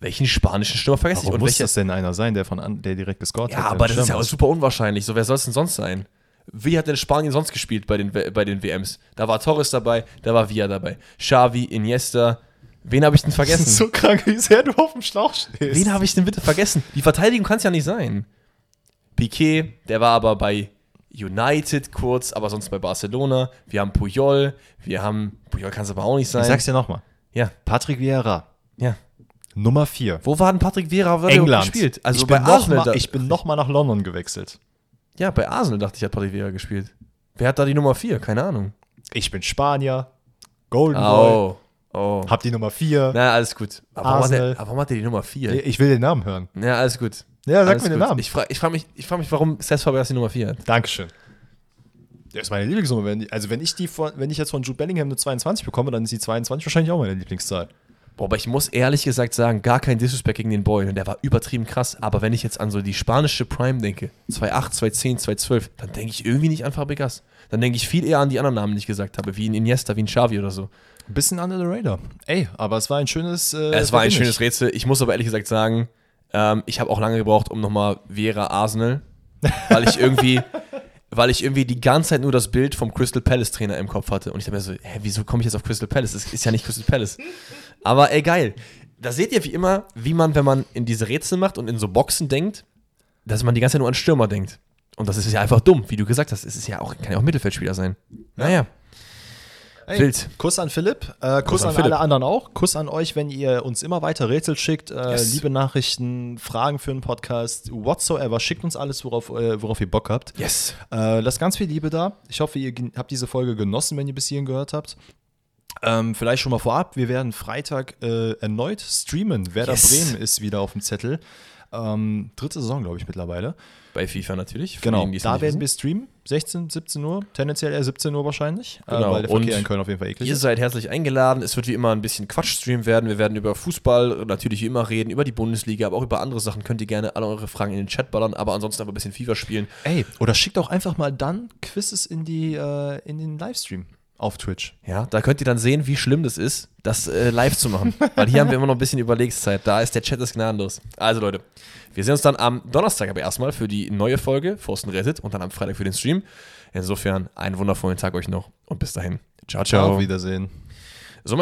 Welchen spanischen Stürmer vergesse Warum ich? muss welche- das denn einer sein, der, von an, der direkt gescored hat? ja, der aber ein das ist ja Stürmer auch super unwahrscheinlich. So, wer soll es denn sonst sein? Wie hat denn Spanien sonst gespielt bei den, W- bei den WMs? Da war Torres dabei, da war Villa dabei. Xavi, Iniesta. Wen habe ich denn [laughs] Das [laughs] vergessen? ist so krank, wie sehr du auf dem Schlauch stehst. Wen habe ich denn bitte vergessen? Die Verteidigung kann es ja nicht sein. Piquet, der war aber bei United kurz, aber sonst bei Barcelona. Wir haben Puyol, wir haben. Puyol kann es aber auch nicht sein. ich sag's dir nochmal. ja, Patrick Vieira, ja. Nummer 4. Wo war denn Patrick Vera? wo hat er England. gespielt? Also ich bei bin noch Arsenal. mal, da- ich bin nochmal nach London gewechselt. ja, bei Arsenal dachte ich, hat Patrick Vera gespielt. Wer hat da die Nummer 4? Keine Ahnung. Ich bin Spanier, Golden Boy, Oh. Oh. hab die Nummer 4. Na, alles gut. Aber warum, hat der, Arsenal. aber warum hat der die Nummer 4? Ich will den Namen hören. Ja, alles gut. Ja, sag alles mir den gut. Namen. Ich frage ich frag mich, ich frag mich, warum Seth Fabregas die Nummer 4 hat. Dankeschön. Das ist meine Lieblingsnummer. Wenn die, also wenn ich, die von, wenn ich jetzt von Jude Bellingham eine 22 bekomme, dann ist die 22 wahrscheinlich auch meine Lieblingszahl. Boah, aber ich muss ehrlich gesagt sagen, gar kein Disrespect gegen den Boy. ne? Der war übertrieben krass. Aber wenn ich jetzt an so die spanische Prime denke, 2.8, 2.10, 2.12, dann denke ich irgendwie nicht an Fabregas. Dann denke ich viel eher an die anderen Namen, die ich gesagt habe, wie ein Iniesta, wie ein Xavi oder so. Ein bisschen under the radar. Ey, aber es war ein schönes. äh, es war ein Verdienst. schönes Rätsel. Ich muss aber ehrlich gesagt sagen, ähm, ich habe auch lange gebraucht, um nochmal Vera Arsenal, weil ich [laughs] irgendwie, weil ich irgendwie die ganze Zeit nur das Bild vom Crystal Palace Trainer im Kopf hatte. Und ich dachte mir so, hä, wieso komme ich jetzt auf Crystal Palace? Das ist ja nicht Crystal Palace. Aber ey, geil. Da seht ihr wie immer, wie man, wenn man in diese Rätsel macht und in so Boxen denkt, dass man die ganze Zeit nur an Stürmer denkt. Und das ist ja einfach dumm, wie du gesagt hast. Es ist ja auch, kann ja auch Mittelfeldspieler sein. Naja. Ey, Wild. Kuss an Philipp, äh, Kuss, an an, Philipp. alle anderen auch. Kuss an euch, wenn ihr uns immer weiter Rätsel schickt, äh, Yes. liebe Nachrichten, Fragen für den Podcast, whatsoever. Schickt uns alles, worauf, äh, worauf ihr Bock habt. Yes. Äh, lasst ganz viel Liebe da. Ich hoffe, ihr gen- habt diese Folge genossen, wenn ihr bis hierhin gehört habt. Ähm, vielleicht schon mal vorab, wir werden Freitag äh, erneut streamen. Werder Yes. Bremen ist wieder auf dem Zettel. Ähm, dritte Saison, glaube ich, mittlerweile. Bei FIFA natürlich. für Genau, diejenigen, die es da nicht wissen. werden wir streamen. 16, 17 Uhr, tendenziell eher 17 Uhr wahrscheinlich, Genau, äh, weil der Verkehr und in Köln auf jeden Fall eklig Ihr ist. seid herzlich eingeladen. Es wird wie immer ein bisschen Quatschstream werden. Wir werden über Fußball natürlich wie immer reden, über die Bundesliga, aber auch über andere Sachen. Könnt ihr gerne alle eure Fragen in den Chat ballern, aber ansonsten einfach ein bisschen FIFA spielen. Ey, oder schickt auch einfach mal dann Quizzes in, die, äh, in den Livestream auf Twitch. Ja, da könnt ihr dann sehen, wie schlimm das ist, das äh, live zu machen. Weil hier haben wir immer noch ein bisschen Überlegszeit. Da ist der Chat ist gnadenlos. Also Leute, wir sehen uns dann am Donnerstag aber erstmal für die neue Folge Forsten Reddit und dann am Freitag für den Stream. Insofern einen wundervollen Tag euch noch und bis dahin. Ciao, ciao. Auf Wiedersehen.